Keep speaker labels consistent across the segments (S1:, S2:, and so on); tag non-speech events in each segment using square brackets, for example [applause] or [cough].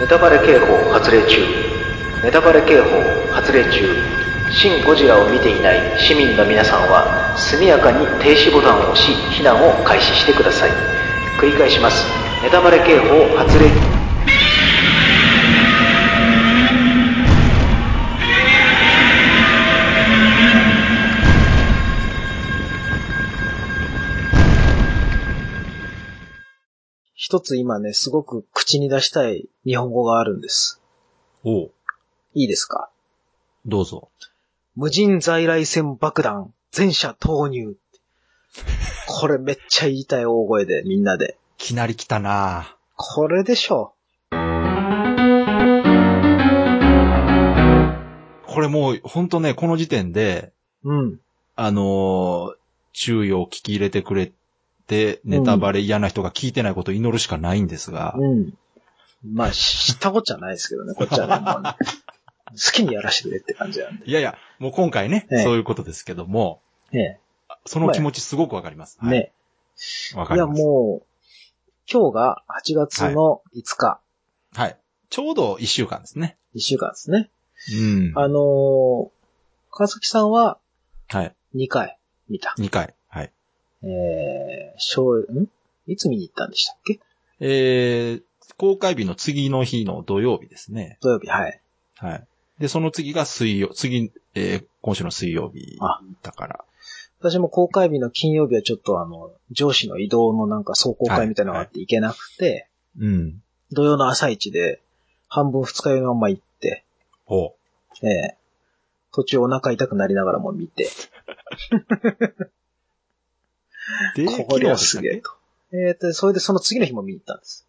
S1: ネタバレ警報発令中ネタバレ警報発令中シン・ゴジラを見ていない市民の皆さんは速やかに停止ボタンを押し避難を開始してください繰り返しますネタバレ警報発令一つ今ね、すごく口に出したい日本語があるんです。
S2: おう、
S1: いいですか
S2: どうぞ。
S1: 無人在来線爆弾、全車投入。これめっちゃ言いたい大声で、みんなで。
S2: きなり来たな
S1: これでしょ
S2: これもう、ほんとね、この時点で、
S1: う。うん。
S2: あのー注意を聞き入れてくれて、ネタバレ嫌な人が聞いてないことを祈るしかないんですが、
S1: うん。まあ、し知ったこっちゃないですけどね、こっちはね。もうね好きにやらせてくれって感じなんで。
S2: いやいや、もう今回ね、
S1: ええ
S2: そういうことですけども、
S1: ね
S2: その気持ちすごくわかります。
S1: え。ね
S2: はい。わ
S1: え。
S2: か
S1: い
S2: り
S1: や、
S2: ます。
S1: もう、今日が8月の5日、
S2: はい。ちょうど一週間ですね。
S1: 1週間ですね。
S2: うん。
S1: あのー、川崎さんは
S2: はい。
S1: 2回見た。
S2: 二回。はい。
S1: えー、しょう、んいつ見に行ったんでしたっけ
S2: えー、公開日の次の日の土曜日ですね。
S1: 土曜日、はい。
S2: はい。で、その次が水曜、次、えー今週の水曜日
S1: あ
S2: だから。
S1: 私も公開日の金曜日はちょっとあの、上司の移動のなんか壮行会みたいなのがあって行けなくて、
S2: うん。
S1: 土曜の朝一で、半分二日酔いのまま行って、
S2: ほう。
S1: ええ途中お腹痛くなりながらも見て、
S2: で、
S1: これはすげえ
S2: 昨
S1: と。えーと、それでその次の日も見に行ったんです。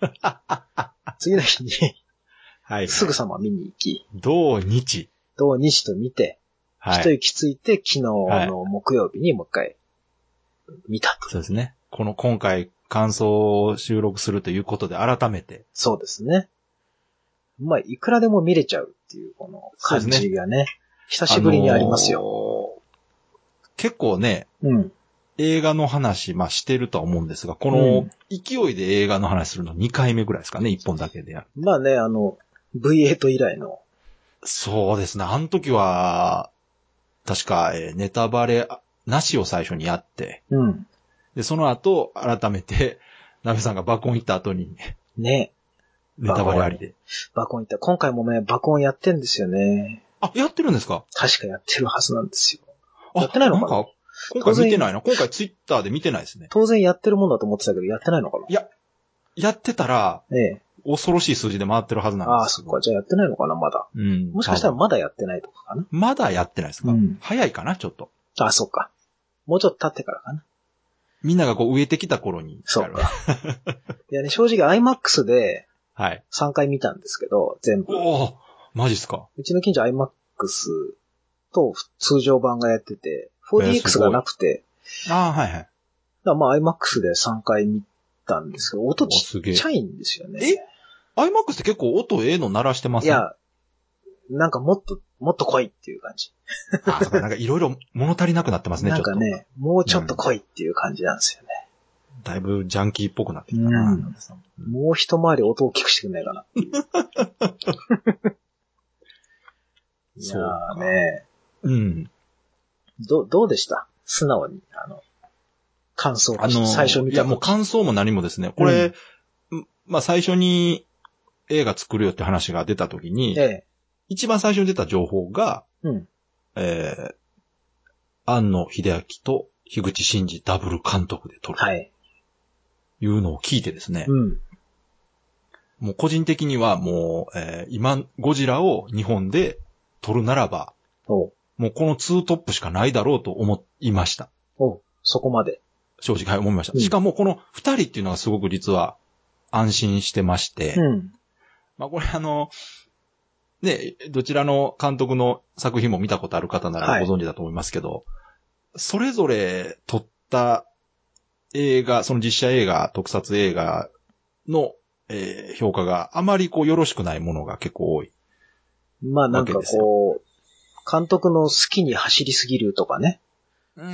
S2: 日でしたっ
S1: 次の日に、
S2: け。はい。
S1: すぐさま見に行き、
S2: 同日。
S1: 同日と見て、
S2: は
S1: 一
S2: い。
S1: 息ついて、昨日の木曜日にもう一回、見たと。
S2: そうですね。この今回、感想を収録するということで、改めて。
S1: そうですね。まあ、いくらでも見れちゃうっていう、この感じがね、久しぶりにありますよ。
S2: よ。結構ね、
S1: うん。
S2: 映画の話、まあしてるとは思うんですが、こ
S1: う
S2: の
S1: ん
S2: 勢いで映画の話するの2回目ぐらいですかね、1本だけでやる。
S1: まあね、あの、V8 以来の、
S2: そうですね、あの時は、確か、えーネタバレなしを最初にやって、
S1: うん。
S2: で、その後、改めて、ナベさんが爆音行った後に、
S1: ね、
S2: ネタバレありで。
S1: 爆音行った。今回もね、爆音やってんですよね。
S2: あ、やってるんですか
S1: 確かやってるはずなんですよ。
S2: あ
S1: やってないのかなん
S2: か、今回見てないな。今回ツイッターで見てないですね。
S1: 当然やってるもんだと思ってたけど、やってないのかな
S2: やってたら、
S1: ええ。
S2: 恐ろしい数字で回ってるはずなんです
S1: ああ、そっか。じゃあやってないのかな、まだ。
S2: うん。
S1: もしかしたら
S2: 多分
S1: まだやってないとかかな。
S2: まだやってないですか、
S1: うん
S2: 早いかな、ちょっと。
S1: ああ、そっか。もうちょっと経ってからかな。
S2: みんながこう植えてきた頃に。
S1: そうか。いやね、正直 IMAX で
S2: はい。
S1: 3回見たんですけど、全部。
S2: おおマジっすか
S1: うちの近所 IMAX と通常版がやってて、
S2: えーす
S1: 4DX
S2: ごい
S1: がなくて、
S2: ああ、はい
S1: だ
S2: はい。
S1: からまあ IMAX で3回見たんですけど、音ち
S2: おすげえ
S1: っちゃいんですよね。
S2: え ?iMAX って結構音ええの鳴らしてます
S1: いや、なんかもっと、もっと来いっていう感じ。
S2: あーそうかなんかいろいろ物足りなくなってますね、
S1: なん
S2: ちょ
S1: か
S2: っと。
S1: ね、もうちょっと来いっていう感じなんですよね。
S2: だいぶジャンキーっぽくなってきたな、
S1: うん
S2: ナベさん
S1: もう一回り音を大きくしてくんないかなっていう。いや
S2: そう
S1: ーね、
S2: うん。
S1: ど、どうでした素直に、あの、感想
S2: あのー
S1: 最初見
S2: い
S1: た時。
S2: や、もう感想も何もですね。これ、んまあ最初に映画作るよって話が出た時に、
S1: ええ。
S2: 一番最初に出た情報が、
S1: うん。
S2: えー、安野秀明と樋口真嗣ダブル監督で撮る
S1: はい。
S2: というのを聞いてですね、
S1: うん。
S2: もう個人的にはもう、えー今、ゴジラを日本で撮るならば、
S1: おう
S2: もうこのツートップしかないだろうと思いました。
S1: おうそこまで。
S2: 正直、はい、思いました。
S1: うん
S2: しかもこの二人っていうのがすごく実は安心してまして、
S1: うん。
S2: まあこれあの、ね、どちらの監督の作品も見たことある方な
S1: は
S2: ら
S1: い
S2: ご存知だと思いますけど、それぞれ撮った映画、その実写映画、特撮映画の、えー評価があまりこうよろしくないものが結構多い。
S1: まあなん
S2: わけ
S1: か
S2: です
S1: こう、監督の好きに走りすぎるとかね。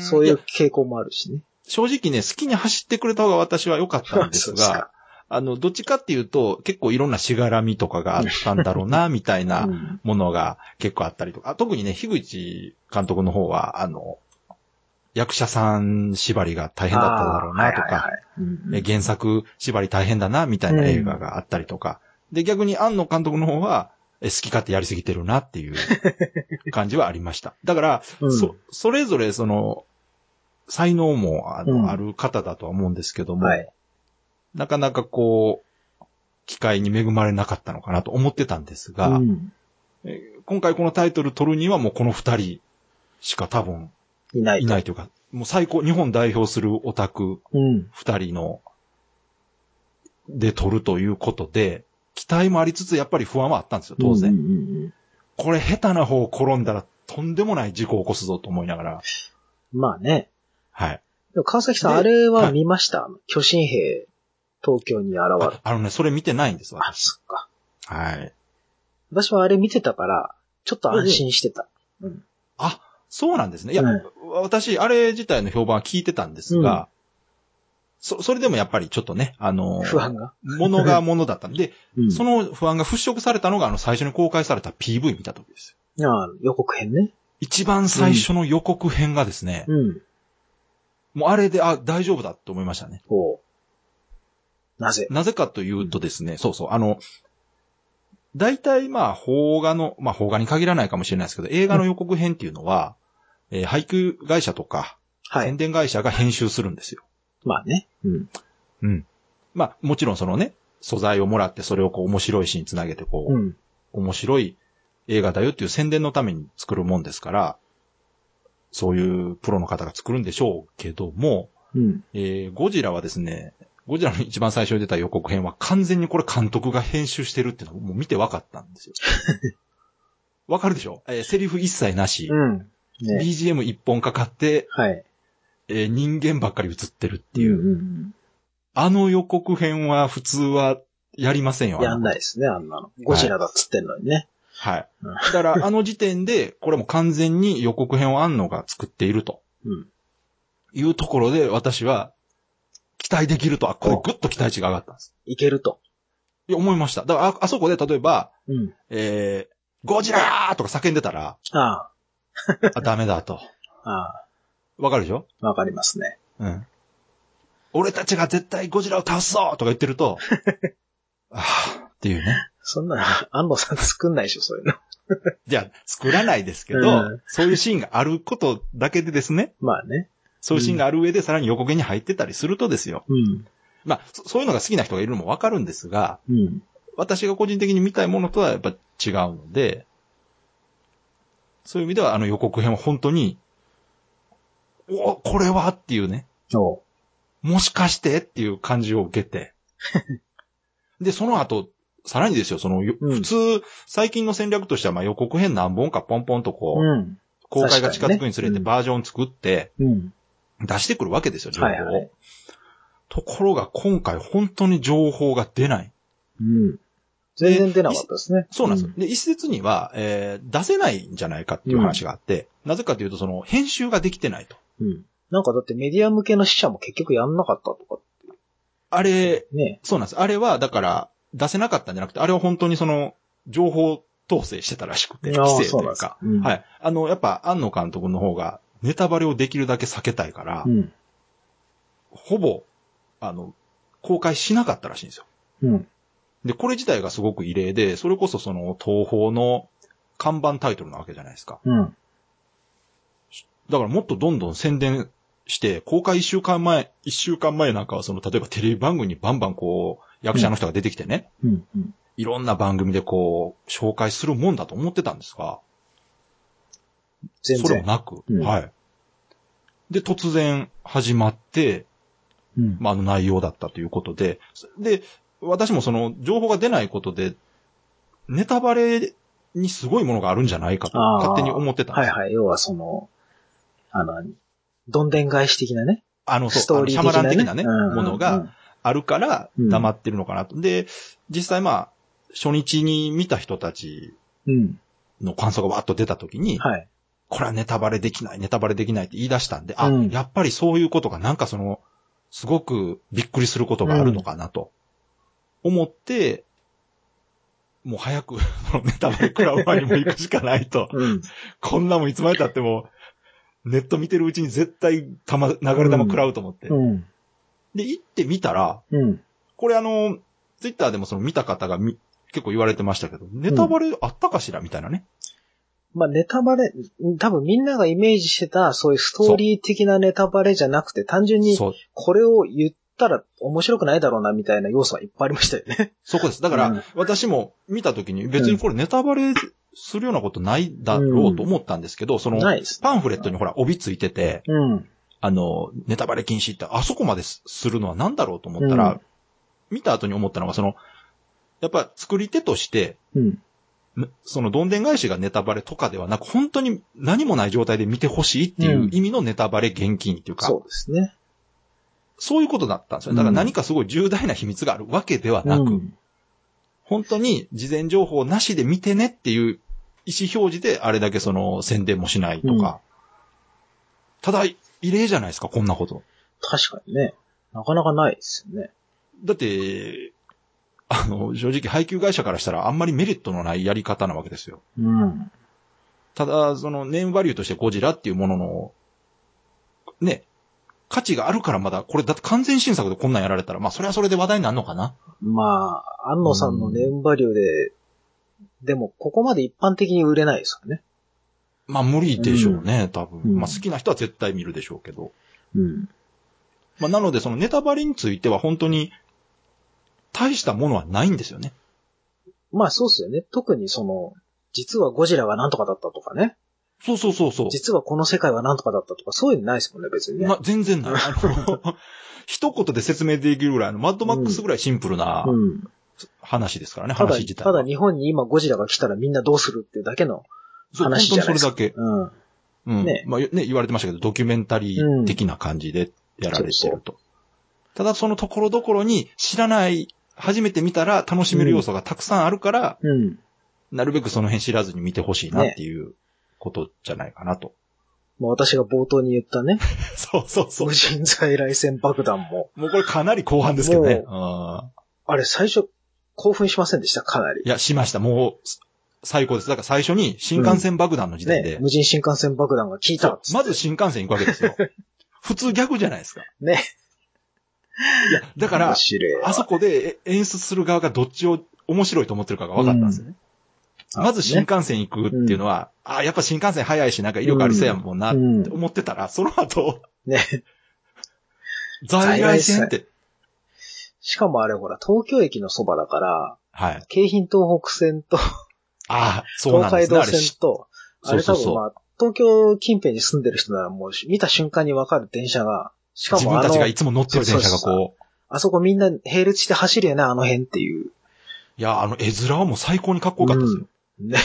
S1: そうい
S2: や
S1: う傾向もあるしね。
S2: 正直ね、好きに走ってくれた方が私は良かったんです
S1: [laughs] そうです
S2: が
S1: か、
S2: あの、どっちかっていうと、結構いろんなしがらみとかがあったんだろうな、みたい
S1: [laughs]
S2: な
S1: うん
S2: ものが結構あったりとか、あ特にね、樋口監督の方は、あの、役者さん縛りが大変だっただろうな
S3: あー
S2: と
S3: はいはい
S2: か、
S1: うん
S2: ね原作縛り大変だな、みたいな映画があったりとか、で、逆に庵野監督の方は、え好き勝手やりすぎてるなって
S3: [laughs]
S2: いう感じはありました。だから、
S1: うん
S2: そ、それぞれその、才能もあの、
S1: うん
S2: ある方だとは思うんですけども、
S3: はい
S2: なかなかこう、機会に恵まれなかったのかなと思ってたんですが、
S1: うん
S2: 今回このタイトル取るにはもうこの二人しか多分
S3: いない
S2: いないというか、もう最高、日本代表するオタク
S1: うん。
S2: 二人の、で取るということで、期待もありつつやっぱり不安はあったんですよ、当然。
S1: うんうんうん
S2: これ下手な方転んだらとんでもない事故を起こすぞと思いながら、
S3: まあね。
S2: はい。
S3: でも川崎さん、
S2: で
S3: あれ
S2: は
S3: はい見ました、巨神兵、東京に現れ
S2: ああのね、それ見てないんですわ。
S3: あ、そっか。
S2: はい。
S3: 私はあれ見てたから、ちょっと安心してた。
S2: あ、そうなんですね。いや、
S3: うん
S2: 私、あれ自体の評判は聞いてたんですが、そ、それでもやっぱりちょっとね、あのー、
S3: 不安が。
S2: 物が物だったんで、
S3: うん。
S2: その不安が払拭されたのが、あの、最初に公開された PV 見た時ですよ。
S3: あー予告編ね。
S2: 一番最初の予告編がですね、
S3: うん。
S2: もうあれで、あ、大丈夫だと思いましたね。
S3: こう。なぜ
S2: なぜかというとですね、そうそう、あの、大体まあ、邦画の、まあ、邦画に限らないかもしれないですけど、映画の予告編っていうのは、えー配給会社とか、
S3: はい。
S2: 宣伝会社が編集するんですよ。
S3: まあね。うん。
S2: まあ、もちろんそのね、素材をもらって、それをこう、面白いシーンにつなげて、こう、
S3: うん。
S2: 面白い映画だよっていう宣伝のために作るもんですから、そういうプロの方が作るんでしょうけども、
S3: うん。
S2: えーゴジラはですね、ゴジラの一番最初に出た予告編は完全にこれ監督が編集してるっていうのはもう見て分かったんで
S3: [laughs]
S2: すよ。わかるでしょ、えーセリフ一切なし、
S3: うん。ね。
S2: BGM 一本かかって、
S3: はい。
S2: えー人間ばっかり映ってるって
S3: う
S2: いう。
S3: ん
S2: あの予告編は普通はやりません
S3: う
S2: よ。
S3: ん。や
S2: あ
S3: ん
S2: の
S3: ないですね、あんなの。ゴジラだっつってんのにね。
S2: はい。
S3: うん
S2: だ
S3: [laughs]
S2: からあの時点で、これも完全に予告編を安野が作っていると
S3: うん。
S2: いうところで私は期待できると、あ、これぐっと期待値が上がったんです。
S3: いけると。
S2: いや、思いました。だからあ、あそこで例えば、
S3: うん。
S2: えー、ゴジラーとか叫んで
S3: [laughs]
S2: たら、
S3: あ
S2: あ、ダメだと。
S3: あ、あ
S2: わかるでしょ
S3: あ、わかりますね。
S2: うん。俺たちが絶対ゴジラを倒すぞとか言って
S3: [laughs]
S2: ると、ああ、っていうね。
S3: そんなの、 [laughs] 安藤さん作んないでしょ、そういうの。 [laughs]
S2: じゃあ、作らないですけど、
S3: うん
S2: そういうシーンがあることだけでですね、
S3: まあね。
S2: そういうシーンがある上でさらに横毛に入ってたりするとですよ。
S3: うん。
S2: まあ、そそういうのが好きな人がいるのもわかるんですが、
S3: うん。
S2: 私が個人的に見たいものとはやっぱ違うので、そういう意味ではあの予告編は本当に、おこれはっていうね、
S3: おう。
S2: もしかしてっていう感じを受
S3: [laughs]
S2: けて。で、その後、さらにですよ、そのよ、
S3: うん
S2: 普通、最近の戦略としては、まあ予告編何本かポンポンとこう、
S3: うん。
S2: 公開が近
S3: 確か
S2: づく
S3: に
S2: に
S3: ね
S2: つれて
S3: うん
S2: バージョン作って
S3: うん。
S2: 出してくるわけですよ、情報を。
S3: はいはい
S2: ところが今回本当に情報が出ない。
S3: うん。全然出なかったですね。
S2: そうなんですよ。で、一説には、えー出せないんじゃないかっていう話があって、なぜかというと、その、編集ができてないと。
S3: うん。うん。なんかだってメディア向けの死者も結局やんなかったとか。
S2: あれ、
S3: ね。
S2: そうなんです。あれは、だから、出せなかったんじゃなくて、あれは本当にその、情報統制してたらしくて、
S3: ああ
S2: 規制
S3: そ
S2: と
S3: うなん
S2: いう
S3: です
S2: か。
S3: うん
S2: はい。あの、やっぱ、安野監督の方が、ネタバレをできるだけ避けたいから、
S3: うん。
S2: ほぼ、あの、公開しなかったらしいんですよ。
S3: うん。
S2: で、これ自体がすごく異例で、それこそその、東宝の看板タイトルなわけじゃないですか。
S3: うん。
S2: だからもっとどんどん宣伝して、公開一週間前、一週間前なんかはその、例えばテレビ番組にバンバンこう、役者の人が出てきてね、
S3: うん。うん。
S2: いろんな番組でこう、紹介するもんだと思ってたんですが、
S3: 全
S2: それ
S3: 然
S2: も。なく、
S3: うん
S2: はい。で、突然始まって、
S3: うん。
S2: まあ、あの内容だったということで、で、私もその、情報が出ないことで、ネタバレにすごいものがあるんじゃないかと、
S3: あー
S2: 勝手に思ってたんで
S3: はい
S2: すよ
S3: はい。要はその、あの、どんでん返し的なね。
S2: あの、
S3: ス
S2: そう、
S3: トー
S2: あの
S3: リ
S2: シ
S3: ー
S2: ャマ
S3: 的
S2: ラ
S3: なね。
S2: ン的なね、
S3: うん
S2: ものが、
S3: うん
S2: あるから黙ってるのかなと。で、実際まあ、初日に見た人たち
S3: うん。
S2: の感想がわーっと出た時に、
S3: はい。
S2: これはネタバレできない、ネタバレできないって言い出したんで、あ、
S3: うん
S2: やっぱりそういうことがなんかその、すごくびっくりすることがあるのかなと。思って、もう早く、 [laughs] そのネタバレクラウマにも行くしかないと。
S1: うん。
S2: こんなもんいつまで経っても、ネット見てるうちに絶対玉、流れ玉食らうと思って。
S1: うん。
S2: で、行ってみたら、
S1: うん。
S2: これあの、ツイッターでもその見た方がみ結構言われてましたけど、ネタバレあったかしらみたいなね。
S1: まあ、ネタバレ、多分みんながイメージしてた、そういうストーリー的なネタバレじゃなくて、単純に
S2: そう、
S1: これを言ったら面白くないだろうな、みたいな要素はいっぱいありましたよね。
S2: そこ [laughs] です。だから、
S1: うん
S2: 私も見た時に別にこれネタバレするようなことないだろうと思ったんですけど、その、
S1: ないです。
S2: パンフレットにほら帯ついてて、
S1: うん。
S2: あの、ネタバレ禁止ってあそこまですするのは何だろうと思ったら、
S1: うん
S2: 見た後に思ったのがその、やっぱ作り手として、
S1: うん。
S2: ねそのどんでん返しがネタバレとかではなく、本当に何もない状態で見てほしいっていう意味のネタバレ現金っていうか、
S1: そうですね。
S2: そういうことだったんですよね。だから何かすごい重大な秘密があるわけでは
S1: う
S2: なく、
S1: ん。
S2: 本当に事前情報なしで見てねっていう意思表示であれだけその宣伝もしないとか。ただ、異例じゃないですか、こんなこと。
S1: 確かにね。なかなかないですよね。
S2: だって、あの、正直配給会社からしたらあんまりメリットのないやり方なわけですよ。
S1: うん。
S2: ただ、そのネームバリューとしてゴジラっていうものの、ね、価値があるからまだ、これだって完全新作でこんなんやられたら、まあそれはそれで話題になるのかな。
S1: まあ、安野さんのネームバリューで、でも、ここまで一般的に売れないですよね。
S2: まあ無理でしょうね、多
S1: うん
S2: 分。まあ好きな人は絶対見るでしょうけど。
S1: うん。
S2: まあ、なので、そのネタバレについては本当に、大したものはないんですよね。
S1: まあ、そうっすよね。特にその、実はゴジラはなんとかだったとかね。
S2: そうそうそうそう。
S1: 実はこの世界はなんとかだったとか、そういうのないですもんね、別にね。
S2: まあ、全
S1: [laughs]
S2: 然ない。あの、 [laughs] 一言で説明できるぐらいの、マッドマックスぐらいシンプルな
S1: うん。
S2: 話ですからね、
S1: ただ、
S2: 話自体
S1: た
S2: は。
S1: だ日本に今ゴジラが来たらみんなどうするっていうだけの。
S2: そう本
S1: 話
S2: 当
S1: じ
S2: に
S1: ゃな
S2: そ
S1: いで
S2: れ
S1: すか
S2: だけ。
S1: うん。
S2: うん。
S1: ね
S2: まあ、ね、言われてましたけど、ドキュメンタリー的な感じでやられて
S1: そうそ
S2: ると。ただ、そのところどころに知らない、初めて見たら楽しめる要素がたくさんあるから、
S1: うん。
S2: なるべくその辺知らずに見てほしいなっていうことじゃないかなと。
S1: まあ私が冒頭に言ったね、
S2: [laughs] そうそうそう
S1: 無。人在来線爆弾も、
S2: [laughs] もうこれかなり後半ですけどね。うん
S1: あれ最初興奮しませんでした、かなり。
S2: いや、しました。もう、す最高です。だから最初に新幹線爆弾の時点で、
S1: ね、無人新幹線爆弾が効いたっつって
S2: まず新幹線行くわけです [laughs] よ。普通逆じゃないですか。
S1: ね。
S2: いや、だから
S1: 面、白い
S2: あそこでえ演出する側がどっちを面白いと思ってるかが分かったんですよね。まず新幹線行くっていうのは、あ、やっぱ新幹線早いし、なんか威力ありそうやもんなっ
S1: うん
S2: て思ってたら、その後、
S1: ね。
S2: 在来線って、
S1: しかもあれほら、東京駅のそばだから、
S2: はい。
S1: 京浜東北線と
S2: ああ、そうな
S1: 東
S2: んで
S1: 海
S2: す
S1: 道
S2: ね。あれ
S1: 線と、あ
S2: そう
S1: れ
S2: そ
S1: 多
S2: うそ
S1: 分
S2: う
S1: まあ、東京近辺に住んでる人ならもう見た瞬間にわかる電車が、しか
S2: 自
S1: も
S2: 分
S1: あ
S2: た
S1: の
S2: ちが、いつも乗ってる電車
S1: そ
S2: が
S1: うそう
S2: こう、
S1: あそこみんな並列して走るよね、あの辺っていう。
S2: いや、あの、絵面はもう最高にかっこよかったですよ。
S1: うんね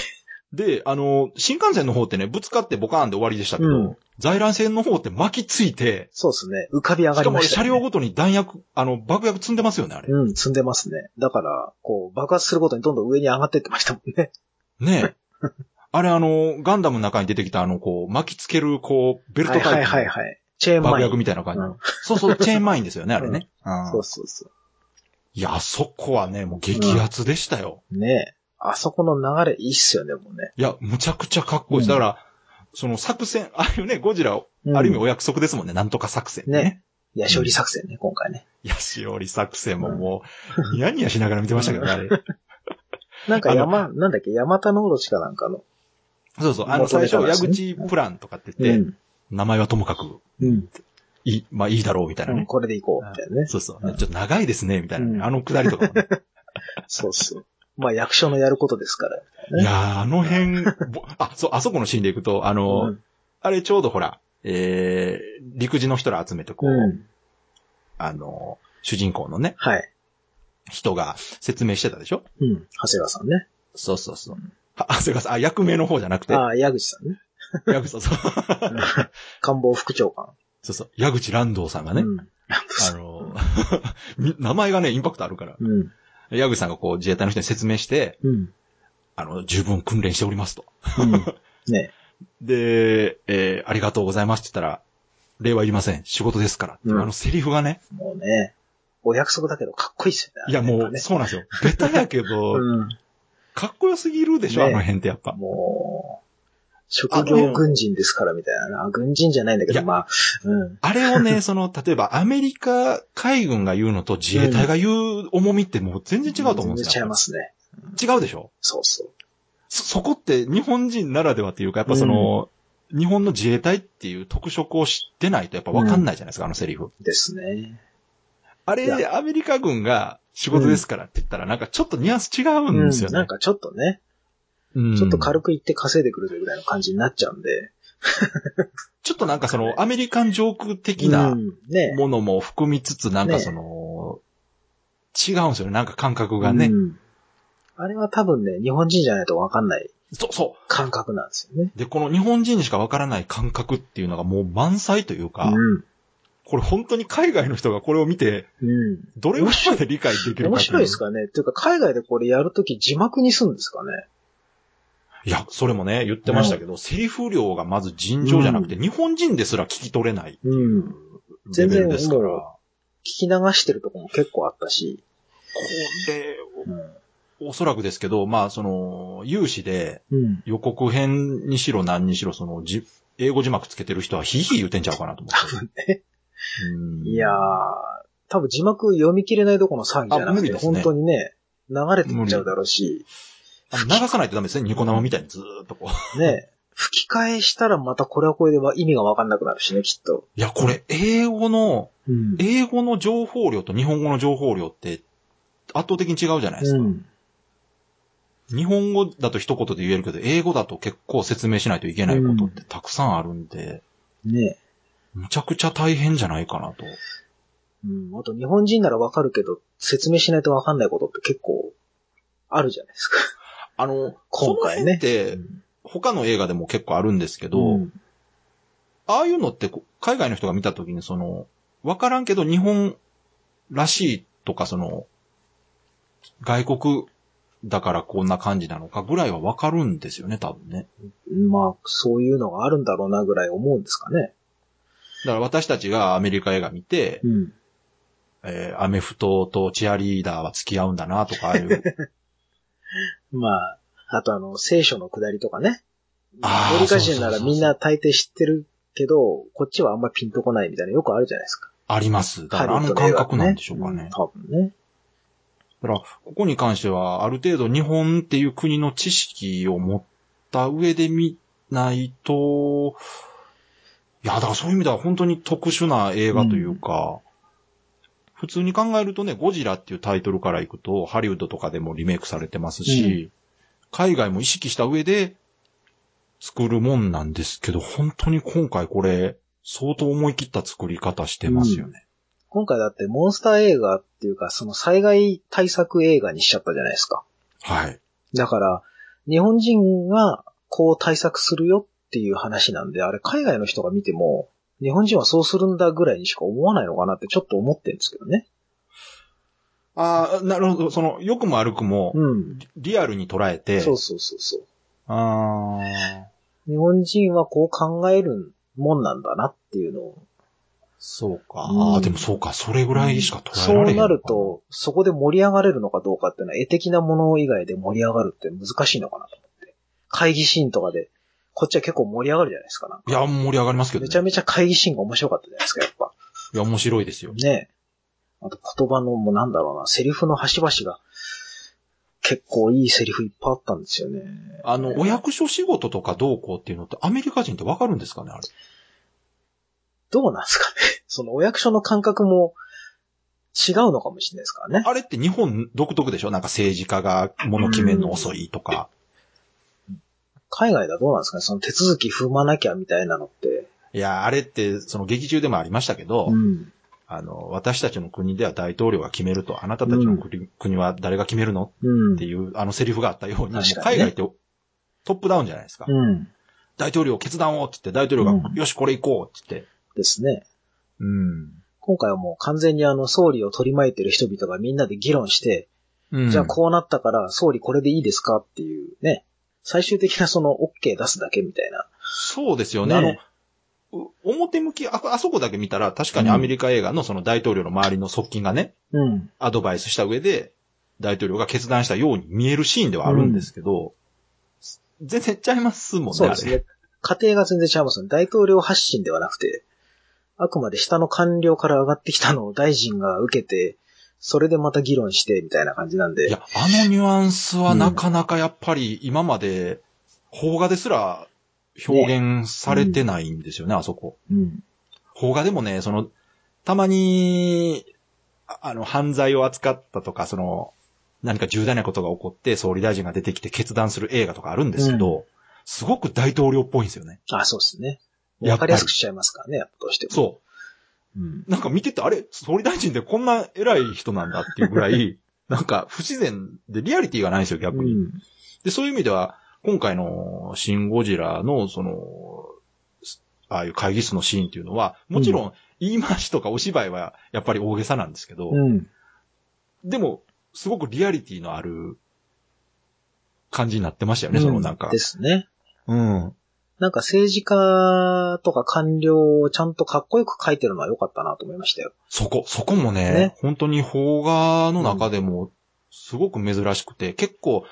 S2: で、あの、新幹線の方ってね、ぶつかってボカーンで終わりでしたけど、
S1: うん
S2: 在来線の方って巻きついて、
S1: そうですね。浮かび上が
S2: しか
S1: り
S2: も
S1: ま
S2: あれ
S1: した、
S2: 車
S1: ね。
S2: 両ごとに弾薬、あの、爆薬積んでますよね、あれ。
S1: うん、積んでますね。だから、こう、爆発するごとにどんどん上に上がってってましたもんね。
S2: ねえ。あれ、あの、ガンダムの中に出てきた、あの、こう、巻きつける、こう、ベル
S1: は
S2: ト
S1: いはい
S2: タ
S1: はい
S2: イプ
S1: はい。チェーン
S2: の爆
S1: マイン。
S2: 薬みたいな感じの。
S1: うん
S2: そうそう、チェーンマインですよね、あれね。うん
S1: そうそうそ
S2: いや、あそこはね、もう激アツでしたよ。
S1: う。ねえ。あそこの流れいいっすよね、もうね。
S2: いや、むちゃくちゃかっこいいです。
S1: うん
S2: だから、その作戦、ああいうね、ゴジラを、
S1: うん
S2: ある意味お約束ですもんね、なんとか作戦ね
S1: ね。いや、勝利作戦ね、今回ね。
S2: いや、しおり作戦ももう、ニヤニヤしながら見てましたけどね、あれ。
S1: [laughs] なんか
S2: あの
S1: 山、なんだっけ、山田のオロチかなんかの。
S2: そうそう、あの、最初、
S1: 元ネタ
S2: 矢
S1: だしね
S2: 口プランとかって言って、名前はともかく、
S1: うん、うん。
S2: いい、まあいいだろう、みたいな
S1: うん
S2: ね。
S1: これでいこう、みたいなね。
S2: そうそうう、
S1: ん
S2: ちょっと長いですね、みたいな
S1: うん
S2: ね。あのくだりとかもね。
S1: そうそう。まあ、役所のやることですから。うん
S2: いやー、あの辺、ぼあ、そう、あそこのシーンで行くと、あ
S1: う
S2: の
S1: ん、
S2: あれちょうどほら、えー、陸自の人ら集めてこ
S1: う
S2: う、
S1: ん。
S2: あの、主人公のね、
S1: はい。
S2: 人が説明してたでしょ
S1: うん。長谷川さんね。
S2: そうそうそう。あ、あすいません、あ、役名の方じゃなくて、
S1: ああ、矢口さんね。
S2: 矢口さん、そう [laughs]
S1: 官房副長官。
S2: そうそう、矢口乱道さんがね
S1: う、ん。
S2: あの、 [laughs] み名前がね、インパクトあるから。
S1: うん。
S2: 矢口さんがこう自衛隊の人に説明して、
S1: うん。
S2: あの、十分訓練しておりますと。
S1: うん。ね
S2: で、えーありがとうございますって言ったら、礼はいりません。仕事ですからっていう。
S1: うん
S2: あのセリフがね、
S1: もうね、お約束だけどかっこいいっすよね。
S2: いや、も
S1: あれ
S2: う、
S1: ね、
S2: そうなんですよ。ベタやけ [laughs] ど、
S1: うん。
S2: かっこよすぎるでしょ、
S1: ね
S2: あの辺ってやっぱ。
S1: もう、職業軍人ですからみたいな。あ軍人じゃないんだけ
S2: い
S1: ど、
S2: や
S1: まあ、うん。
S2: あれ
S1: [laughs]
S2: をね、その、例えばアメリカ海軍が言うのと自衛隊が言う重みってもう全然違うと思うんで
S1: 全
S2: す
S1: 然
S2: よ。
S1: 違いますね。
S2: 違うでしょ
S1: そうそう。
S2: そ、そこって日本人ならではっていうか、やっぱその、日本の自衛隊っていう特色を知ってないとやっぱわかんないじゃないですか、あのセリフ。
S1: ですね。
S2: あ
S1: い
S2: れ、
S1: や
S2: アメリカ軍が仕事ですからって言ったら、なんかちょっとニュアンス違うんですよ
S1: な
S2: ね
S1: ん。かちょっとね、
S2: うん
S1: ちょっと軽く行って稼いでくるというぐらいの感じになっちゃうんで。
S2: ちょっとなんかその、アメリカンジョーク的な
S1: うんね。
S2: ものも含みつつ、なんか
S1: ね
S2: その、違うんですよね、なんか感覚がね。
S1: うんあれは多分ね、日本人じゃないとわかんない
S2: そうそ
S1: 感覚なんですよね。
S2: う。で、この日本人にしかわからない感覚っていうのがもう満載というか、
S1: うん。
S2: これ本当に海外の人がこれを見て、
S1: うん。
S2: どれぐらいまで理解できるかってう
S1: 面白いですかねっていうか、海外でこれやるとき字幕にするんですかね
S2: いや、それもね、言ってましたけど、セリフ量がまず尋常じゃなくて、日本人ですら聞き取れない
S1: うん。
S2: レ
S1: 全
S2: ベ
S1: 然
S2: ルですから。
S1: もう
S2: こ
S1: 聞き流してるとこも結構あったし。
S2: れ、
S1: うん。
S2: おそらくですけど、まあ、その、有志で
S1: うん。
S2: 予告編にしろ何にしろ、その、じ英語字幕つけてる人はヒーヒー言ってんちゃうかなと思って。うん
S1: いやー、多分字幕読み切れないどころの騒ぎじゃ
S2: あ
S1: な
S2: 無
S1: く
S2: 理
S1: て、
S2: ですね
S1: 本当にね、流れてっちゃうだろうし、
S2: あの流さないとダメですね。ニコ生みたいにずーっとこう。
S1: ね、吹き替えしたらまたこれはこれでは意味がわかんなくなるしね、きっと。
S2: いや、これ、英語の、
S1: うん。
S2: 英語の情報量と日本語の情報量って、圧倒的に違うじゃないですか。
S1: うん。
S2: 日本語だと一言で言えるけど、英語だと結構説明しないといけないことってたくさんあるんで、
S1: ね。
S2: むちゃくちゃ大変じゃないかなと。
S1: うん。あと日本人ならわかるけど、説明しないとわかんないことって結構、あるじゃないですか。
S2: あの、
S1: 今回ね
S2: この辺って、他の映画でも結構あるんですけど、
S1: ん
S2: ああいうのってこう海外の人が見た時にその、わからんけど日本らしいとかその、外国だからこんな感じなのかぐらいはわかるんですよね、多分ね。
S1: まあ、そういうのがあるんだろうなぐらい思うんですかね。
S2: だから私たちがアメリカ映画見て、
S1: うん。
S2: えーアメフトとチアリーダーは付き合うんだなとか、ああいう
S1: まあ、あとあの、聖書の下りとかね。
S2: あー
S1: アメリカ人な
S2: そうそうそう
S1: ら
S2: そう
S1: みんな大抵知ってるけど、こっちはあんまピンとこないみたいなのよくあるじゃないですか。
S2: あります。だから
S1: ハ
S2: あ
S1: リウ
S2: の
S1: ッド映
S2: 感
S1: 画
S2: 覚なんでしょうかね。
S1: ん多分ね。
S2: だから、ここに関しては、ある程度日本っていう国の知識を持った上で見ないと、いや、だからそういう意味では本当に特殊な映画というか、普通に考えるとね、ゴジラっていうタイトルからいくと、ハリウッドとかでもリメイクされてますし、海外も意識した上で作るもんなんですけど、本当に今回これ、相当思い切った作り方してますよね。
S1: 今回だってモンスター映画っていうか、その災害対策映画にしちゃったじゃないですか。
S2: はい。
S1: だから、日本人がこう対策するよっていう話なんで、あれ海外の人が見ても、日本人はそうするんだぐらいにしか思わないのかなってちょっと思ってるんですけどね。
S2: ああ、なるほど。その、良くも悪くも、
S1: うん。
S2: リアルに捉えて、
S1: そうそうそうそう。
S2: ああ、
S1: 日本人はこう考えるもんなんだなっていうのを。
S2: そうか。
S1: うん
S2: ああ、でもそうか、それぐらいしか捉
S1: そ
S2: えられへ
S1: うん
S2: のか
S1: なる。と、そこで盛り上がれるのかどうかっていうのは、絵的なもの以外で盛り上がるって難しいのかなと思って。会議シーンとかで、こっちは結構盛り上がるじゃないですか。なんか
S2: いや、盛り上がりますけど、
S1: め
S2: ね
S1: ち。ゃめちゃ会議シーンが面白かったじゃないですか、やっぱ。
S2: いや、面白いですよ。
S1: ねえ。あと言葉の、もうなんだろうな、セリフの端々が、結構いいセリフいっぱいあったんですよね。
S2: あの、お役所仕事とかどうこうっていうのってアメリカ人ってわかるんですかね、あれ。
S1: どうなんですかね。 [laughs] そのお役所の感覚も違うのかもしれないですからね。
S2: あれって日本独特でしょなんか政治家が物決めるの遅いとか。
S1: 海外ではどうなんですかね。その手続き踏まなきゃみたいなのって。
S2: いや、あれって、その劇中でもありましたけど、
S1: うん。
S2: あの、私たちの国では大統領が決めると、あなたたちの国,、国は誰が決めるの
S1: うん
S2: って。いう、あのセリフがあったように、もう
S1: 確か
S2: 海
S1: にね
S2: 外ってトップダウンじゃないですか。
S1: うん。
S2: 大統領決断をって言って、大統領が、
S1: うん
S2: よし、これ行こうって言って。
S1: ですね。
S2: うん。
S1: 今回はもう完全にあの、総理を取り巻いてる人々がみんなで議論して、じゃあこうなったから、総理これでいいですかっていうね。最終的なその、OK 出すだけみたいな。
S2: そうですよね。
S1: ね
S2: あう表向きあ、あそこだけ見たら確かにアメリカ映画のその大統領の周りの側近がね、
S1: うん。
S2: アドバイスした上で、大統領が決断したように見えるシーンではあるんですけど、全然ちゃいますもん
S1: そ
S2: ね、
S1: う
S2: あ
S1: です
S2: れ。
S1: ね。家庭が全然違いますね。大統領発信ではなくて、あくまで下の官僚から上がってきたのを大臣が受けて、それでまた議論して、みたいな感じなん
S2: い
S1: で。
S2: や、あのニュアンスはなかなかやっぱり今まで、邦画ですら表現されてないんですよね、あそこ。
S1: うん。
S2: 邦画でもね、その、たまに、ああの、犯罪を扱ったとか、その、何か重大なことが起こって、総理大臣が出てきて決断する映画とかあるんですけど、すごく大統領っぽいんですよね。
S1: あ、そうですね。
S2: や
S1: わ
S2: っぱ
S1: か
S2: り
S1: りやすくしちゃいますからね、やっぱどうしても。
S2: そう。
S1: う。うん。
S2: なんか見てて、あれ総理大臣ってこんな偉い人なんだっていうぐら [laughs] い、なんか不自然でリアリティがないんですよ、逆
S1: う
S2: に。
S1: ん。
S2: で、そういう意味では、今回のシン・ゴジラの、その、すああいう会議室のシーンっていうのは、もちろん言い回しとかお芝居はやっぱり大げさなんですけど、
S1: うん。
S2: でも、すごくリアリティのある感じになってましたよね、そのなんか
S1: で。すね。
S2: うん。
S1: なんか政治家とか官僚をちゃんとかっこよく書いてるのは良かったなと思いましたよ。
S2: そこ、そこもね、
S1: ね
S2: 本当に邦画の中でも、すごく珍しくて、結構、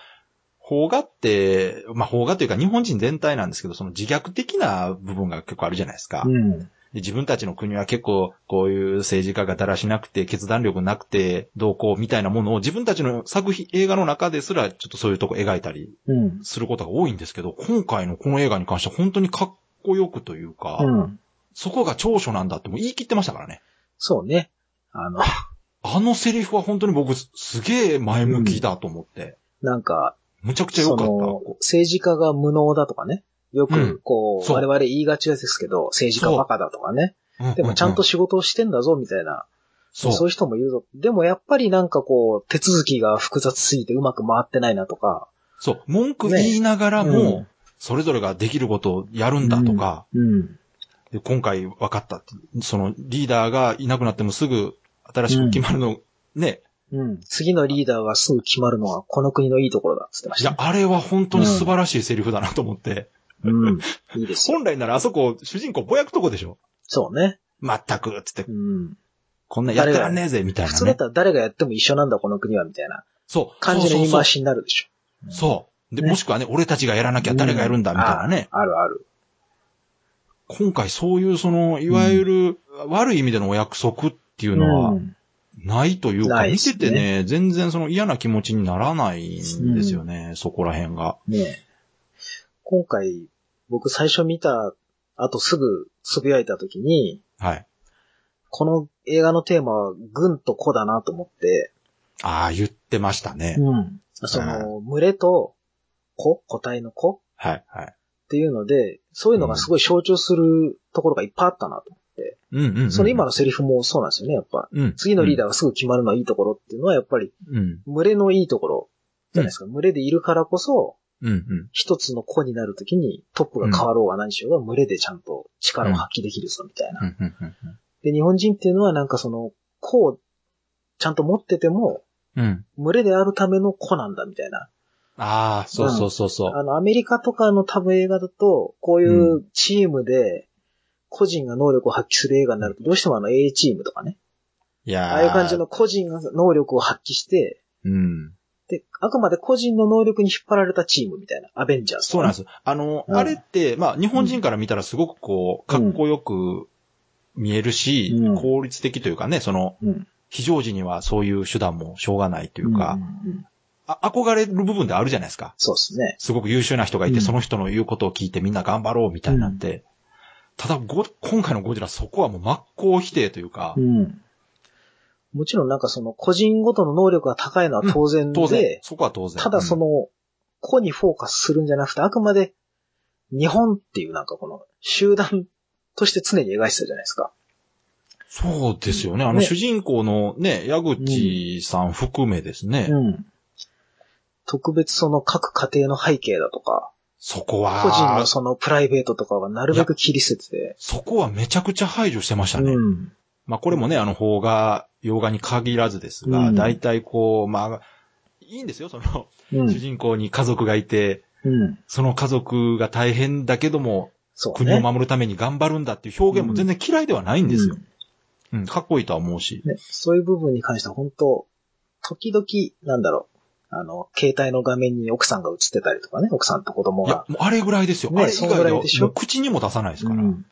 S2: 邦画って、まあ、邦画というか日本人全体なんですけど、その自虐的な部分が結構あるじゃないですか。で
S1: ん。
S2: 自分たちの国は結構、こういう政治家がだらしなくて、決断力なくて、どうこうみたいなものを自分たちの作品、映画の中ですら、ちょっとそういうとこ描いたり
S1: うん。
S2: することが多いんですけど、今回のこの映画に関しては本当にかっこよくというか、
S1: うん。
S2: そこが長所なんだってもう言い切ってましたからね。
S1: そうね。あの、
S2: あのセリフは本当に僕すすげえ前向きだと思って。
S1: なんか、
S2: むちゃくちゃ良
S1: そ
S2: かった。
S1: の、政治家が無能だとかね。よ
S2: うん
S1: く、こう、
S2: そう
S1: 我々言いがちですけど、政治家バカだとかね。
S2: ううう
S1: でもちゃんと、仕事をしてんだぞ、みたいな。
S2: そう
S1: そういう人もいるぞ。でもやっぱりなんかこう、手続きが複雑すぎてうまく回ってないなとか。
S2: そう。文句言いながらも、
S1: うん
S2: それぞれができることをやるんだとか、
S1: うん。
S2: で今回分かったって。そのリーダーがいなくなってもすぐ新しく決まるの、ね。
S1: うん。次のリーダーがすぐ決まるのはこの国のいいところだ、つってま
S2: い
S1: した
S2: や、。あれは本当に素晴らしいセリフだなと思って。
S1: うん。いいですよ。
S2: 本来ならあそこ主人公ぼやくとこでしょ。
S1: そうね。
S2: まったく、つって
S1: う、ん。
S2: こんなんやってらんねえぜ、みたい
S1: 普
S2: な
S1: 通だっ
S2: ね。
S1: たら誰がやっても一緒なんだ、この国は、みたいな
S2: そう。
S1: 感じの言い回
S2: そう
S1: しになるでしょ。
S2: そうそう。そう。で、
S1: ね
S2: もしくはね、俺たちがやらなきゃ誰がやるんだ、みたいなね。
S1: ああるある。
S2: 今回そういうその、いわゆる悪い意味でのお約束っていうの
S1: う
S2: は
S1: ん
S2: ないというか、
S1: ないっ
S2: 見
S1: す
S2: て
S1: ね
S2: てね、全然その嫌な気持ちにならないんですよね、そこら辺が。
S1: ねえ今回、僕最初見た後すぐ呟いた時に、
S2: はい。
S1: この映画のテーマは軍と子だなと思って、
S2: ああ、言ってましたね。
S1: うん。その、群れと子、個体の子
S2: はい、はい。
S1: っていうので、そういうのがすごい象徴するところがいっぱいあったなと。
S2: うんうん、うん。
S1: その今のセリフもそうなんですよね、やっぱ。
S2: うん、
S1: 次のリーダ
S2: ー。
S1: ーがすぐ決まるのはいいところっていうのは、やっぱり
S2: うん、
S1: 群れのいいところじゃないですか。群れでいるからこそ、
S2: うん、うん。
S1: 一つの子になるときにトップが変わろうが何しようが群れでちゃんと力を発揮できるぞみたいな。
S2: うんうんうん
S1: で、日本人っていうのはなんかその子をちゃんと持ってても
S2: うん、うん。
S1: 群れであるための子なんだみたいな。
S2: ああ、そうそうそうそう。
S1: あの、アメリカとかの多分映画だと、こういうチームで個人が能力を発揮する映画になると、どうしてもあの A チームとかね。
S2: いやー
S1: ああいう感じの。個人が能力を発揮して、
S2: うん。
S1: で、あくまで個人の能力に引っ張られたチームみたいな。アベンジャーズと
S2: そう
S1: か
S2: なん
S1: ね、
S2: です。あの、
S1: うん
S2: あれって、まあ、日本人から見たらすごくこう、かっこよく見えるし、
S1: うん
S2: 効率的というかね、その、
S1: うん
S2: 非常時にはそういう手段もしょうがないというか、
S1: うんうんうん
S2: あ憧れる部分であるじゃないですか。
S1: そうですね。
S2: すごく優秀な人がいて、
S1: うん
S2: その人の言うことを聞いてみんな頑張ろうみたいになって。ただご、今回のゴジラそこはもう真っ向否定というか、
S1: うん。もちろんなんかその個人ごとの能力が高いのは当然で、
S2: 当然、そこは当然。
S1: ただその個にフォーカスするんじゃなくて、あくまで日本っていうなんかこの集団として常に描いてたじゃないですか。
S2: うん、そうですよね。あの
S1: ね
S2: 主人公のね、矢口さん含めですね、
S1: ん。特別その各家庭の背景だとか、
S2: そこは、
S1: 個人のそのプライベートとかはなるべく切り捨てて、
S2: そこはめちゃくちゃ排除してましたね。
S1: うん。
S2: まあこれもね、あの、邦画、洋画に限らずです
S1: う
S2: が、
S1: ん
S2: 大体こう、まあ、いいんですよ、その、
S1: う
S2: 主
S1: ん。
S2: 人公に家族がいて、
S1: うん。
S2: その家族が大変だけども、
S1: そう
S2: 国を
S1: ね。
S2: 守るために頑張るんだっていう表現も全然嫌いではないんですよ。うん、かっこいいとは思うし。
S1: ね、そういう部分に関しては本当、時々、なんだろう、あの、携帯の画面に奥さんが映ってたりとかね、奥さんと子供
S2: い
S1: が
S2: や、。もうあれぐらいですよ。
S1: ね
S2: あれ以
S1: そん
S2: 外
S1: ぐ
S2: で
S1: ら
S2: はい
S1: でしょ
S2: もう口にも出さないですから。
S1: うん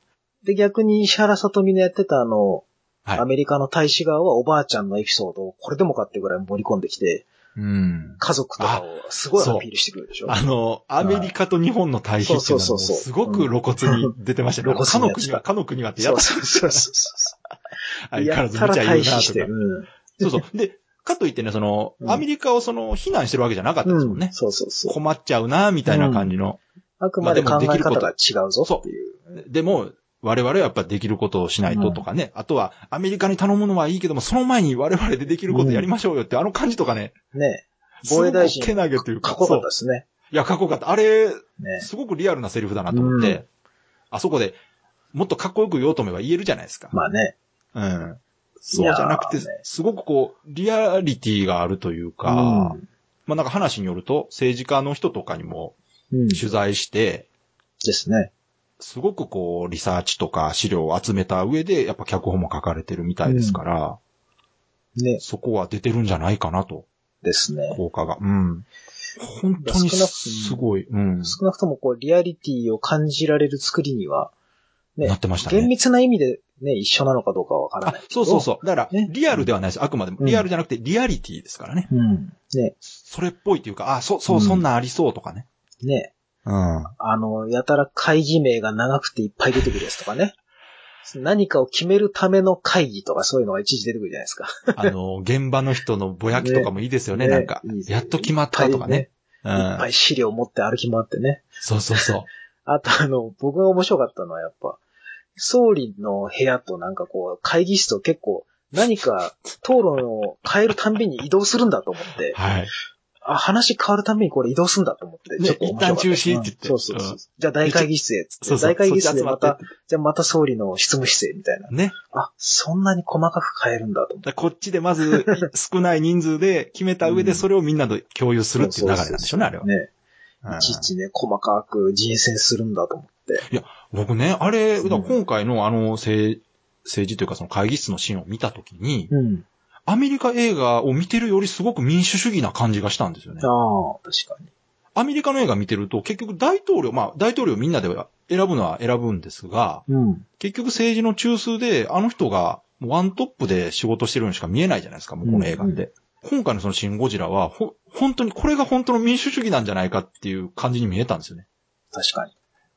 S1: で、逆に石原さとみのやってたあの、
S2: はい
S1: アメリカの大使側はおばあちゃんのエピソードをこれでもかっていうぐらい盛り込んできて、
S2: うん。
S1: 家族とかをすごいアピールしてくるでしょ。
S2: あの、アメリカと日本の対比っていうのはも
S1: そううそうそうそう
S2: すごく露骨に出てましたね。
S1: うん露
S2: か
S1: 骨に
S2: の
S1: やって
S2: 国
S1: た
S2: は、かの国はってや
S1: そ
S2: っ
S1: う
S2: た
S1: そうそうそうそ
S2: 相
S1: う。
S2: 変わ
S1: や
S2: ら
S1: っ
S2: ず
S1: た
S2: 無
S1: ら
S2: 茶言う
S1: 対
S2: な
S1: 比して、
S2: とか。
S1: うん。
S2: そうそう。で、かといってね、その、
S1: うん
S2: アメリカをその、非難してるわけじゃなかったですもん
S1: う
S2: ね
S1: ん。そうそうそう。
S2: 困っちゃうな、みたいな感じの。
S1: あくまで
S2: まあ
S1: 考
S2: でもで
S1: え
S2: きること
S1: 方が違うぞっていう。
S2: でも、我々はやっぱできることをしないととかね。あとは、アメリカに頼むのはいいけども、その前に我々でできることやりましょうよって、あの感じとかね。
S1: ね防衛大臣
S2: すごくけなげという
S1: か
S2: か。
S1: っこよかった
S2: そ
S1: で
S2: う
S1: すね。
S2: いや、かっこよかった。あれ、
S1: ね
S2: すごくリアルなセリフだなと思って、
S1: うん
S2: あそこで、もっとかっこよく言おうと思えば言えるじゃないですか。
S1: まあね。
S2: うん。そうじゃなくて、
S1: いやーね
S2: すごくこう、リアリティがあるというか、
S1: うん
S2: まあなんか話によると、政治家の人とかにも
S1: うん。で
S2: 取材して、
S1: すね。
S2: すごくこう、リサーチとか資料を集めた上で、やっぱ脚本も書かれてるみたいですから、
S1: ね。
S2: そこは出てるんじゃないかなと、
S1: ですね。
S2: 効果が。うん。本当に
S1: 少なく
S2: すごい、うん。
S1: 少なくともこう、リアリティを感じられる作りには、ね
S2: なってましたね。
S1: 厳密な意味でね、一緒なのかどうかはわからな
S2: あ
S1: い。
S2: そうそうそう。だから、
S1: ね
S2: リアルではないです。あくまでも。リアルじゃなくて、リアリティですからね。
S1: う。うん。ね、
S2: それっぽいというか、あ、そう、そう、
S1: うん
S2: そんなんありそうとかね。
S1: ね。
S2: うん。
S1: あの、やたら会議名が長くていっぱい出てくるやつとかね。何かを決めるための会議とかそういうのが一時出てくるじゃないですか。
S2: あの、現場の人のぼやきとかもいいです [laughs] よね、
S1: ね
S2: なんか
S1: いいで。す
S2: やっと決まったとかね。う
S1: いっ
S2: ん
S1: ぱ。い資料持って歩き回ってね。
S2: そうそうそう。
S1: あとあの、僕が面白かったのはやっぱ、総理の部屋となんかこう、会議室を結構、何か討論を変えるたんびに移動するんだと思って、
S2: はい。
S1: あ、話変わるたんびにこれ移動するんだと思って、
S2: ね
S1: ちょっと面白かった
S2: 一旦中止って言って
S1: うんそうそうそう
S2: うん
S1: じゃあ大会議室へっつって
S2: そうそう。
S1: 大会議室で
S2: そ
S1: ま
S2: っち集ったて、
S1: じゃあまた総理の執務室へみたいな。
S2: ね。
S1: あ、そんなに細かく変えるんだと思って。
S2: だからこっちで
S1: [laughs]
S2: まず、少ない人数で決めた上
S1: う
S2: で、
S1: ん
S2: それをみんなと共有するっていう流れなんでしょうね、あれは。
S1: ね。
S2: うん
S1: いちいちね、細かく人選するんだと思って。
S2: 僕ね、あれ、
S1: うん
S2: だから今回のあの、政政治というかその会議室のシーンを見たときに、
S1: うん。
S2: アメリカ映画を見てるよりすごく民主主義な感じがしたんですよね
S1: あ。あ、確かに。
S2: アメリカの映画見てると、結局大統領、まあ大統領みんなでは選ぶのは選ぶんですが、
S1: うん。
S2: 結局政治の中枢で、あの人がワントップで仕事してるのしか見えないじゃないですか、もうこの映画って。今回のそのシン・ゴジラは、ほ、本当に、これが本当の民主主義なんじゃないかっていう感じに見えたんですよね。
S1: 確かに。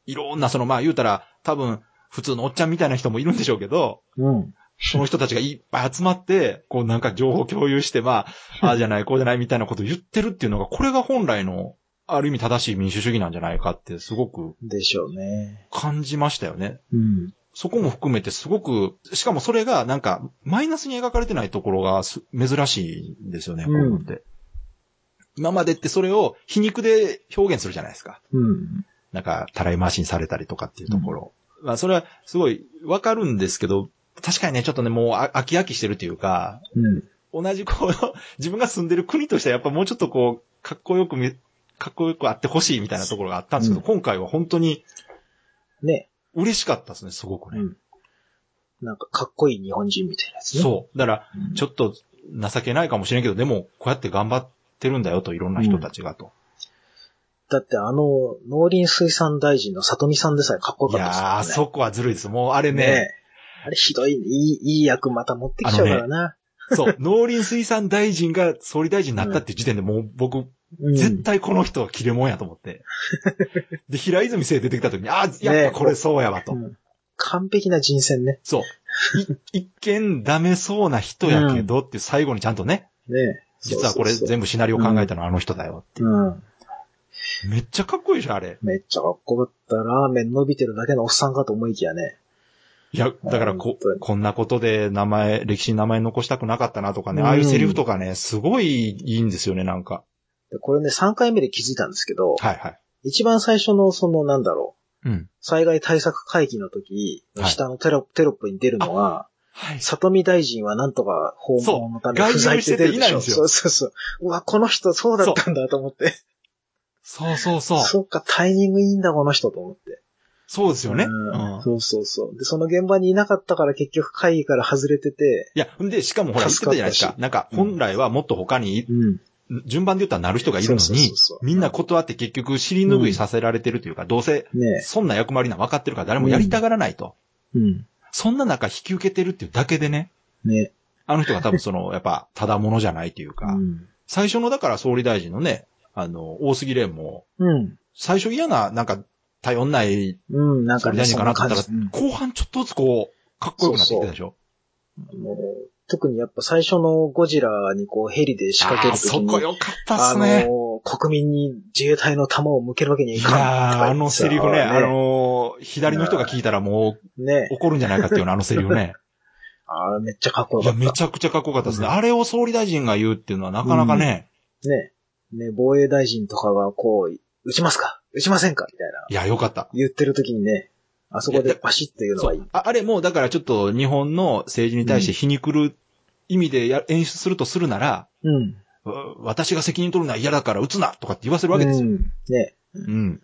S2: いろんな、その、まあ言うたら、多分、普通のおっちゃんみたいな人もいるんでしょうけど、
S1: うん。
S2: その人たちがいっぱい集まって、こうなんか情報共有して、まあ、ああじゃない、こうじゃないみたいなことを言ってるっていうのが、これが本来の、ある意味正しい民主主義なんじゃないかってすごく
S1: でしょうね。
S2: 感じましたよね。
S1: うん。
S2: そこも含めてすごく、しかもそれがなんかマイナスに描かれてないところがす珍しいんですよね、こういうのって。今までってそれを皮肉で表現するじゃないですか。
S1: うん。
S2: なんか、たらい回しにされたりとかっていうところ。まあ、それはすごいわかるんですけど、確かにね、ちょっとね、もうあ飽き飽きしてるというか、
S1: うん。
S2: 同じこう、 [laughs] 自分が住んでる国としてはやっぱもうちょっとこう、かっこよく見、かっこよくあってほしいみたいなところがあったんですけど、
S1: うん
S2: 今回は本当に
S1: ね。
S2: 嬉しかったですね、すごくね。
S1: うんなんかかっこいい日本人みたいなやつね。
S2: そう。だから、
S1: うん。
S2: ちょっと情けないかもしれんけど、でも、こうやって頑張ってるんだよと、いろんな人たちがと。
S1: だってあの、農林水産大臣の里見さんでさえかっこよか
S2: い
S1: っ
S2: や
S1: たです
S2: ー、あそこはずるいです。もうあれ
S1: ね
S2: ね、
S1: えあれひどいね。いい、いい役また持ってきちゃうからな。
S2: そう、 [laughs] 農林水産大臣が総理大臣になったっていう時点でもう僕、
S1: うん
S2: 絶対この人は切れもんやと思って。で、平泉聖出てきた時に、ああ、
S1: ね
S2: やっぱこれそうやわと。
S1: うん完璧な人選ね。
S2: そう。い一見ダメそうな人やけどっていう最後にちゃんとね、
S1: ねえ
S2: 実はこれ
S1: そうそうそう
S2: 全部シナリオ考えたのはあの人だよって。
S1: うん。
S2: めっちゃかっこいいじゃん、あれ。
S1: めっちゃかっこよかった。ラーメン伸びてるだけのおっさんかと思いきやね。
S2: いや、だから
S1: 本
S2: こ
S1: 当、に
S2: こんなことで名前、歴史に名前残したくなかったなとかね、
S1: うん
S2: ああいうセリフとかね、すごいいいんですよね、なんか。
S1: でこれね、3回目で気づいたんですけど、
S2: はいはい。
S1: 一番最初のその、なんだろ
S2: うん
S1: う。、災害対策会議の時、
S2: はい
S1: 下のテロテロップに出るのは、
S2: はい。
S1: 里見大臣はなんとか訪問のため
S2: そう
S1: 不在って出るで
S2: 外
S1: しょ。
S2: 遊してていないんですよ
S1: そうそうそう。うわ、この人そうだったんだと思って。
S2: そうそうそ。
S1: そううか、タイミングいいんだ、この人と思って。
S2: そうですよね。
S1: うん
S2: うん
S1: そうそうそう。で、その現場にいなかったから結局会議から外れてて、
S2: いや、んで、しかもほら、言って
S1: 助
S2: た
S1: かっ
S2: じゃな
S1: た
S2: いで
S1: し
S2: すか。なんか、本来はもっと他に、
S1: うん。
S2: 順番で言ったらなる人がいるの
S1: そうそう
S2: に
S1: そうそう、
S2: みんな断って結局尻拭いさせられてるというか、どうせ、
S1: ね
S2: そんな役割なの分かってるから誰もやりたがらないと。
S1: え。うん。
S2: そんな中引き受けてるっていうだけでね、
S1: ね
S2: あの人が多分その、やっぱ、ただものじゃないという
S1: え。う
S2: か、
S1: ん。
S2: 最初のだから総理大臣のね、あの、大杉蓮も、
S1: うん。
S2: 最初嫌な、なんか、頼んない
S1: うん、なん
S2: 総
S1: か
S2: 理
S1: ね、
S2: 大臣
S1: そ
S2: か
S1: ん
S2: な
S1: な
S2: と思
S1: 感
S2: ったら
S1: じ。うん、
S2: 後半ちょっとずつこう、かっこよくなってきたでしょ。
S1: もう特にやっぱ最初のゴジラにこうヘリで仕掛け
S2: あー
S1: るとき
S2: そ
S1: に、
S2: こよかったっ
S1: あ
S2: すね。
S1: のー、国民に自衛隊の弾を向けるわけにはい
S2: い
S1: かんとか言って
S2: やー
S1: さ。
S2: あのセリフね、あ
S1: ね
S2: のー、左の人が聞いたらもう
S1: ね
S2: 怒るんじゃないかっていうようなあのセリ
S1: [laughs]
S2: フね。
S1: あれめっちゃかっこよ
S2: い
S1: か
S2: や、
S1: った。
S2: めちゃくちゃかっこよかったですね。
S1: うん
S2: あれを総理大臣が言うっていうのはなかなかね、
S1: ねね防衛大臣とかがこう、撃ちますか撃ちませんかみたいな。
S2: いや、よかった。
S1: 言ってるときにね、あそこ
S2: いや
S1: で
S2: だ
S1: バシッと言うの
S2: そ
S1: がいい。
S2: う。ああれも、だからちょっと日本の政治に対して皮肉る意味でや演出するとするなら、
S1: うん。
S2: わ私が責任取るのは嫌だから撃つなとかって言わせるわけですよ。
S1: うんね。
S2: うん。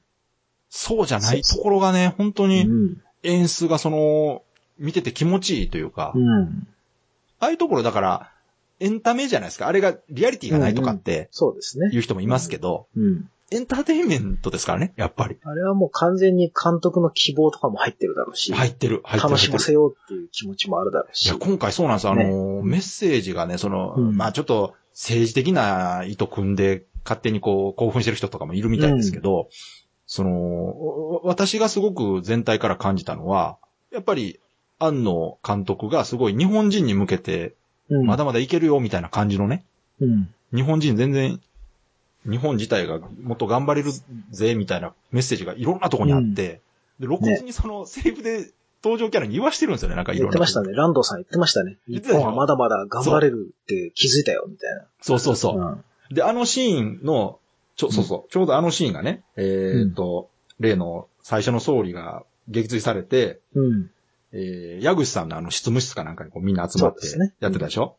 S2: そうじゃな
S1: そ
S2: いう
S1: そ
S2: と
S1: う
S2: ころがね、本当
S1: う
S2: に
S1: ん。
S2: 演出がその、見てて気持ちいいというか、
S1: うん。
S2: ああいうところだから、エンタメじゃないですか。あれがリアリティがないとかって
S1: そうですね。
S2: 言う人もいますけど、
S1: うん。
S2: エンターテインメントですからね、やっぱり。
S1: あれはもう完全に監督の希望とかも入ってるだろうし、
S2: 入ってる、入ってる。
S1: 楽
S2: 入
S1: し
S2: って
S1: ま
S2: る
S1: せようっていう気持ちもあるだろう
S2: い
S1: し
S2: や、。今回そうなんですよ。あのー、メッセージがね、その、
S1: うん
S2: まあちょっと政治的な意図組んで、勝手にこう、興奮してる人とかもいるみたいですけど、その、わ私がすごく全体から感じたのは、やっぱり、安野監督がすごい日本人に向けて、
S1: うん
S2: まだまだいけるよ、みたいな感じのね、
S1: うん。
S2: 日本人全然、日本自体がもっと頑張れるぜ、みたいなメッセージがいろんなとこにあって、で、露骨にその、セリフで登場キャラに言わしてるんですよね、なんかいろ
S1: 言
S2: ん
S1: っ
S2: なと
S1: て
S2: こ。
S1: ましたね。ランドさん言ってましたね。
S2: 言っ
S1: 日
S2: てたでしょ
S1: 本はまだまだ頑張れるって気づいたよ、みたいな。
S2: そうそうそう。
S1: うん
S2: で、あのシーンの、ちょ、そうそう、ちょうどあのシーンがね、えーっと、例の最初の総理が撃墜されて、
S1: うん。
S2: えー、矢口さんのあの執務室かなんかにこうみんな集まって
S1: そうですね
S2: やってたでしょ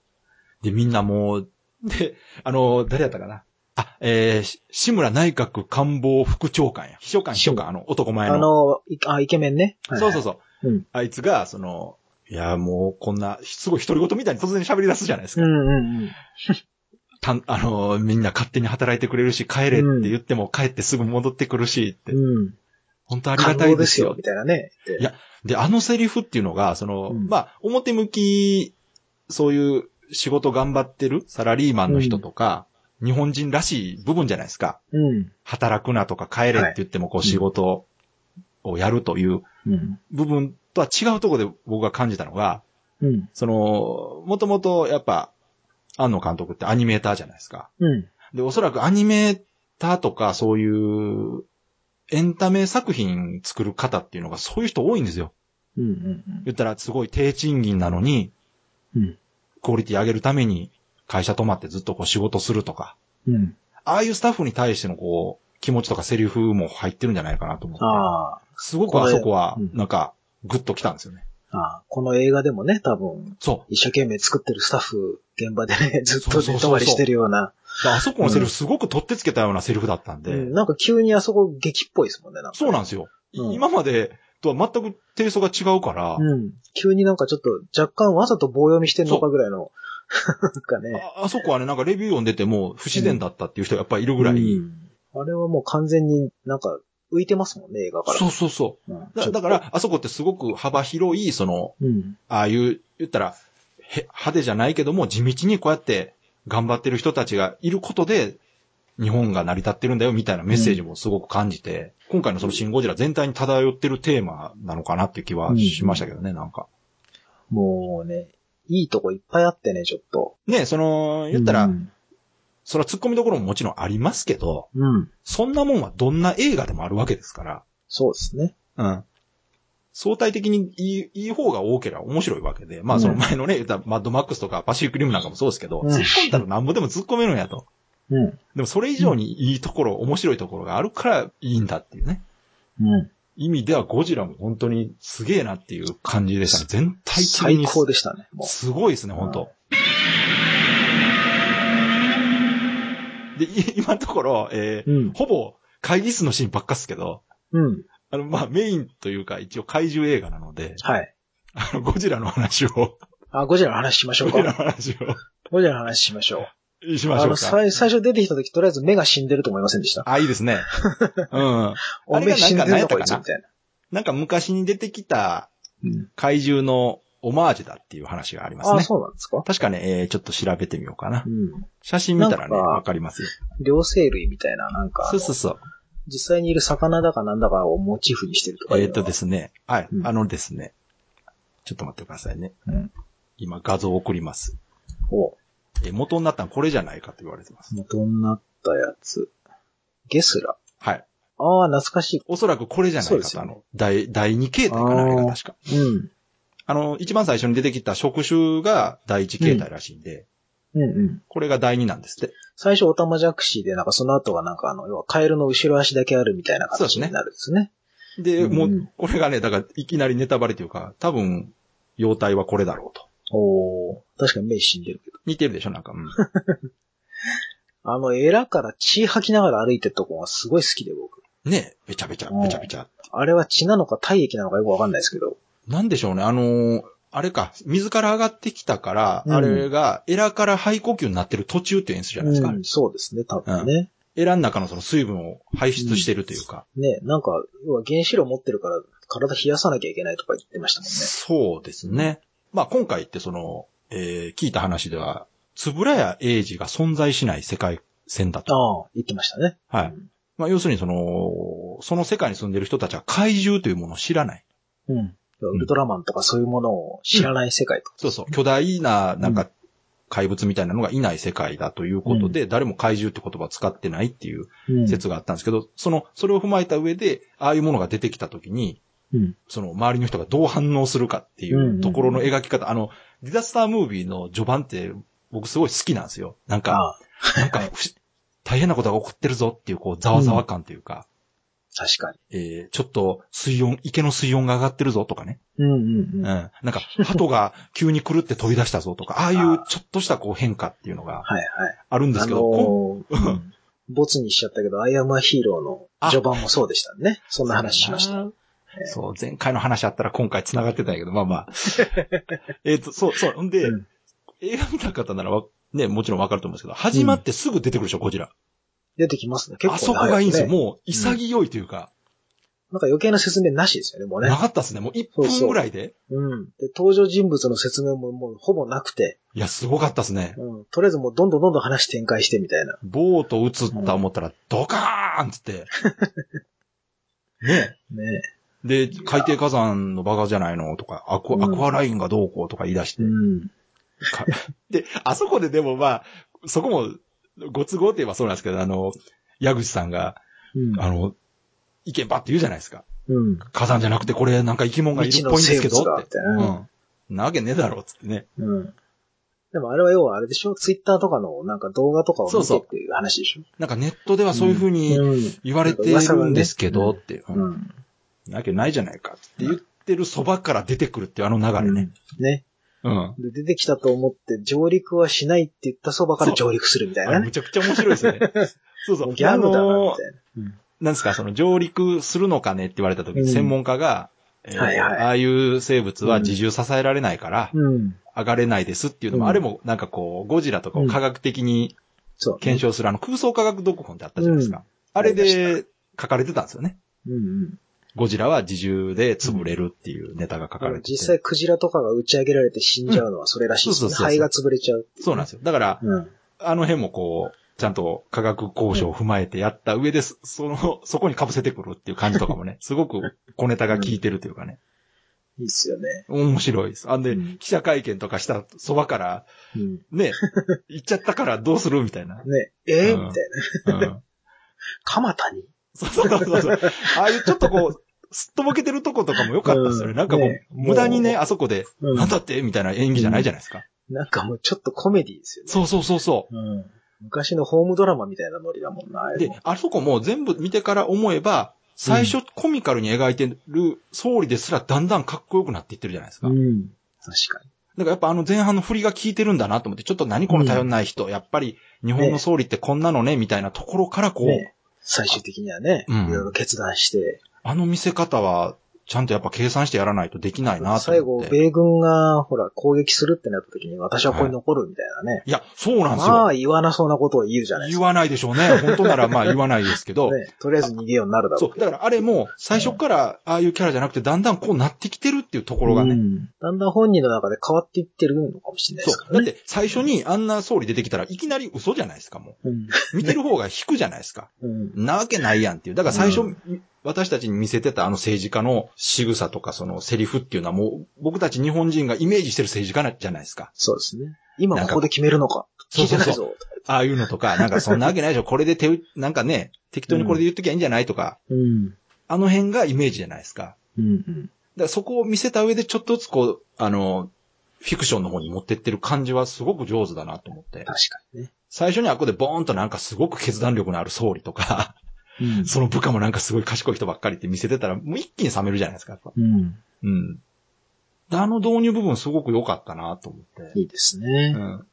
S2: でみんなもう、で、あの、誰やったかなあ、えー、し志村内閣官房副長官や。秘書官、秘書官、あの、男前
S1: あ
S2: の。
S1: の、いあ、イケメンね。はい
S2: そうそうそう。
S1: うん
S2: あいつが、その、いや、もうこんな、すごい独り言みたいに突然喋り出すじゃないですか。
S1: うんうんうん。
S2: たん、あのー、みんな勝手に働いてくれるし、帰れって言っても帰ってすぐ戻ってくるしって、
S1: うん。
S2: 本当ありが
S1: 感
S2: た
S1: 動
S2: い
S1: で
S2: ですす
S1: よ
S2: よ、
S1: み。たいなね。言って
S2: いやで、あのセリフっていうのが、その、
S1: うん
S2: まあ、表向き、そういう仕事頑張ってるサラリーマンの人とか、日本人らしい部分じゃないですか。
S1: うん。
S2: 働くなとか帰れって言っても、こう仕事をやるという
S1: うん。
S2: 部分とは違うところで僕が感じたのが、
S1: うん。
S2: その、もともとやっぱ、安野監督ってアニメーターじゃないですか。
S1: うん。
S2: で、おそらくアニメーターとか、そういう、エンタメ作品作る方っていうのがそういう人多いんですよ。
S1: うん。うん。
S2: 言ったらすごい低賃金なのに、
S1: うん
S2: クオリティ上げるために会社泊まってずっとこう仕事するとか、
S1: うん。
S2: ああいうスタッフに対してのこう、気持ちとかセリフも入ってるんじゃないかなと思って、
S1: ああ。
S2: すごくあそこは
S1: これう、ん
S2: なんか、グッときたんですよね。
S1: ああ、この映画でもね、多分、
S2: そ
S1: 一生懸命作ってるスタッフ、現場でね、 [laughs] ずっ
S2: そ
S1: と
S2: うそうそう
S1: 寝
S2: そう
S1: 泊まりしてるような。
S2: う。であそこのセリフすごく取ってつけたようなセリフだったんで、
S1: うんなんか急にあそこ劇っぽいですもんね、なんか。
S2: そうなんですよ。
S1: うん
S2: 今までとは全くテイストが違うから、
S1: うん。急になんかちょっと若干わざと棒読みしてんのかぐらいの、 [laughs] なんかね。
S2: ああそこはね、なんかレビュー読んでても不自然だったっていう人がやっぱいるぐらい。
S1: うんあれはもう完全になんか浮いてますもんね、映画から。
S2: そうそうそ
S1: うん
S2: う。だだか、ら、あそこってすごく幅広い、その、
S1: うん。
S2: ああいう、言ったら、へ派手じゃないけども、地道にこうやって頑張ってる人たちがいることで、日本が成り立ってるんだよ、みたいなメッセージもすごく感じて、今回のそのシンゴジラ全体に漂ってるテーマなのかなっていう気はしましたけどね、なんか。
S1: もうね、いいとこいっぱいあってね、ちょっと。
S2: ねその、言ったら、
S1: うん。
S2: それは突っ込みどころももちろんありますけど、
S1: うん
S2: そんなもんはどんな映画でもあるわけですから。
S1: そうですね。
S2: うん。相対的にいい、いい方が多ければ面白いわけで、まあその前のね、言ったらマッドマックスとかパシフィックリムなんかもそうですけど、
S1: うん
S2: 突っ込んだらなんぼでも突っ込めるんやと。
S1: うん。
S2: でもそれ以上にいいところ、面白いところがあるからいいんだっていうね。
S1: うん。
S2: 意味ではゴジラも本当にすげえなっていう感じでしたね。全体的
S1: 最
S2: に。
S1: 高でしたね、もう。
S2: すごいですね、本当で、い今のところ、えー
S1: うん。
S2: ほぼ会議室のシーンばっかっすけど、
S1: うん。
S2: あの、まあ、メインというか、一応怪獣映画なので、
S1: はい。
S2: あの、 [laughs] ゴジラの話を、
S1: あ、ゴジラの話しましょ
S2: ゴ
S1: う
S2: ジラの
S1: か。
S2: 話
S1: ゴジラの話しましょう。
S2: をしまし
S1: あ
S2: ょ
S1: の、
S2: うか。
S1: 最最初出てきた時、とりあえず目が死んでると思いませんでした。
S2: あ、いいで
S1: [laughs]
S2: すね。うん。あれ
S1: 目
S2: がな
S1: 死
S2: ん
S1: んで
S2: か
S1: る
S2: 何や
S1: の
S2: った
S1: こ
S2: か
S1: いつみ
S2: な
S1: たいな。
S2: なんか昔に出てきた
S1: うん
S2: 怪獣のオマージュだっていう話があります
S1: あ
S2: ね。
S1: そうなんですか
S2: 確かね、えーちょっと調べてみようかな
S1: う。ん。
S2: 写真見たらね、
S1: なんか
S2: わかりますよ。
S1: 両生類みたいな、なんか、
S2: そうそうそう。
S1: 実際にいる魚だかなんだかをモチーフにしてるとかいうの
S2: えーっとですね。はい、
S1: うん
S2: あのですね。ちょっと待ってくださいね。
S1: うん
S2: 今画像送ります。
S1: お
S2: えー元になったのこれじゃないかと言われてます。
S1: 元になったやつ。ゲスラ。
S2: はい。
S1: ああ、懐かし
S2: おそらくこれじゃない
S1: そう
S2: か
S1: で
S2: と、
S1: すよ
S2: あ
S1: ね
S2: の、第、第2形態かな、あれが確か。
S1: い。うん。
S2: あの、一番最初に出てきた触手が第1形態らしいんで、
S1: うんうん。
S2: これが第2なんですって。
S1: 最初、オタマジャクシで、なんかその後がなんかあの、要はカエルの後ろ足だけあるみたいな
S2: そうです
S1: 形
S2: ね
S1: になるんですね。
S2: で、
S1: うん
S2: もう、これがね、だから、いきなりネタバレというか、多分、妖体はこれだろうと。
S1: おお確かに目死んでるけど。
S2: 似てるでしょ、なんか。うん、
S1: あの、エラから血吐きながら歩いてるとこがすごい好きで、僕。 [laughs]
S2: ねえ、べちゃべちゃ、べちゃべちゃ。
S1: あれは血なのか体液なのかよくわかんないですけど。
S2: なんでしょうね、あのーあれか、水から上がってきたから、
S1: うん
S2: あれが、エラから肺呼吸になってる途中って演出じゃないですか。
S1: うん、そうですね、多分ね。
S2: エラの中のその水分を排出してるというか。
S1: ね、なんか、要は原子炉持ってるから体冷やさなきゃいけないとか言ってましたもんね。
S2: そうですね。まあ今回ってその、えー聞いた話では、つぶらや英二が存在しない世界線だと。
S1: ああ、言ってましたね。
S2: はい。まあ要するにその、その世界に住んでる人たちは怪獣というものを知らない。
S1: うん。要はウルトラマンとかそういうものを知らない世界と。
S2: そうそう。巨大な、なんか、怪物みたいなのがいない世界だということで、誰も怪獣って言葉を使ってないっていう
S1: うん
S2: 説があったんですけど、その、それを踏まえた上で、ああいうものが出てきた時に、
S1: うん
S2: その周りの人がどう反応するかっていうところの描き方、あの、ディザスタームービーの序盤って僕すごい好きなんですよ。なん
S1: あ
S2: か、
S1: あ、
S2: なんか不思、大変なことが起こってるぞっていう、こう、ざわざわ感というか、
S1: 確か
S2: えー、ちょっと水温、池の水温が上がってるぞとかね。
S1: に。うん
S2: うん。
S1: うんうん。はい
S2: なんか、鳩が急に狂って飛び出したぞとか、ああいうちょっとしたこう変化っていうのが
S1: はい。
S2: あるんです
S1: あ
S2: けど、こん
S1: のー、うんボツにしちゃったけど、アイアムアヒーローの序盤もそうでしたね。そんな話しました。えー
S2: そう、前回の話あったら今回繋がってたんやけど、まあ [laughs] まあ。えっと、そう、そう。ほんで、
S1: うん
S2: 映画見た方ならわ、ね、もちろんわかると思うんですけど、始まってすぐ出てくるでしょ、ゴジラ。
S1: 出てきますね。結構
S2: あそこがいいんですよ。
S1: 早ね
S2: もう、潔いというか、
S1: なんか余計な説明なしですよね、もうね
S2: な。かったっすね。もう1
S1: そうそ
S2: 分
S1: う
S2: ぐらいで。
S1: うん。で、登場人物の説明ももうほぼなくて、
S2: いや、すごかったっすね。
S1: うん。とりあえずもうどんどんどんどん話展開してみたいな。
S2: ボート映った思ったら、ドカーンっつ [laughs] って。ね。
S1: ね
S2: で、海底火山のバカじゃないのとか、アクア、アクアラインがどうこうとか言い出して
S1: う。ん。
S2: か [laughs] で、あそこででもまあ、そこも、ご都合といえばそうなんですけど、あの、矢口さんが、
S1: うん。
S2: あの、意見ばって言うじゃないですか。
S1: うん。
S2: 火山じゃなくてこれなんか生き物がいるっぽいんですけど
S1: 未知の生物が
S2: っ。
S1: ってて
S2: う
S1: うん
S2: ん。なわけねえだろ、つってね。
S1: うん。でもあれは要はあれでしょツイッターとかのなんか動画とかを
S2: そう
S1: 見
S2: そ
S1: て
S2: う
S1: っていう話でしょ
S2: なんかネットではそういうふうに
S1: ん。
S2: 言われてるんですけどって。
S1: う
S2: うん
S1: ん。
S2: なわけないじゃないかって言ってるそばから出てくるっていうあの流れね。
S1: ね。
S2: うん。
S1: で、出てきたと思って上陸はしないって言ったそばから上陸するみたい
S2: あれ
S1: な
S2: む
S1: ね。
S2: ちゃくちゃ面白い
S1: [laughs]
S2: ですよね。そうそ
S1: もう
S2: う。
S1: ギャグだな、
S2: あ
S1: み
S2: のー
S1: たいな。
S2: なんですか、その上陸するのかねって言われた時
S1: う
S2: に
S1: ん
S2: 専門家が、えー
S1: はいはい
S2: ああいう生物は自重支えられないから、
S1: うん。
S2: 上がれないですっていうのも、
S1: うん
S2: あれもなんかこう、ゴジラとかを科学的に
S1: そう。
S2: 検証する、あの空想科学読本ってあったじゃないですか。
S1: う
S2: あれ
S1: あり
S2: で書かれてたんですよね。
S1: うんうん。
S2: ゴジラは自重で潰れるっていうネタが書かれてて。
S1: 実際クジラとかが打ち上げられて死んじゃうのはそれらしいですね。
S2: うんそうそうそうそう
S1: 肺が潰れちゃう。
S2: そうなんですよ。だから、
S1: うん。
S2: あの辺もこう、ちゃんと科学交渉を踏まえてやった上です、その、そこに被せてくるっていう感じとかも
S1: [laughs]
S2: ね、すごく小ネタが効いてるというかね。
S1: いいっすよね。
S2: 面白いです。あんで、
S1: うん
S2: 記者会見とかしたそばから、
S1: うん。 [laughs]
S2: ね、行っちゃったからどうするみたいな。
S1: ね。えー
S2: うん
S1: みたいな。
S2: うん、
S1: 蒲田に
S2: そうそうそうそう。ああいうちょっとこう、すっとぼけてるとことかも良かったですよね。
S1: うん
S2: なんかこう、
S1: ね
S2: 無駄にね、
S1: も
S2: あそこで、
S1: うん
S2: なんだってみたいな演技じゃないじゃないですか。
S1: なんかもうちょっとコメディですよね。。
S2: そうそうそうそう
S1: うん。昔のホームドラマみたいなノリだもんな、あ
S2: う。
S1: れ
S2: で
S1: も。、
S2: あそこも全部見てから思えば、最初コミカルに描いてる総理ですらだんだんかっこよくなっていってるじゃないですか。
S1: うん。確か
S2: なんかやっぱあの前半の振りが効いてるんだなと思って、ちょっと何この頼んない人、やっぱり日本の総理ってこんなのね、みたいなところからこう、
S1: に。ね。最終的にはね、
S2: うん
S1: いろいろ決断して、
S2: あの見せ方は、ちゃんとやっぱ計算してやらないとできないなと
S1: 最
S2: 思
S1: 後
S2: っ、て。
S1: 米軍が、ほら、攻撃するってなった時に、私はここに残るみたいなね。
S2: いや、そうなんですよ。
S1: まあ、言わなそうなことを言うじゃないです
S2: 言
S1: か。
S2: わないでしょ
S1: [laughs]
S2: うね。本当ならまあ言わないですけど。
S1: ね、とりあえず逃げようになるだろ
S2: そうう。だからあれも、最初からああいうキャラじゃなくて、だんだんこうなってきてるっていうところが
S1: う
S2: ね。
S1: んだんだん本人の中で変わっていってるのかもしれないで
S2: そ
S1: すか
S2: う。
S1: ら
S2: だっ
S1: ね。
S2: て、最初にあんな総理出てきたらいきなり嘘じゃないですか、も
S1: うん
S2: う。見てる方が引くじゃないですか。
S1: うん
S2: なわけないやんっていう。だから最初、
S1: うん
S2: 私たちに見せてたあの政治家の仕草とかそのセリフっていうのはもう僕たち日本人がイメージしてる政治家なじゃないですか。
S1: そうですね。今ここで決めるのか。聞いてない
S2: そうそうそう。
S1: ぞ。
S2: ああいうのと
S1: [laughs]
S2: か、なんかそんなわけないでしょ。これで手う、なんかね、適当にこれで言っときゃいいんじゃないとか、
S1: うん。
S2: あの辺がイメージじゃないですか。
S1: うんうん。
S2: だからそこを見せた上でちょっとずつこう、あの、フィクションの方に持ってってる感じはすごく上手だなと思って。
S1: 確かにね。
S2: 最初にあっこでボーンとなんかすごく決断力のある総理とか、 [laughs]
S1: うん
S2: その部下もなんかすごい賢い人ばっかりって見せてたら、もう一気に冷めるじゃないですか、やっぱ。
S1: うん。
S2: うん。であの導入部分すごく良かったなと思って。
S1: いいです
S2: う
S1: ね。
S2: ん。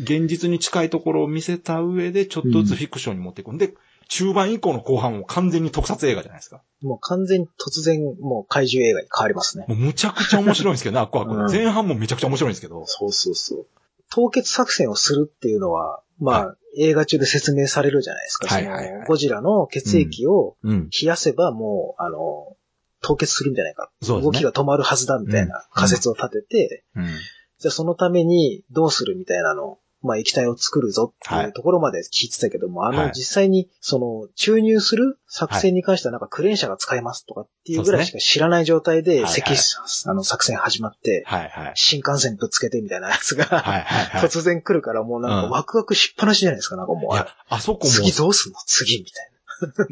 S2: 現実に近いところを見せた上で、ちょっとずつフィクションに持っていくんで、中盤以降の後半も完全に特撮映画じゃないですか。
S1: もう完全に突然、もう怪獣映画に変わりますね。
S2: もうむちゃくちゃ面白いんですけどね、あっこあっこ
S1: うん
S2: 前半もめちゃくちゃ面白いんですけど。
S1: そうそうそう。凍結作戦をするっていうのは、まあ、映画中で説明されるじゃないですか。
S2: はいはいはい
S1: そのゴジラの血液を
S2: うん。
S1: 冷やせばもう、あの、凍結するんじゃないか。
S2: そうですね。
S1: 動きが止まるはずだみたいな仮説を立てて、
S2: うん。
S1: じゃあそのためにどうするみたいなの、まあ液体を作るぞって
S2: はいいう
S1: ところまで聞いてたけども、あ
S2: は
S1: の
S2: い
S1: 実際にその注入する作戦に関してはなんかクレーン車が使えますとかっていうぐらいしか知らない状態
S2: そう
S1: で、
S2: ですね
S1: 赤あの作戦始まって、
S2: はいはい。
S1: 新幹線ぶつけてみたいなやつが、
S2: はいはいはい。
S1: 突然来るからもうなん
S2: う
S1: か
S2: ん
S1: ワクワクしっぱなしじゃないですか、なんかも
S2: いう
S1: あ
S2: や
S1: れ。、
S2: あそこ
S1: 次どうすんの次みたい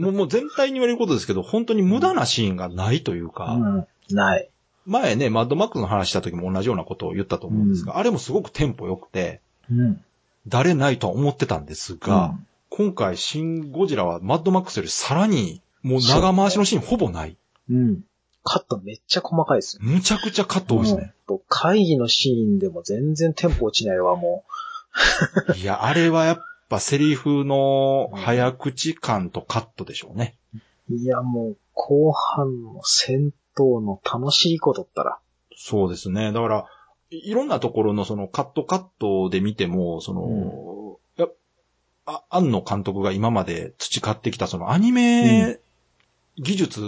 S2: も、もうもう全体に言われることですけど、本当に無駄なシーンがないというか、
S1: な。うん。ない。
S2: 前ね、マッドマックスの話した時も同じようなことを言ったと思うんですが、あれもすごくテンポ良くて、
S1: うん。
S2: 誰ないとは思ってたんですが、今回、シン・ゴジラはマッドマックスよりさらに、もう長回しのシーンほぼない。
S1: うん、うん。カットめっちゃ細かいですよ
S2: むちゃくちゃカット多いですね。
S1: うん会議のシーンでも全然テンポ落ちないわ、も
S2: いや、あれはやっぱセリフの早口感とカットでしょうね。
S1: う。いや、もう、後半の戦闘の楽しいことったら。
S2: そうですね。だから、いいろんなところのそのカットカットで見ても、その、やっあ、庵野監督が今まで培ってきたそのアニメ技術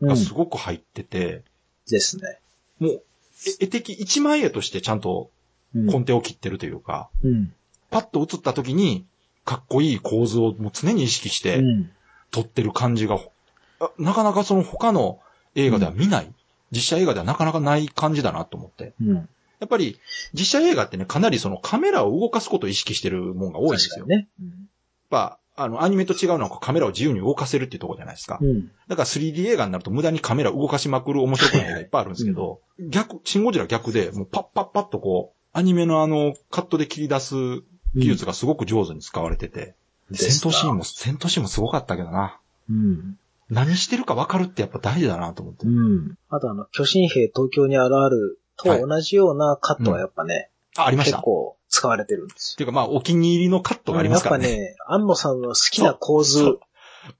S1: う
S2: が
S1: ん。
S2: すごく入ってて、
S1: ですね。
S2: もう、絵絵的一枚絵としてちゃんと
S1: う
S2: 根
S1: ん。
S2: 底を切ってるというか、
S1: うん。
S2: パッと映った時に、かっこいい構図をもう常に意識し
S1: う
S2: て
S1: ん。
S2: 撮ってる感じが、あなかなかその他の映画では見ない、実写映画ではなかなかない感じだなと思って。
S1: うん。
S2: やっぱり、実写映画ってね、かなりそのカメラを動かすことを意識してるもんが多いんで
S1: 確
S2: す
S1: か
S2: よ。
S1: に
S2: やっ
S1: ね。
S2: ぱ、あの、アニメと違うのはカメラを自由に動かせるっていうところじゃないですか
S1: う。ん。
S2: だから 3D 映画になると無駄にカメラを動かしまくる面白くない映画いっぱいあるんですけど、逆、シンゴジラ逆で、もうパッパッパッとこう、アニメのあの、カットで切り出す技術がすごく上手に使われてて、
S1: うん
S2: 戦闘シーンも、戦闘シーンもすごかったけどな。
S1: うん。
S2: 何してるか分かるってやっぱ大事だなと思って。
S1: うん。あとあの、巨神兵東京に現ると同じようなカットはやっぱね、
S2: あ、ありまし
S1: 結
S2: た。っ
S1: 構使われてるんです
S2: ていうかまあ、お気に入りのカット
S1: よ。
S2: がありますから
S1: やっ
S2: ね。
S1: ぱね、安野さんの好きな構図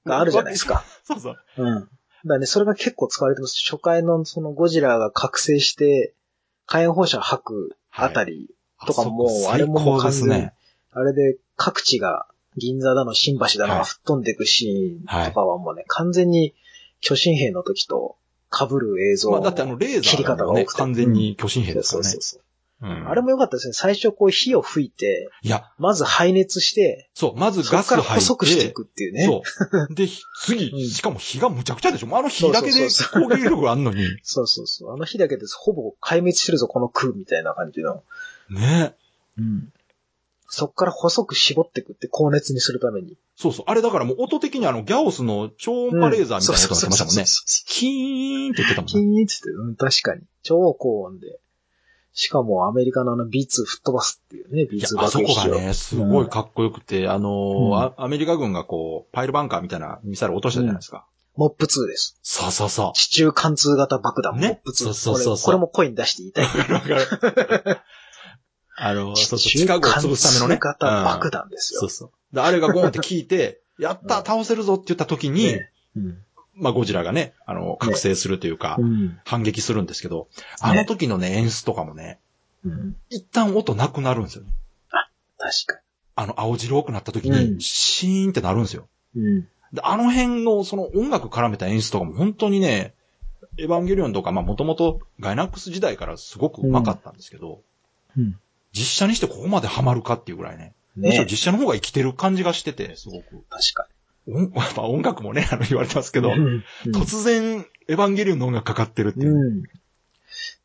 S1: があるじゃないですか。
S2: そうそう。
S1: うん。だからね、それが結構使われてます。初回のそのゴジラが覚醒して、火炎放射吐くあたりとかも、
S2: そこ
S1: あれももう完全に、
S2: 最高ですね
S1: あれで各地が銀座だの、新橋だの
S2: はい
S1: が吹っ飛んでいくシーンとかはもうね、完全に巨神兵の時と被る映像
S2: まあ、
S1: の
S2: だってあの、レーザ
S1: 切り
S2: ー
S1: 方
S2: が
S1: が多
S2: ね、
S1: くて
S2: 完全に巨神兵です
S1: そ
S2: か
S1: う
S2: らね
S1: そう。そう。
S2: うん
S1: あれも良かったですね。最初こう火を吹いて、
S2: いや、
S1: まず排熱して、
S2: そう、まず
S1: そ
S2: ガ
S1: こ
S2: ス
S1: から
S2: 入
S1: 細くして
S2: っ
S1: い
S2: て、
S1: くっていうね。 [laughs]
S2: そう。で、ひ
S1: う
S2: 次、
S1: ん
S2: しかも火がむちゃくちゃでしょ。もうあの火だけで
S1: そう
S2: 攻撃力があんのに。
S1: そうそうそう。あの火だけです。ほぼ壊滅してるぞ、この空みたいな感じの。
S2: ね
S1: うん。そっから細く絞っていくって、高熱にするために。
S2: そうそう。あれだからもう音的にあの、ギャオスの超音波レーザーみたいな音がしてましたもん
S1: そうそうそう
S2: ね。
S1: そう
S2: キーンって言ってたも
S1: キ
S2: ん
S1: ー
S2: ね。
S1: ンっつって、うん、確かに。超高温で。しかもアメリカのあの B2 吹っ飛ばすっていうね、
S2: いや
S1: B2
S2: あ
S1: 爆
S2: そこ
S1: 撃
S2: が
S1: 機を。
S2: ね、すごいかっこよくて、あのー
S1: うん
S2: あアメリカ軍がこう、パイルバンカーみたいなミサイル落としたじゃないですか。
S1: モップ2です。
S2: さあさあさ
S1: 地中貫通型爆弾、
S2: ね
S1: モップ2。
S2: そうそうそうそう
S1: これ。これも声に出して言いたい。
S2: あ。わかる。 [laughs] あのー、そうそう、
S1: 地
S2: 地下
S1: 中
S2: 壕を
S1: 貫
S2: 潰すためのね
S1: 通。型
S2: うん
S1: 爆弾です
S2: そ
S1: よ
S2: [laughs] う。そう。で、あれがゴンって聞いて、やった
S1: うん
S2: 倒せるぞって言った時に、
S1: ねうん
S2: まあ、ゴジラがね、あの、覚醒するというか、
S1: うん。
S2: 反撃するんですけど、あの時のね、演出とかもね、
S1: うん。
S2: 一旦音なくなるんですよね。
S1: 確か
S2: あの、青白くなった時
S1: うん
S2: に、シーンってなるんですよ。
S1: に。うん。
S2: で、あの辺のその音楽絡めた演出とかも本当にね、エヴァンゲリオンとか、まあもともとガイナックス時代からすごく上手かったんですけど、
S1: うん。
S2: 実写にしてここまでハマるかっていうぐらいね、むしろ
S1: ね
S2: 実写の方が生きてる感じがしてて、すごく。
S1: 確か
S2: 音 [laughs] まあ、音楽もね、あの言われてますけ
S1: に。
S2: ど、
S1: うん。
S2: 突然エヴァンゲリオンの音楽かかってるっていうう。
S1: ん。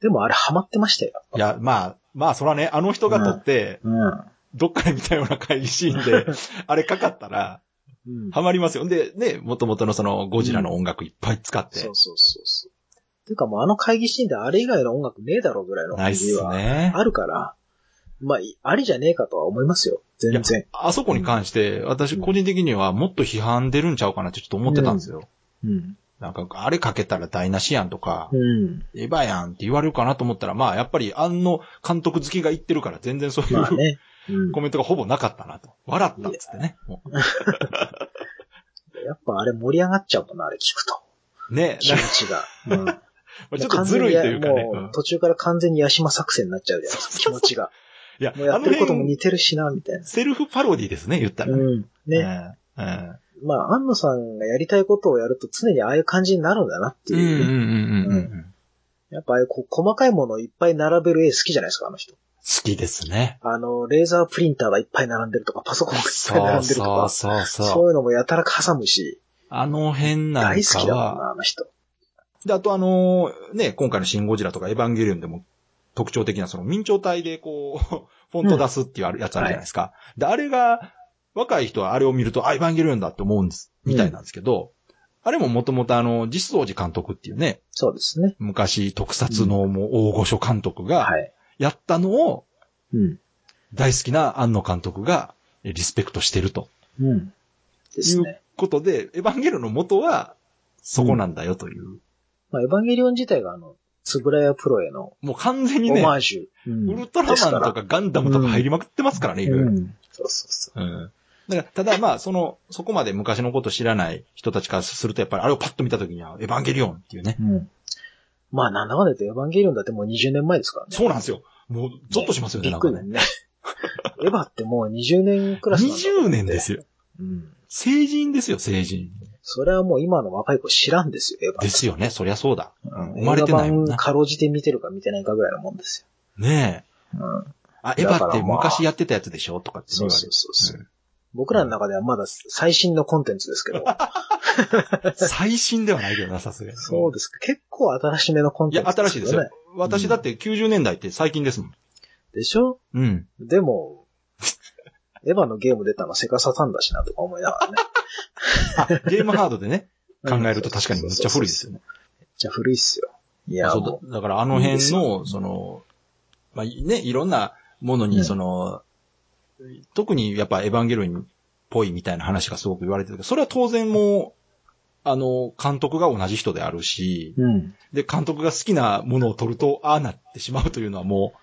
S1: でもあれハマってましたよ。
S2: いや、まあ、まあそらね、あの人が撮って、
S1: うん。
S2: どっかで見たような会議シーンで、あれかかったら、
S1: うん。
S2: ハマりますよ。で、ね、元々のそのゴジラの音楽いっぱい使って
S1: そ。うそうそうそう。ていうかもうあの会議シーンであれ以外の音楽ねえだろうぐらいの
S2: な
S1: 感
S2: いっ
S1: じ
S2: す
S1: は
S2: ね。
S1: あるから、まあ、いありじゃねえかとは思いますよ。全然。
S2: あそこに関して、私個人的にはもっと批判出るんちゃうかなってちょっと思ってたんですよ。
S1: うん。
S2: なんか、あれかけたら台無しやんとか、
S1: うん。
S2: エヴァやんって言われるかなと思ったら、まあやっぱりあの監督好きが言ってるから全然そうい
S1: まあ [laughs]
S2: う
S1: ね。うん
S2: コメントがほぼなかったなと。笑ったっつってね。も
S1: やっぱあれ盛り上がっちゃうもんな、あれ聞くと。
S2: うね、
S1: 気
S2: なん
S1: 持
S2: か
S1: ちが。うん。も
S2: ま
S1: う
S2: あちょっとずるいというか
S1: 完
S2: ね。
S1: 全に
S2: う
S1: も
S2: ん
S1: う途中から完全にヤシマ作戦になっちゃうじゃないですか、気
S2: そうそうそう
S1: 持ちが。
S2: いや、
S1: もうや
S2: あ
S1: っ
S2: の
S1: てることも
S2: 辺、
S1: 似てるしな、みたいな。
S2: セルフパロディですね、言ったら。
S1: うん。ね。
S2: うんうん
S1: まあ、安野さんがやりたいことをやると常にああいう感じになるんだなって
S2: うんうん
S1: いう。
S2: うんうんう。
S1: うんやっぱああいうこう細かいものをいっぱい並べる絵好きじゃないですか、あの人。
S2: 好きですね。
S1: あの、レーザープリンターがいっぱい並んでるとか、パソコンがいっぱい
S2: そ
S1: 並
S2: うん
S1: でると
S2: そう
S1: か、
S2: そう
S1: そ
S2: そう。
S1: ういうのもやたら挟むし、
S2: あの辺なんかは、
S1: 大好きだもんな、あの人。
S2: で、あとあのーね、今回のシン・ゴジラとかエヴァンゲリオンでも特徴的なその明朝体でこう、 [laughs] フォント出すっていうあるやつあるじゃないですか。で、あれが、若い人はあれを見ると、あ、エヴァンゲリオンだって思うんです、みたいなんですけど、あれももともとあの、実相寺監督っていうね、
S1: そうですね。
S2: 昔特撮のもう大御所監督
S1: は
S2: が、
S1: い。
S2: やったのを
S1: うん。
S2: 大好きな庵野監督がえリスペクトしてると
S1: うん。で
S2: い
S1: すね
S2: う。ことで、エヴァンゲリオンの元はそこなんだよという、
S1: まあ、エヴァンゲリオン自体があの、つぶらやプロへの
S2: もう完全に
S1: オ
S2: ね、
S1: マージュ。うん
S2: ウルトラマンとかガンダムとか入りまくってますからね、
S1: です
S2: いろ
S1: ら
S2: いろ。
S1: うん。そうそうそ
S2: うん。だから、ただまあ、その、そこまで昔のこと知らない人たちからすると、やっぱりあれをパッと見た時には、エヴァンゲリオンっていうね。
S1: う。うん。まあ、なんだかんだ言ってエヴァンゲリオンだってもう20年前ですからね。
S2: そうなんですよ。もう、ゾッとしますよね、
S1: び
S2: な
S1: っ
S2: ん
S1: く
S2: か
S1: り
S2: ね。
S1: ね。エヴァってもう20年クラスなんだ
S2: 20年ですよ。
S1: うん。
S2: 成人ですよ、成人。
S1: それはもう今の若い子知らんですよ、エヴァ。
S2: ですよね、そりゃそうだ。
S1: うん。
S2: 生まれてない
S1: 映
S2: もん
S1: 画版
S2: な。
S1: かろうじて見てるか見てないかぐらいのもんです
S2: ねえ。
S1: よ。うん。
S2: あ、エ
S1: だから
S2: ヴァって
S1: まあ
S2: 昔やってたやつでしょとかって
S1: そ
S2: 言
S1: う
S2: われ
S1: そう
S2: る。
S1: そうそう。僕らの中ではまだ最新のコンテンツですけど。
S2: うん最新ではないけどな、さすがに。
S1: そうですか。結構新しめのコン
S2: い
S1: テン、
S2: や
S1: ツ、
S2: 新しいですよ。。私だって90年代って最近ですもん。
S1: でしょ
S2: うん。
S1: でも、エヴァのゲーム出たのセガサタンだしなとか思いながらね。
S2: あ、ゲームハードでね、 [laughs] 考えると確かにめっちゃ古いですよね。
S1: めっちゃ古いっすよ。いや、
S2: そ
S1: も
S2: うだだからあの
S1: いいで
S2: 辺
S1: すよ
S2: の、その、まあね、いろんなもの
S1: う
S2: に、
S1: ん
S2: その、特にやっぱエヴァンゲリオンっぽいみたいな話がすごく言われてるけど、それは当然もう、あの、監督が同じ人であるし、
S1: う。うん。
S2: で、監督が好きなものを撮ると、ああなってしまうというのはもう、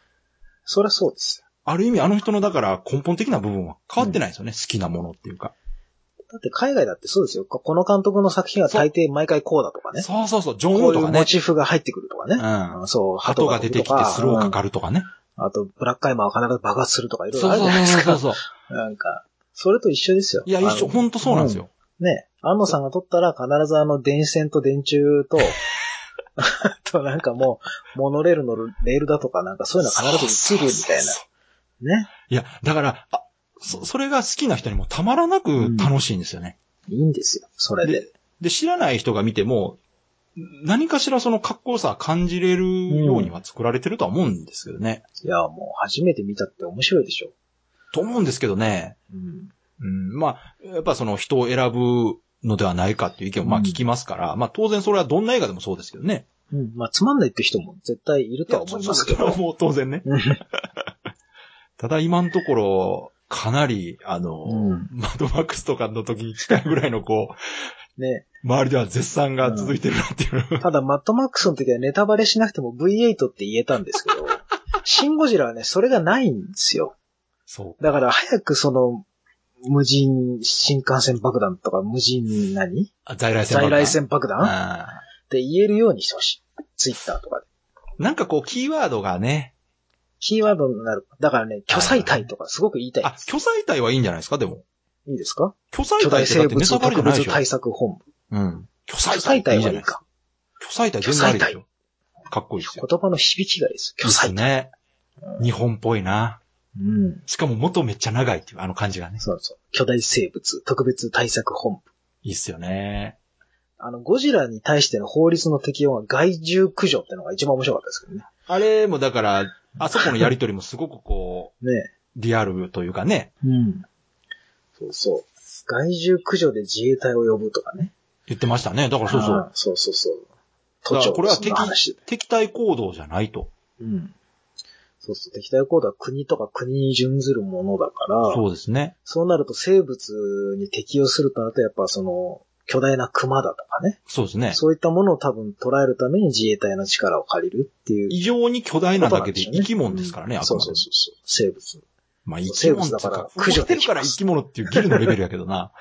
S1: そりゃそうです
S2: ある意味あの人のだから根本的な部分は変わってないですよね、好きなものっていうか。
S1: よ。だって海外だってそうですよ。ここの監督の作品は大抵毎回こうだとかね。
S2: そうそうそう、ジョン・ウ
S1: こう
S2: ォー
S1: い
S2: と
S1: う
S2: か
S1: モ
S2: ね。
S1: チーフが入ってくるとか
S2: う
S1: ね。
S2: ん。
S1: うんそう、
S2: 鳩が出てきてスローか
S1: る。
S2: かるとかね。
S1: うんあと、ブラックアイマーは必ず爆発するとかいろい
S2: そ
S1: ろ
S2: う
S1: あるじ
S2: そ
S1: ゃな
S2: う
S1: いです
S2: そう
S1: か。
S2: そう。
S1: なんか、それと一緒ですよ。
S2: いや、一緒、
S1: あの
S2: ほんとそうなんですよ。
S1: ね、安野さんが撮ったら必ずあの電線と電柱
S2: [laughs]
S1: と、あとなんかもう、モノレールのレールだとかなんかそういうのは必ず映るみたい
S2: そうそうそう
S1: な。ね。
S2: いや、だから、あ、そ、それが好きな人にもたまらなく楽しいんですよね。
S1: いいんですよ、それで。
S2: で、知らない人が見ても、何かしらそのかっこよさは感じれるようには作られてるとは思うんですけどね。
S1: いや、もう初めて見たって面白いでしょ。
S2: と思うんですけどね。
S1: うん。
S2: うん、まあ、やっぱその人を選ぶのではないかっていう意見もまあ
S1: うん
S2: 聞きますから、まあ当然それはどんな映画でもそうですけどね。
S1: うん。まあ、つまんないって人も絶対いるとは思いますけ
S2: それは
S1: ど。
S2: もう当然ね。
S1: うん
S2: [laughs] ただ今のところ、かなり、あの、
S1: うん
S2: マッドマックスとかの時に近いぐらいのこう、
S1: ね。
S2: 周りでは絶賛が続いてるなっていう。
S1: ただ、マットマックスの時はネタバレしなくても V8 って言えたんですけど、シンゴジラはね、それがないんですよ。
S2: [laughs] そう。
S1: だから早くその、無人新幹線爆弾とか無人何
S2: あ在来線
S1: 在来線爆弾っ
S2: あー
S1: て言えるようにしてほしい。ツイッターとかで。
S2: なんかこう、キーワードがね、
S1: キーワードになる。だからね、巨彩体とかすごく言いたい
S2: あ
S1: で、す。
S2: 巨彩体はいいんじゃないですか、でも。
S1: いいですか
S2: 巨彩
S1: 巨
S2: 体
S1: 大
S2: ってだ
S1: 生
S2: ってネ
S1: 物
S2: タバレじ
S1: 特
S2: ゃないで
S1: 別
S2: しょ。
S1: 対策本部。
S2: うん。巨
S1: 巨
S2: 彩体
S1: 彩
S2: ってい
S1: 体
S2: いじ
S1: は
S2: ゃ
S1: い
S2: ない
S1: い
S2: ですか。
S1: か。
S2: 巨彩体全然ありでしょ。かっこいいですよ。
S1: 言葉の響きがいいです。
S2: い
S1: 巨
S2: いっす
S1: 彩体。
S2: ね。日本っぽいな。
S1: うん。
S2: しかも元めっちゃ長いっていう、あの感じがね。
S1: そうそう。巨大生物特別対策本部。
S2: いいっすよね。
S1: あの、ゴジラに対しての法律の適用は害獣駆除ってのが一番面白かったですけどね。
S2: あれもだから、あそこのやりとりもすごくこ
S1: ね
S2: う、リアルというかね、
S1: うん。そうそう。害獣駆除で自衛隊を呼ぶとかね。
S2: 言ってましたね。だからそうそ
S1: あ
S2: う。
S1: ー。そうそうそう。
S2: だ
S1: 都
S2: から
S1: 庁
S2: これは
S1: そん
S2: 敵
S1: な話で。、
S2: 敵対行動じゃないと。
S1: うん。そうそう。敵対行動は国とか国に準ずるものだから、そう
S2: そうですね。
S1: なると生物に適用するとなると、やっぱその、巨大な熊だとかね。
S2: そうですね。
S1: そういったものを多分捉えるために自衛隊の力を借りるっていう。
S2: 異常に巨大なだけで
S1: ことなん
S2: 生
S1: し
S2: き
S1: ょうね
S2: 物ですからね、
S1: うん
S2: あ
S1: そう
S2: くま
S1: そ
S2: でも
S1: うそうそう。生物。
S2: まあ
S1: そう
S2: 生き物っ
S1: 生物だ
S2: てい
S1: か
S2: う
S1: ら
S2: か、
S1: 駆
S2: 駆
S1: 除
S2: 除
S1: で
S2: て
S1: きます
S2: るから生き物っていうギルのレベルやけ
S1: [laughs]
S2: どな。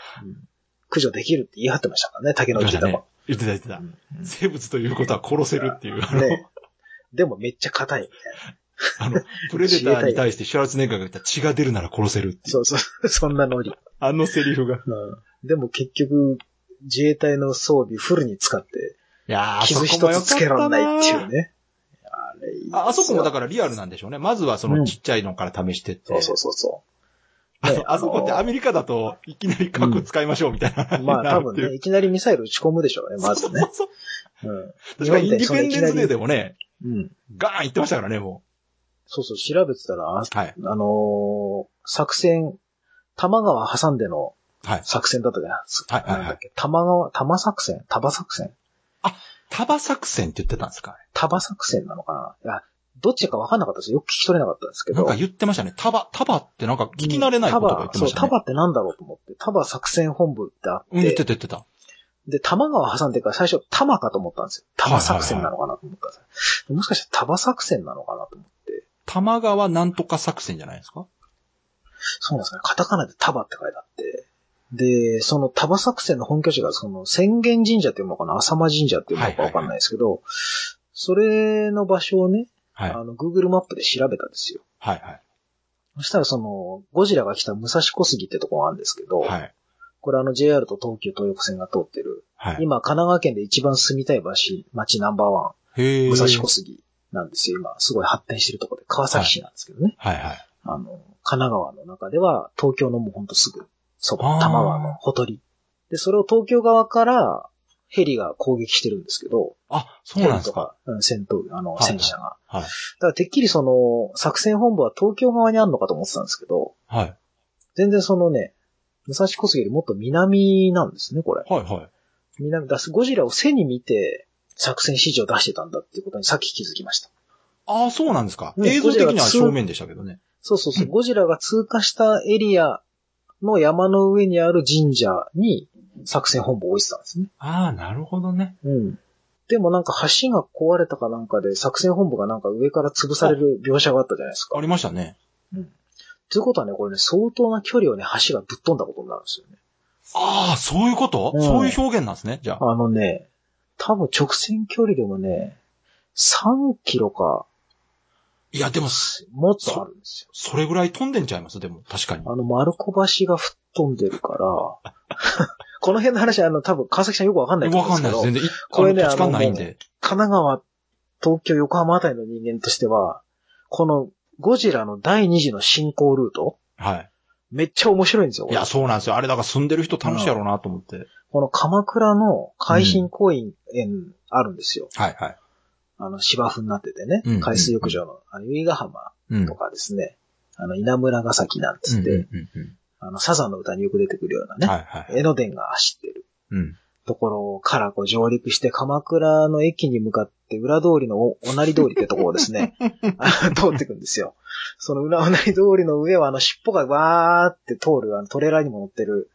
S1: 駆除できるって言い張ってましたからね、竹野
S2: 言っ
S1: 内
S2: てた
S1: 豊は。。
S2: ね言ってた言ってた
S1: う。んうん
S2: 生物ということは殺せるっていう、あの、
S1: ねでもめっちゃ硬いみたいな。
S2: [laughs] あの、プレデターに対してシュワルツェネッガーが言った血が出るなら殺せるってい
S1: そ
S2: う。
S1: う [laughs] そう、そんなノリ。
S2: あのセリフが。い
S1: うん、でも結局、自衛隊の装備フルに使って、
S2: やー、
S1: 傷一つつけられないっていうね。あれいいですよ
S2: ああそこもだからリアルなんでしょうね。まずはそうの
S1: ん
S2: ちっちゃいのから試してって。
S1: そうそうそうそう。
S2: あ
S1: ね
S2: の [laughs] あそこってアメリカだといきなり核使いましょうみたいな。
S1: あ [laughs] のまあ多分
S2: [laughs] なるってい
S1: ね、
S2: う。
S1: いきなりミサイル撃ち込むでしょうね、まずね
S2: [laughs] そ。うそう
S1: うん。
S2: 確かにインディペンデンスデーで
S1: も。
S2: もね、
S1: うん。
S2: ガーン言ってましたからね、も
S1: そうそう、調べてたら、あ
S2: う。はい。
S1: あのー作戦、玉川挟んでの
S2: はい。
S1: 作戦だったじゃないですか。
S2: はいはいはい
S1: なんだっけ玉川、玉作戦玉作戦
S2: 束作戦って言ってたんですか
S1: 束作戦なのかないや、どっちか分かんなかったですよ。よく聞き取れなかったんですけ
S2: な
S1: ど。
S2: んか言ってましたね。束、束ってなんか聞き慣れない言葉言ってました
S1: うん束そう、
S2: ね。
S1: 束ってなんだろうと思って、束作戦本部ってあって、
S2: うん、言ってた言ってた。
S1: で、玉川挟んでるから最初玉かと思ったんですよ。玉作戦なのかなと思ったんですよ、もしかしたら束作戦なのかなと思って。
S2: 玉川なんとか作戦じゃないですか
S1: そうなんですね。カタカナで束って書いてあって。で、その束作戦の本拠地が、その宣言神社っていうのかな浅間神社っていうのかわかんないですけど、それの場所をね、
S2: はい。
S1: あの、Google マップで調べたんですよ。
S2: はいはい。
S1: そしたらその、ゴジラが来た武蔵小杉ってとこがあるんですけど、
S2: はい。
S1: これあの JR と東急東横線が通ってる、
S2: はい。
S1: 今神奈川県で一番住みたい場所、町ナンバーワ
S2: へ
S1: ン、
S2: ー
S1: 武蔵小杉なんですよ。今、すごい発展してるとこで、川崎市なんですけどね。
S2: はいはい。
S1: あの、神奈川の中では、東京のもうほんとすぐ、そ
S2: あ
S1: ば、
S2: ー
S1: 多摩川のほとり。で、それを東京側から、ヘリが攻撃してるんですけど、
S2: あ、そうなんです
S1: ヘリと
S2: か。
S1: か、うん、戦闘機、あの、
S2: はい
S1: 戦車が。
S2: はい。
S1: だから、てっきりその、作戦本部は東京側にあるのかと思ってたんですけど、
S2: はい。
S1: 全然そのね、武蔵小杉よりもっと南なんですね、これ。
S2: はいはい。
S1: 南出す、ゴジラを背に見て、作戦指示を出してたんだっていうことにさっき気づきました。
S2: ああ、そうなんですか。
S1: うん
S2: 映像的には正面でしたけどね。
S1: そうそうそう、ゴジラが通過したエリアの山の上にある神社に作戦本部を置いてたんですね。
S2: ああ、なるほどね。
S1: うん。でもなんか橋が壊れたかなんかで作戦本部がなんか上から潰される描写があったじゃないですか
S2: あ。りましたね。
S1: ということはね、これね、相当な距離をね、橋がぶっ飛んだことになるんですよね。
S2: ああ、そういうこと、
S1: うん
S2: そういう表現なんですね。じゃあ。
S1: あのね、多分直線距離でもね、3キロか、
S2: いや、でも、
S1: もっとあるんですよ。
S2: それぐらい飛んでんちゃいますでも、確かに。
S1: あの、丸小橋が吹っ飛んでるから、 [laughs] この辺の話、あの、多分川崎さんよくわかんないと思
S2: わ
S1: うんで
S2: か
S1: す
S2: ん
S1: け
S2: ないで
S1: ど
S2: す。、全然、い
S1: これね
S2: あの土地
S1: あ
S2: 勘
S1: の
S2: ないんで。
S1: 神奈川、東京、横浜あたりの人間としては、このゴジラの第二次の進行ルート、
S2: は
S1: めっちゃ面白いんですよ。
S2: い。いや、そうなんですよ。あれ、だから住んでる人楽しいやろうなと思って。
S1: この鎌倉の海浜公園あるんですよ。
S2: はいはい。
S1: あの、芝生になっててね
S2: うん。
S1: 海水浴場の、あの、由比ヶ浜
S2: うん。
S1: とかですね。あの、稲村ヶ崎なんつ
S2: う
S1: っ
S2: ん
S1: て、
S2: うんうん
S1: あの、サザンの歌によく出てくるような
S2: うん。
S1: ね、
S2: はいはい。
S1: 江ノ電が走ってる
S2: うん。
S1: ところからこう上陸して、鎌倉の駅に向かって裏通りのお、おなり通りってところをです
S2: [laughs]
S1: ね、あの通ってくんですよ。その裏おなり通りの上は、あの、尻尾がわーって通る、あの、トレーラーにも乗ってる、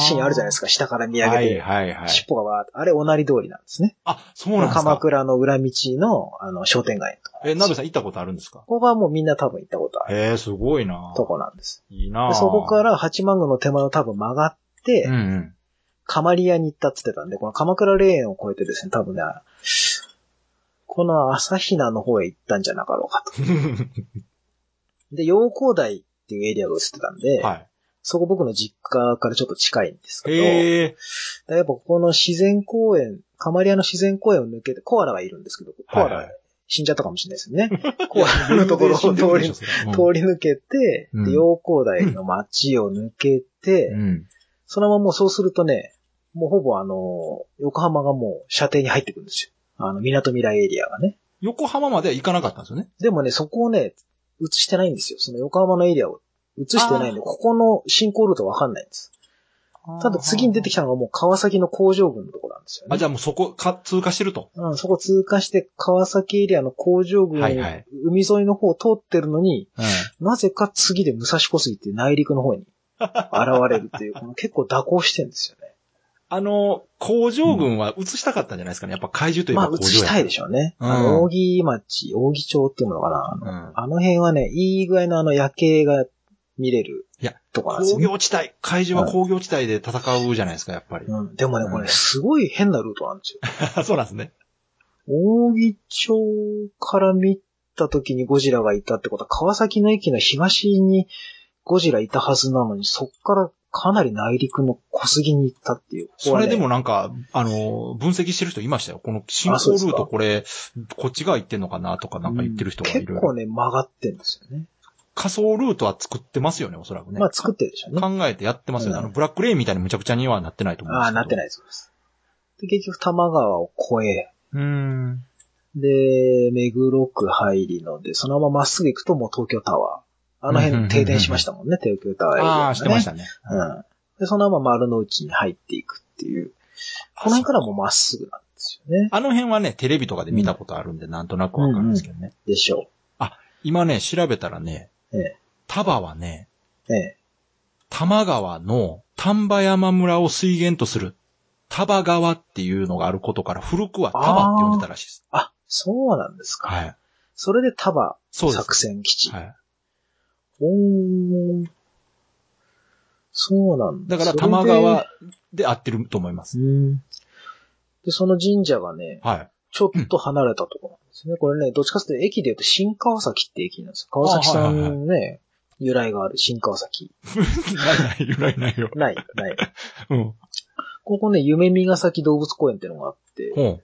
S1: シーンあるじゃない
S2: い
S1: ですか、下から見
S2: で
S1: 上げて、
S2: はいはいはい。
S1: 尻尾がわーって、あれ、おなり通りなんですね。
S2: あ、そうなんです
S1: 鎌
S2: か。
S1: 倉の裏道の、あの、商店街のとこ。
S2: え、鍋さん行ったことあるんですか
S1: ここはもうみんな多分行ったことある
S2: へえ、すごいな
S1: とこなんです。
S2: いい
S1: で
S2: な
S1: そこから八幡宮の手前を多分曲がって、
S2: うんうん。
S1: カマリアに行ったって言ってたんで、この鎌倉霊園を越えてですね、多分ね、この朝比奈の方へ行ったんじゃなかろうかと。で、陽光台っていうエリアが映ってたんで、
S2: [laughs] は
S1: そこ僕の実家からちょっと近いんです
S2: い。
S1: けど、
S2: へえ。
S1: だからやっぱここの自然公園、カマリアの自然公園を抜けて、コアラがいるんですけど、コア
S2: はい
S1: ラ
S2: は
S1: 死んじゃったかもしれない
S2: [laughs]
S1: ですよね。コアラのところを通り、通
S2: 通
S1: り抜けて、
S2: うん
S1: で陽光台の街を抜けて、
S2: うん。
S1: そのままもうそうするとね、もうほぼあの、横浜がもう射程に入ってくるんですよ。あの、港未来エリアがね。
S2: 横浜までは行かなかったんですよね。
S1: でもね、そこをね、映してないんですよ。その横浜のエリアを映してないんで、
S2: あー
S1: ここの進行ルートわかんないんです。ただ次に出てきたのがもう川崎の工場群のところなんですよね。
S2: あ、じゃあもうそこ、か、通過してると。
S1: うん、そこ通過して川崎エリアの工場群、
S2: はいはい
S1: 海沿いの方を通ってるのに、
S2: うん。
S1: なぜか次で武蔵小杉っていう内陸の方に現れるっていう、この結構蛇行してるんですよね。
S2: あの、工場群は映したかったんじゃないですかね。やっぱ怪獣といえ
S1: まあ
S2: ば工場
S1: 映した
S2: い。
S1: いでしょうね。
S2: うん
S1: あの、扇町、扇町っていうものかな。
S2: うん。
S1: あの辺はね、いい具合のあの夜景が見れる
S2: いや
S1: とこなんです
S2: 工
S1: よ、ね。
S2: 業地帯。怪獣は工業地帯で戦うじゃないですか、や
S1: [laughs]
S2: っぱり。
S1: うん、でもね、これ
S2: うん
S1: ねすごい変なルートなんですよ。
S2: そうなんですね。
S1: 扇町から見た時にゴジラがいたってことは、川崎の駅の東にゴジラいたはずなのに、そっからかなり内陸の小杉に行ったっていう。ここ
S2: そ
S1: はね
S2: れでもなんか、あの、分析してる人いましたよ。この進行ルートこれ、こっち側行ってんのかなとかなんか言ってる人がいる
S1: 結。構ね、曲がってんですよね。
S2: 仮想ルートは作ってますよね、おそらくね。
S1: まあ作ってるでしょうね。
S2: 考えてやってますよね。
S1: う
S2: あ
S1: ん
S2: の、ブラックレインみたいにむちゃくちゃにはなってないと思うんで
S1: あ
S2: す
S1: あ、
S2: けど。
S1: なってないですそうです。で、結局多摩川を越え、
S2: うーん。
S1: で、目黒区入りので、そのまままっすぐ行くともう東京タワー。あの
S2: うんうんうんう
S1: 辺
S2: ん
S1: 停電しましたもんね、東京タワーエリアがね
S2: ああ、してましたね。
S1: うん。で、そのまま丸の内に入っていくっていう。この辺からもまっすぐなんですよね。
S2: あの辺はね、テレビとかで見たことあるんで、なんとなくわかるんですけどね。
S1: でしょ
S2: 今ね、調べたらね、
S1: ええ
S2: タバはね、
S1: う。え
S2: 多摩川の丹波山村を水源とする、タバ川っていうのがあることから、古くはタバって呼んでたらしいです。
S1: あ、そうなんですか。
S2: はい。
S1: それで束
S2: そうです
S1: 作戦基地。
S2: はい。
S1: おーそうなん
S2: だ
S1: だ。
S2: から、
S1: それ
S2: 多
S1: で
S2: 摩川。で合ってると思いま
S1: う
S2: す。
S1: ん。で、その神社がね、 [laughs]
S2: はい。
S1: ちょっと離れたところなんですね。これね、どっちかというと駅で言うと新川崎って駅なんですよ。川崎さんね、
S2: あはい
S1: 由来がある新川崎。
S2: ないない、由来ないよ。
S1: ない、ない。
S2: うん。
S1: ここね、夢見ヶ崎動物公園っていうのがあって、
S2: ほう。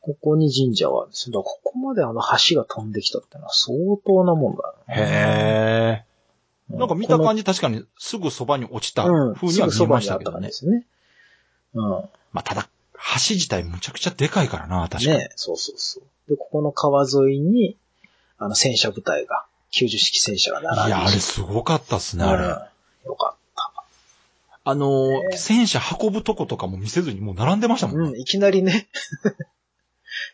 S1: ここに神社はあるんですよ。だからここまであの橋が飛んできたってのは相当なもんだな。
S2: へ
S1: う
S2: え。なんか見た感
S1: じ
S2: じ、確かにすぐそばに落ちた
S1: うん、
S2: 風に
S1: す
S2: は見えましたけ
S1: ぐそばにあった
S2: ど
S1: ん
S2: ね
S1: で。すね。うん。
S2: まあ、ただ、橋自体むちゃくちゃでかいからな、確かに。
S1: ねそうそうそう。で、ここの川沿いに、あの、戦車部隊が、90式戦車が並ん
S2: い
S1: で。
S2: や、あれすごかったっすね、あれ。
S1: うんよかっ
S2: あのー
S1: ね
S2: 戦車運ぶとことかも見せずにもう並んでました
S1: た。
S2: もんね。
S1: う
S2: い
S1: ん、いきなりね、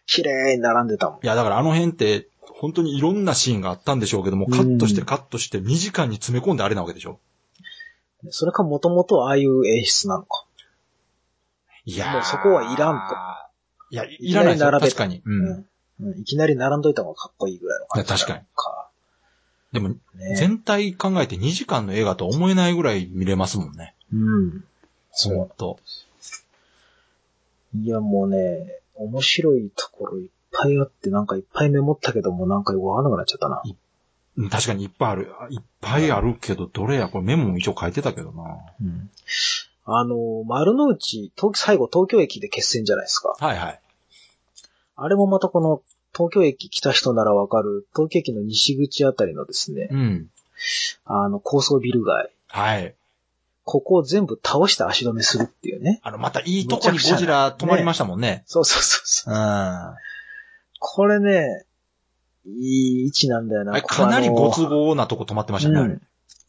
S1: 綺麗に並んでたもん。
S2: や、だからあの辺って、本当にいろんなシーンがあったんでしょうけども、カットしてカットして2時間に詰め込んであれなわけでしょ。
S1: それかもともとああいう演出なのか。
S2: いやー
S1: もうそこはいらん
S2: と。いや、いいらないです
S1: いきな
S2: よ
S1: り並べて
S2: 確かに。うん。
S1: うんうんいきなり並んどいた方がかっこいいぐらいの感じなの
S2: いや確
S1: か
S2: でも、
S1: にね。
S2: 全体考えて2時間の映画とは思えないぐらい見れますもんね。
S1: うん。そ
S2: ほ
S1: うん
S2: と。
S1: いや、もうね、面白いところいっぱいあって、なんかいっぱいメモったけども、なんかよくわかんなくなっちゃったな。
S2: うん確かにいっぱいある。いっぱいあるけど、どれや、これメモも一応書いてたけどな。
S1: うん。あの、丸の内、東最後東京駅で決戦じゃないですか。
S2: はいはい。
S1: あれもまたこの、東京駅来た人ならわかる、東京駅の西口あたりのですね、
S2: うん。
S1: あの、高層ビル街、
S2: はい。
S1: ここを全部倒して足止めするっていうね。
S2: あの、またいいとこにゴジラ止まりましたもんね。
S1: そうそうそうそう。
S2: うん。あ
S1: これね、いい位置なんだよな。
S2: れ
S1: ここ
S2: かなり
S1: あの
S2: ご都合なとこ止まってましたね。あ
S1: う
S2: れ
S1: ん。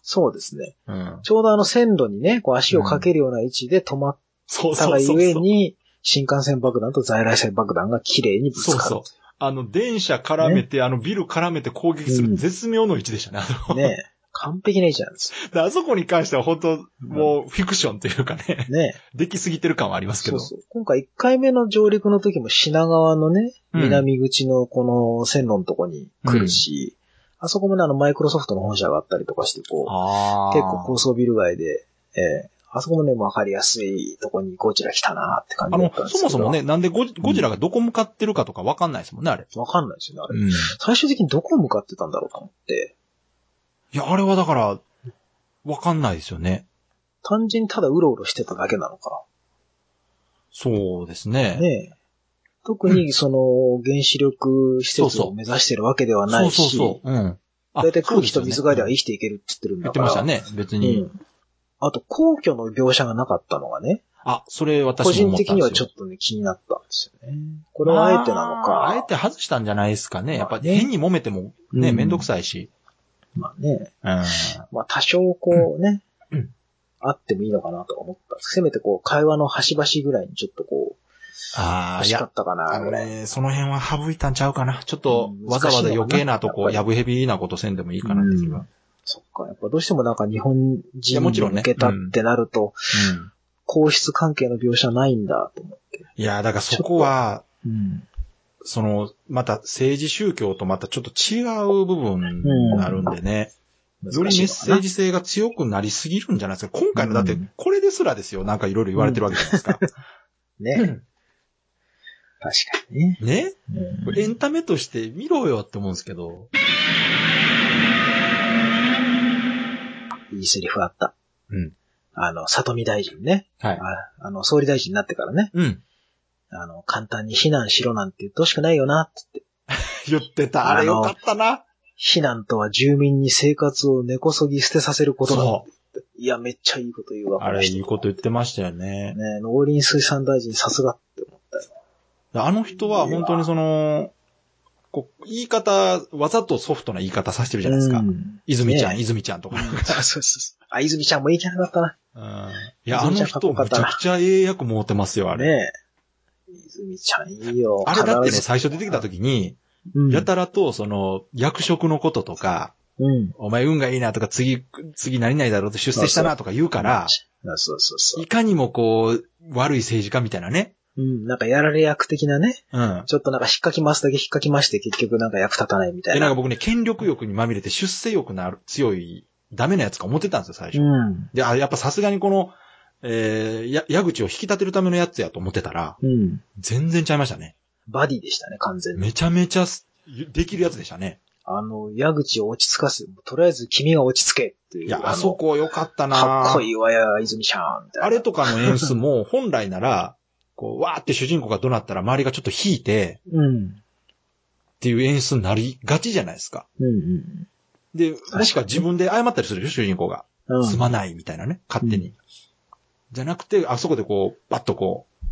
S1: そうですね。
S2: うん。
S1: ちょうどあの線路にね、こう足をかけるような位置で止まっ
S2: そう
S1: た
S2: そ
S1: が
S2: うそ
S1: ゆえ
S2: う。
S1: に、新幹線爆弾と在来線爆弾が綺麗にぶつ
S2: そう
S1: かる
S2: そう。あの、電車絡めて、あの、ビル絡めて攻撃する
S1: うん
S2: 絶妙の位置でしたね。あの
S1: ね。完璧な位置なんです
S2: だからあそこに関しては本当、もうフィクションというかね、 [laughs]
S1: よ。ね。
S2: できすぎてる感はありますけ
S1: そ
S2: ど。
S1: うそう。今回1回目の上陸の時も品川のね、
S2: うん
S1: 南口のこの線路のとこに来るし、あそこもね、あのマイクロソフトの本社があったりとかして、こう、
S2: ああ。
S1: 結構高層ビル街で、ええあそこもね、わかりやすいとこにゴジラ来たなって感じ
S2: あ
S1: だ
S2: の
S1: ったん、です
S2: そ
S1: けど。
S2: もそもね、。なんでゴジゴジラがどこ向かってるかとかわかんないですもんね、あれ。
S1: わかんないですよね、あれ。
S2: い
S1: 最終的にどこ向かってたんだろうと思って、
S2: や、あれはだから、わかんないですよね。
S1: 単純にただうろうろしてただけなのか。
S2: そうですね。
S1: ねえ特にその原子力施設を目指してるわけではな
S2: そう
S1: いし、
S2: そうそう。うん。あ
S1: だいたい空気と水がいでは
S2: そう
S1: 生きていけるって言ってるん
S2: すよね言
S1: だ
S2: って
S1: から。
S2: ましたね、別
S1: う
S2: に。
S1: ん。あと、皇居の描写がなかったのがね、
S2: あ、それ
S1: 個
S2: 私も
S1: 人
S2: 思った
S1: 的
S2: ん
S1: に
S2: ですよ。
S1: はちょっとね、気になったんですよね。こ
S2: こ
S1: れはあえてなのか。
S2: あえて外したんじゃないですかね。やっぱ
S1: まあね
S2: 変に揉めてもね、
S1: うん
S2: めんどくさいし。
S1: まあね。
S2: うん。
S1: まあ多少こうね、
S2: うん
S1: あってもいいのかなとは思ったんです。せめてこう、会話の端々ぐらいにちょっとこう、
S2: ああ、
S1: 欲
S2: い
S1: しか
S2: や、
S1: ったか
S2: あ
S1: な、
S2: の
S1: ぐらい。
S2: ね、その辺は省いたんちゃうかな。ちょっと
S1: うん
S2: わざわざ
S1: 難しいの
S2: 余
S1: かな
S2: 計なとこ、
S1: や
S2: や
S1: っ
S2: ぶへびなことせんでもいいかなって気は。
S1: そっか。やっぱどうしてもなんか日本
S2: いや
S1: 人
S2: もち
S1: に
S2: ろんね
S1: 向けたってなると、
S2: うん。
S1: 皇室関係の描写ないんだと思って。
S2: いや、だからそこは、
S1: うん。
S2: その、また政治宗教とまたちょっと違う部分になるんでね、よりメッセー
S1: ジ
S2: ジ性が強くなりすぎるんじゃないですか。今回のだっ
S1: う
S2: て
S1: ん、
S2: これですらですよ、なんかいろいろ言われてるわけじゃないですか。
S1: ね。確かにね。
S2: ね
S1: うん
S2: これエンタメとして見ろよって思うんですけど。
S1: いいセリフあった。
S2: うん。
S1: あの、里見大臣ね。
S2: はい。
S1: ああの、総理大臣になってからね。
S2: うん。
S1: あの、簡単に避難しろなんて言ってほしくないよな、って言って。
S2: 言ってた。あれよかったな。
S1: 避難とは住民に生活を根こそぎ捨てさせることだって言って。いや、めっちゃいいこと言うわ、
S2: あ
S1: の
S2: れ、
S1: 人
S2: いいこと言ってましたよね。
S1: ね農林水産大臣さすがって思ったよ。
S2: あの人は本当にその、こう、言い方、わざとソフトな言い方させてるじゃないですか。
S1: うん
S2: 泉ちゃん、
S1: ね
S2: 泉ちゃんとか。
S1: そうそうそう。あ、泉ちゃん [laughs] もいいキャラだったな。
S2: うんいや、あ
S1: 泉ち
S2: の
S1: ゃんかっこ
S2: 人、
S1: よか
S2: む
S1: っ
S2: ち
S1: た
S2: ゃ
S1: な
S2: くちゃええ役持ってますよ、あれ。
S1: ねえ。泉ちゃんいいよ。
S2: あれだってね、
S1: 必ず
S2: 最初出てきた時に、
S1: うん、
S2: やたらと、その、役職のこととか、
S1: うん。
S2: お前運がいいなとか、次、次何々だろうと出世したなとか言うから、
S1: あそうそうそ
S2: いかにもこう、悪い政治家みたいなね。
S1: う。うん。なんかやられ役的なね。
S2: うん。
S1: ちょっとなんか引っかき回すだけ引っかき回して結局なんか役立たないみた
S2: で、
S1: い
S2: なん
S1: な。
S2: か僕ね、権力欲にまみれて出世欲のある、強い、ダメなやつか思ってたんですよ、最初。
S1: うん。
S2: で、あ、やっぱさすがにこの、えー、や、矢口を引き立てるためのやつやと思ってたら、
S1: うん。
S2: 全然ちゃいましたね。
S1: バディでしたね、完全に。
S2: めちゃめちゃす、できるやつでしたね。
S1: あの、矢口を落ち着かせ、とりあえず君が落ち着けっていう。
S2: いや、
S1: の
S2: あそこ良かったな
S1: かっこ
S2: い。
S1: いいわや、泉ちゃん、みたいな。
S2: あれとかの演出も、本来なら、こう、わーって主人公が怒鳴ったら周りがちょっと引いて、
S1: うん。
S2: っていう演出になりがちじゃないですか。
S1: うんうん
S2: で、
S1: に
S2: もしくは自分で謝ったりするでしょ、主人公が。
S1: うん。
S2: すまないみたいなね、勝手に。
S1: う
S2: じゃなくて、あそこでこう、バッとこう、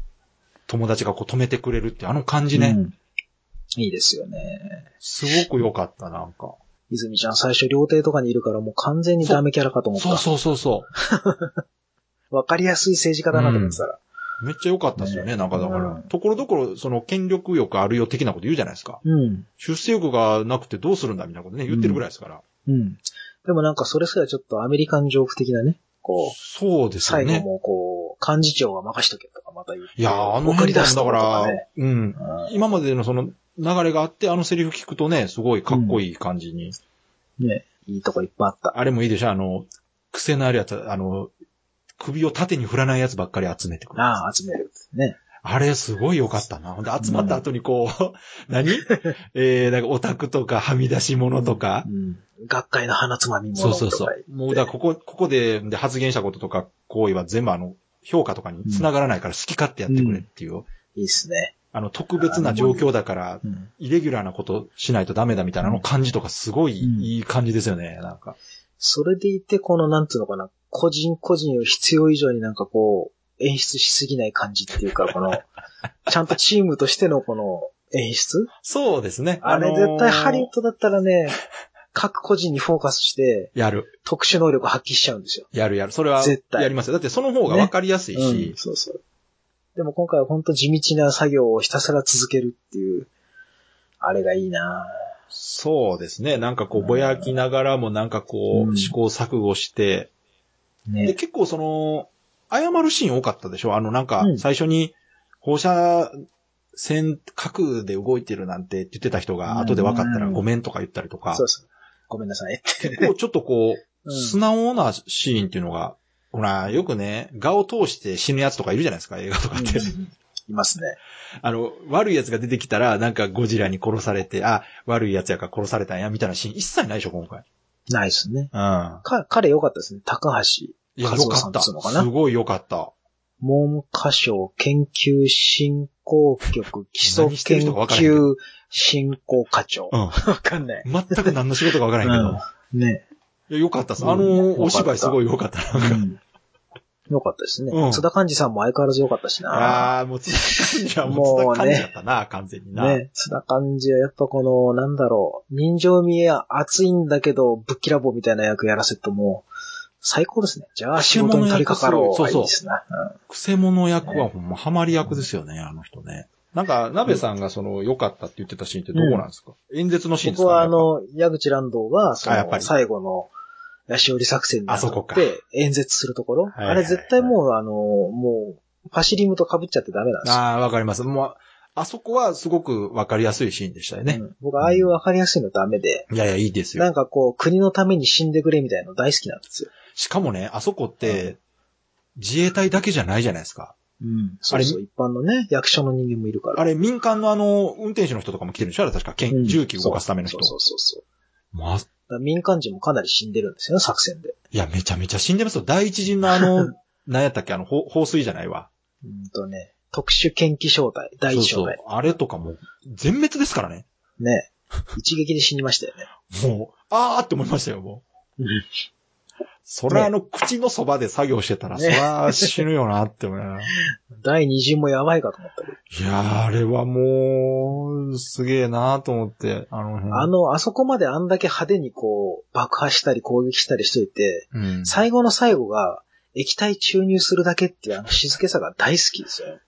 S2: 友達がこう止めてくれるって、あの感じね、
S1: うんいいですよね。
S2: すごく良かった、なんか。
S1: 泉ちゃん最初料亭とかにいるからもう完全にダメキャラかと思った。
S2: そうそうそうそ
S1: わかりやすい政治家だなと思ってたら。
S2: う。めっちゃ良かったですよね、なんかだから。
S1: うん
S2: ところどころ、その、権力欲あるよ的なこと言うじゃないですか。
S1: うん。
S2: 出世欲がなくてどうするんだみたいなことね、言ってるぐらいですから。
S1: うん。でもなんかそれすらちょっとアメリカンジョーク的なね。こう、
S2: そうですよ
S1: 最後
S2: ね。
S1: もこう、幹事長は任しとけとかまた言って。
S2: いやー、あの
S1: 送り
S2: 辺
S1: 出
S2: だ
S1: す
S2: だ
S1: と
S2: か
S1: ころと
S2: ら、
S1: かね。
S2: うん。今までのその、流れがあって、あのセリフ聞くとね、すごいかっこいい感じに。
S1: うんね。いいとこいっぱいあった。
S2: あれもいいでしょあの、癖のあるやつ、あの、首を縦に振らないやつばっかり集めてくる。
S1: なあ、集める。ね。
S2: あれすごい良かったな。ほんで集まった後にこう、何えー、なんかオタクとかはみ出し物とか
S1: う。ん。学会の花つまみも
S2: そうそうそう。もうだからここ、ここでで発言したこととか行為は全部あの、評価とかに繋がらないから好き勝手やってくれっていう。
S1: いいっすね。
S2: あの、特別な状況だから、
S1: うん。
S2: イレギュラーなことしないとダメだみたいなの感じとかすごい
S1: うん
S2: いい感じですよね、なんか。
S1: それでいて、この、なんつうのかな、個人個人を必要以上になんかこう、演出しすぎない感じっていうか、こ
S2: [laughs]
S1: の、ちゃんとチームとしてのこの演出
S2: そうですね。
S1: あれ
S2: のー
S1: 絶対ハリウッドだったらね、各個人にフォーカスして
S2: やる。
S1: 特殊能力発揮しちゃうんですよ。
S2: やるやる。それは、
S1: 絶対
S2: やりますよ。だってその方が分かりやすい
S1: うん
S2: し、、
S1: そうそう。でも今回は本当地道な作業をひたすら続けるっていう、あれがいいなぁ
S2: そうですね。なんかこう、ぼやきながらもなんかこ
S1: う
S2: う、
S1: ん
S2: 試行錯誤して、で、
S1: ね。
S2: 結構その、謝るシーン多かったでしょあの、なんか
S1: う、ん
S2: 最初に、放射線、核で動いてるなんてって言ってた人が、後で分かったら
S1: うん
S2: ごめんとか言ったりとか
S1: そ、うです。ごめんなさいって。
S2: 結構ちょっとこう、
S1: うん
S2: 素直なシーンっていうのが、ほら、よくね、画を通して死ぬやつとかいるじゃないですか、映画とかって。
S1: いますね。
S2: あの、悪い奴が出てきたら、なんかゴジラに殺されて、あ、悪い奴やから殺されたんや、みたいなシーン一切ないでしょ、今回。
S1: ないですね。
S2: うん。
S1: か、彼良かったですね。高橋
S2: いや、
S1: 和
S2: よ
S1: 夫
S2: か
S1: さ
S2: っ
S1: んで
S2: た。
S1: すのかな
S2: すごいよかった。
S1: 文科省研究振興局基礎研究振興課長。
S2: うん。
S1: わかんない。
S2: 全く何の仕事かわからへんけど。い
S1: うん、ね、
S2: や、よかったっす。
S1: うん
S2: あ
S1: よかっ
S2: の、
S1: た
S2: お芝居すごいよかった。なんか
S1: うんよかったですね。
S2: うん
S1: 津田寛治さんも相変わらずよかったしな。
S2: あー、もう津田感じはもう津田感じだったな、完全にな。
S1: ね、津田寛治はやっぱこの、なんだろう、人情味は熱いんだけど、ぶっきらぼうみたいな役やらせるともう、最高ですね。じゃあ仕事に取り掛かろう。
S2: そうそう
S1: いいですね。
S2: くせ者役はほんまハマり役ですよね、あの人ね。なんか、鍋さんがその、良かったって言ってたシーンってどこなんですか、演説のシーンですか、
S1: 僕はあ、の、矢口乱道が、そ
S2: あやっぱ
S1: の、
S2: り
S1: 最後の、ヤシオリ作戦にな
S2: あそこ
S1: っ
S2: か
S1: て、演説するところ。
S2: はいはい
S1: あれ絶対もう、あの、もう、パシリムと被っちゃってダメなんですよ。
S2: ああー、わかります。もう、あそこはすごくわかりやすいシーンでしたよね
S1: う。ん僕、ああいうわかりやすいのダメで、
S2: いやいや、いいです
S1: な
S2: よ。
S1: んかこう、国のために死んでくれみたいなの大好きなんですよ。
S2: しかもね、あそこって、自衛隊だけじゃないじゃないですか。
S1: うん。そうそう、一般のね、役所の人間もいるから。
S2: あれ、民間のあの、運転手の人とかも来てるんでしょあれ確か、け
S1: うん
S2: ん重機動かすための人。
S1: そうそうそうそう。
S2: まあ、
S1: だから民間人もかなり死んでるんですよね、作戦で。
S2: いや、めちゃめちゃ死んでますよ。第一陣の
S1: [laughs]
S2: あの、何やったっけあの、ほ放水じゃないわ。
S1: うんとね、特殊研究小隊、第
S2: そう
S1: 一小
S2: そう
S1: 隊。。
S2: あれとかもう、全滅ですからね。
S1: ね。一撃で死にましたよね。
S2: もう、あーって思いましたよ、も
S1: [laughs] うん
S2: う。そら、あの、口のそばで作業してたら、
S1: ね
S2: そら、死ぬよなって思
S1: [laughs]
S2: うな。
S1: 第二陣もやばいかと思ったけど
S2: いやー、あれはもう、すげえなーと思って、あの辺。
S1: あの、あそこまであんだけ派手にこう、爆破したり攻撃したりしといて、
S2: うん。
S1: 最後の最後が、液体注入するだけっていうあの静けさが大好きですよ。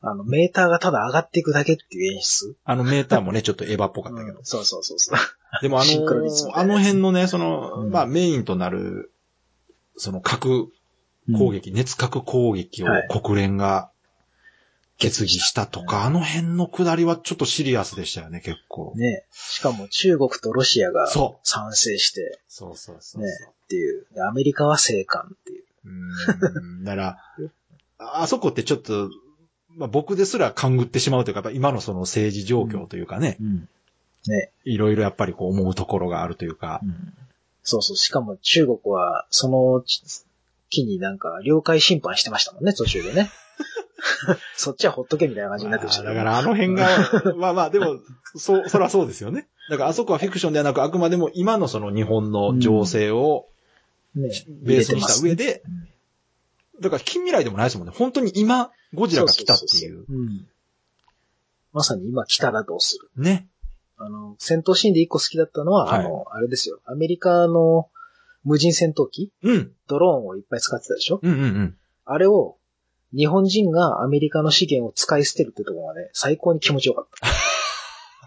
S1: あの、メーターがただ上がっていくだけっていう演出。
S2: あのメーターもね、ちょっとエヴァっぽかったけど。
S1: うんそうそうそうそう。
S2: でもあの
S1: シンクロ率み
S2: ー、
S1: た
S2: あ
S1: いな
S2: の
S1: やつ
S2: 辺のね、その、
S1: うん
S2: まあメインとなる、その核攻撃、熱核攻撃を
S1: はい
S2: 国連が決議したとか、あの辺の下りはちょっとシリアスでしたよね、結構。
S1: ね。しかも中国とロシアが
S2: そう
S1: 賛成して
S2: そうそうそうそう。
S1: ねっていう、でアメリカは静観っていう。
S2: うーん、だから、あそこってちょっと、まあ僕ですら勘ぐってしまうというか、やっぱ今のその政治状況というかね、
S1: ね。
S2: いろいろやっぱりこう思うところがあるというか、
S1: そうそう。しかも中国は、そのち機になんか、領海侵犯してましたもんね、途中で
S2: [laughs]
S1: ね。そっちはほっとけみたいな感じになってました
S2: あ
S1: け
S2: ーだ
S1: ど
S2: からあの
S1: [laughs]
S2: 辺が、まあまあ、でも、そう、そらそうですよね。だからあそこはフィクションではなく、あくまでも今のその日本の情勢を
S1: ね、
S2: ベースにした上
S1: で。
S2: で
S1: うん、
S2: だから近未来でもないですもんね。本当に今、ゴジラが来たっ
S1: そ
S2: て
S1: そそ
S2: い。
S1: うそううんまさに今来たらどうする。
S2: ね。
S1: あの、戦闘シーンで一個好きだったのは、
S2: はい
S1: あの、あれですよ。アメリカの無人戦闘機
S2: うん。
S1: ドローンをいっぱい使ってたでしょ
S2: うんうんうん。
S1: あれを、日本人がアメリカの資源を使い捨てるってところがね、最高に気持ちよか
S2: [laughs]
S1: っ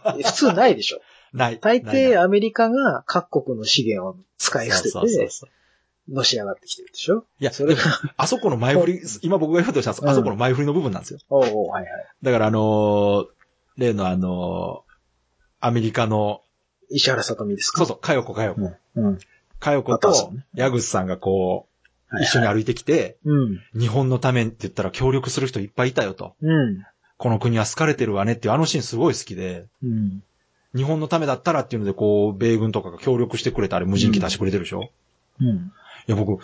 S1: た。え普通ないでしょ
S2: ない。
S1: 大
S2: ない
S1: 抵アメリカが各国の資源を使い捨て
S2: そうそうそう
S1: て、
S2: そう
S1: のし上がってきてるでしょ
S2: いや、
S1: それ
S2: でもあそこの前振り、今僕が言おうとしたんです
S1: うん
S2: あそこの前振りの部分なんですよ。
S1: [laughs] おうおうはいはい。
S2: だからあのー例のあのーアメリカの、
S1: 石原さとみですか
S2: そうそう、かよこかよこ。
S1: うん。うん。
S2: かよこ
S1: あ
S2: と
S1: そうね、
S2: 矢口さんがこ
S1: は
S2: う、
S1: い
S2: 一緒に歩いてきて、
S1: うん。
S2: 日本のためって言ったら協力する人いっぱいいたよと。
S1: うん。
S2: この国は好かれてるわねっていうあのシーンすごい好きで、
S1: うん。
S2: 日本のためだったらっていうのでこう、米軍とかが協力してくれたあれ無人機出してくれてるでしょ、い
S1: うん。
S2: や僕、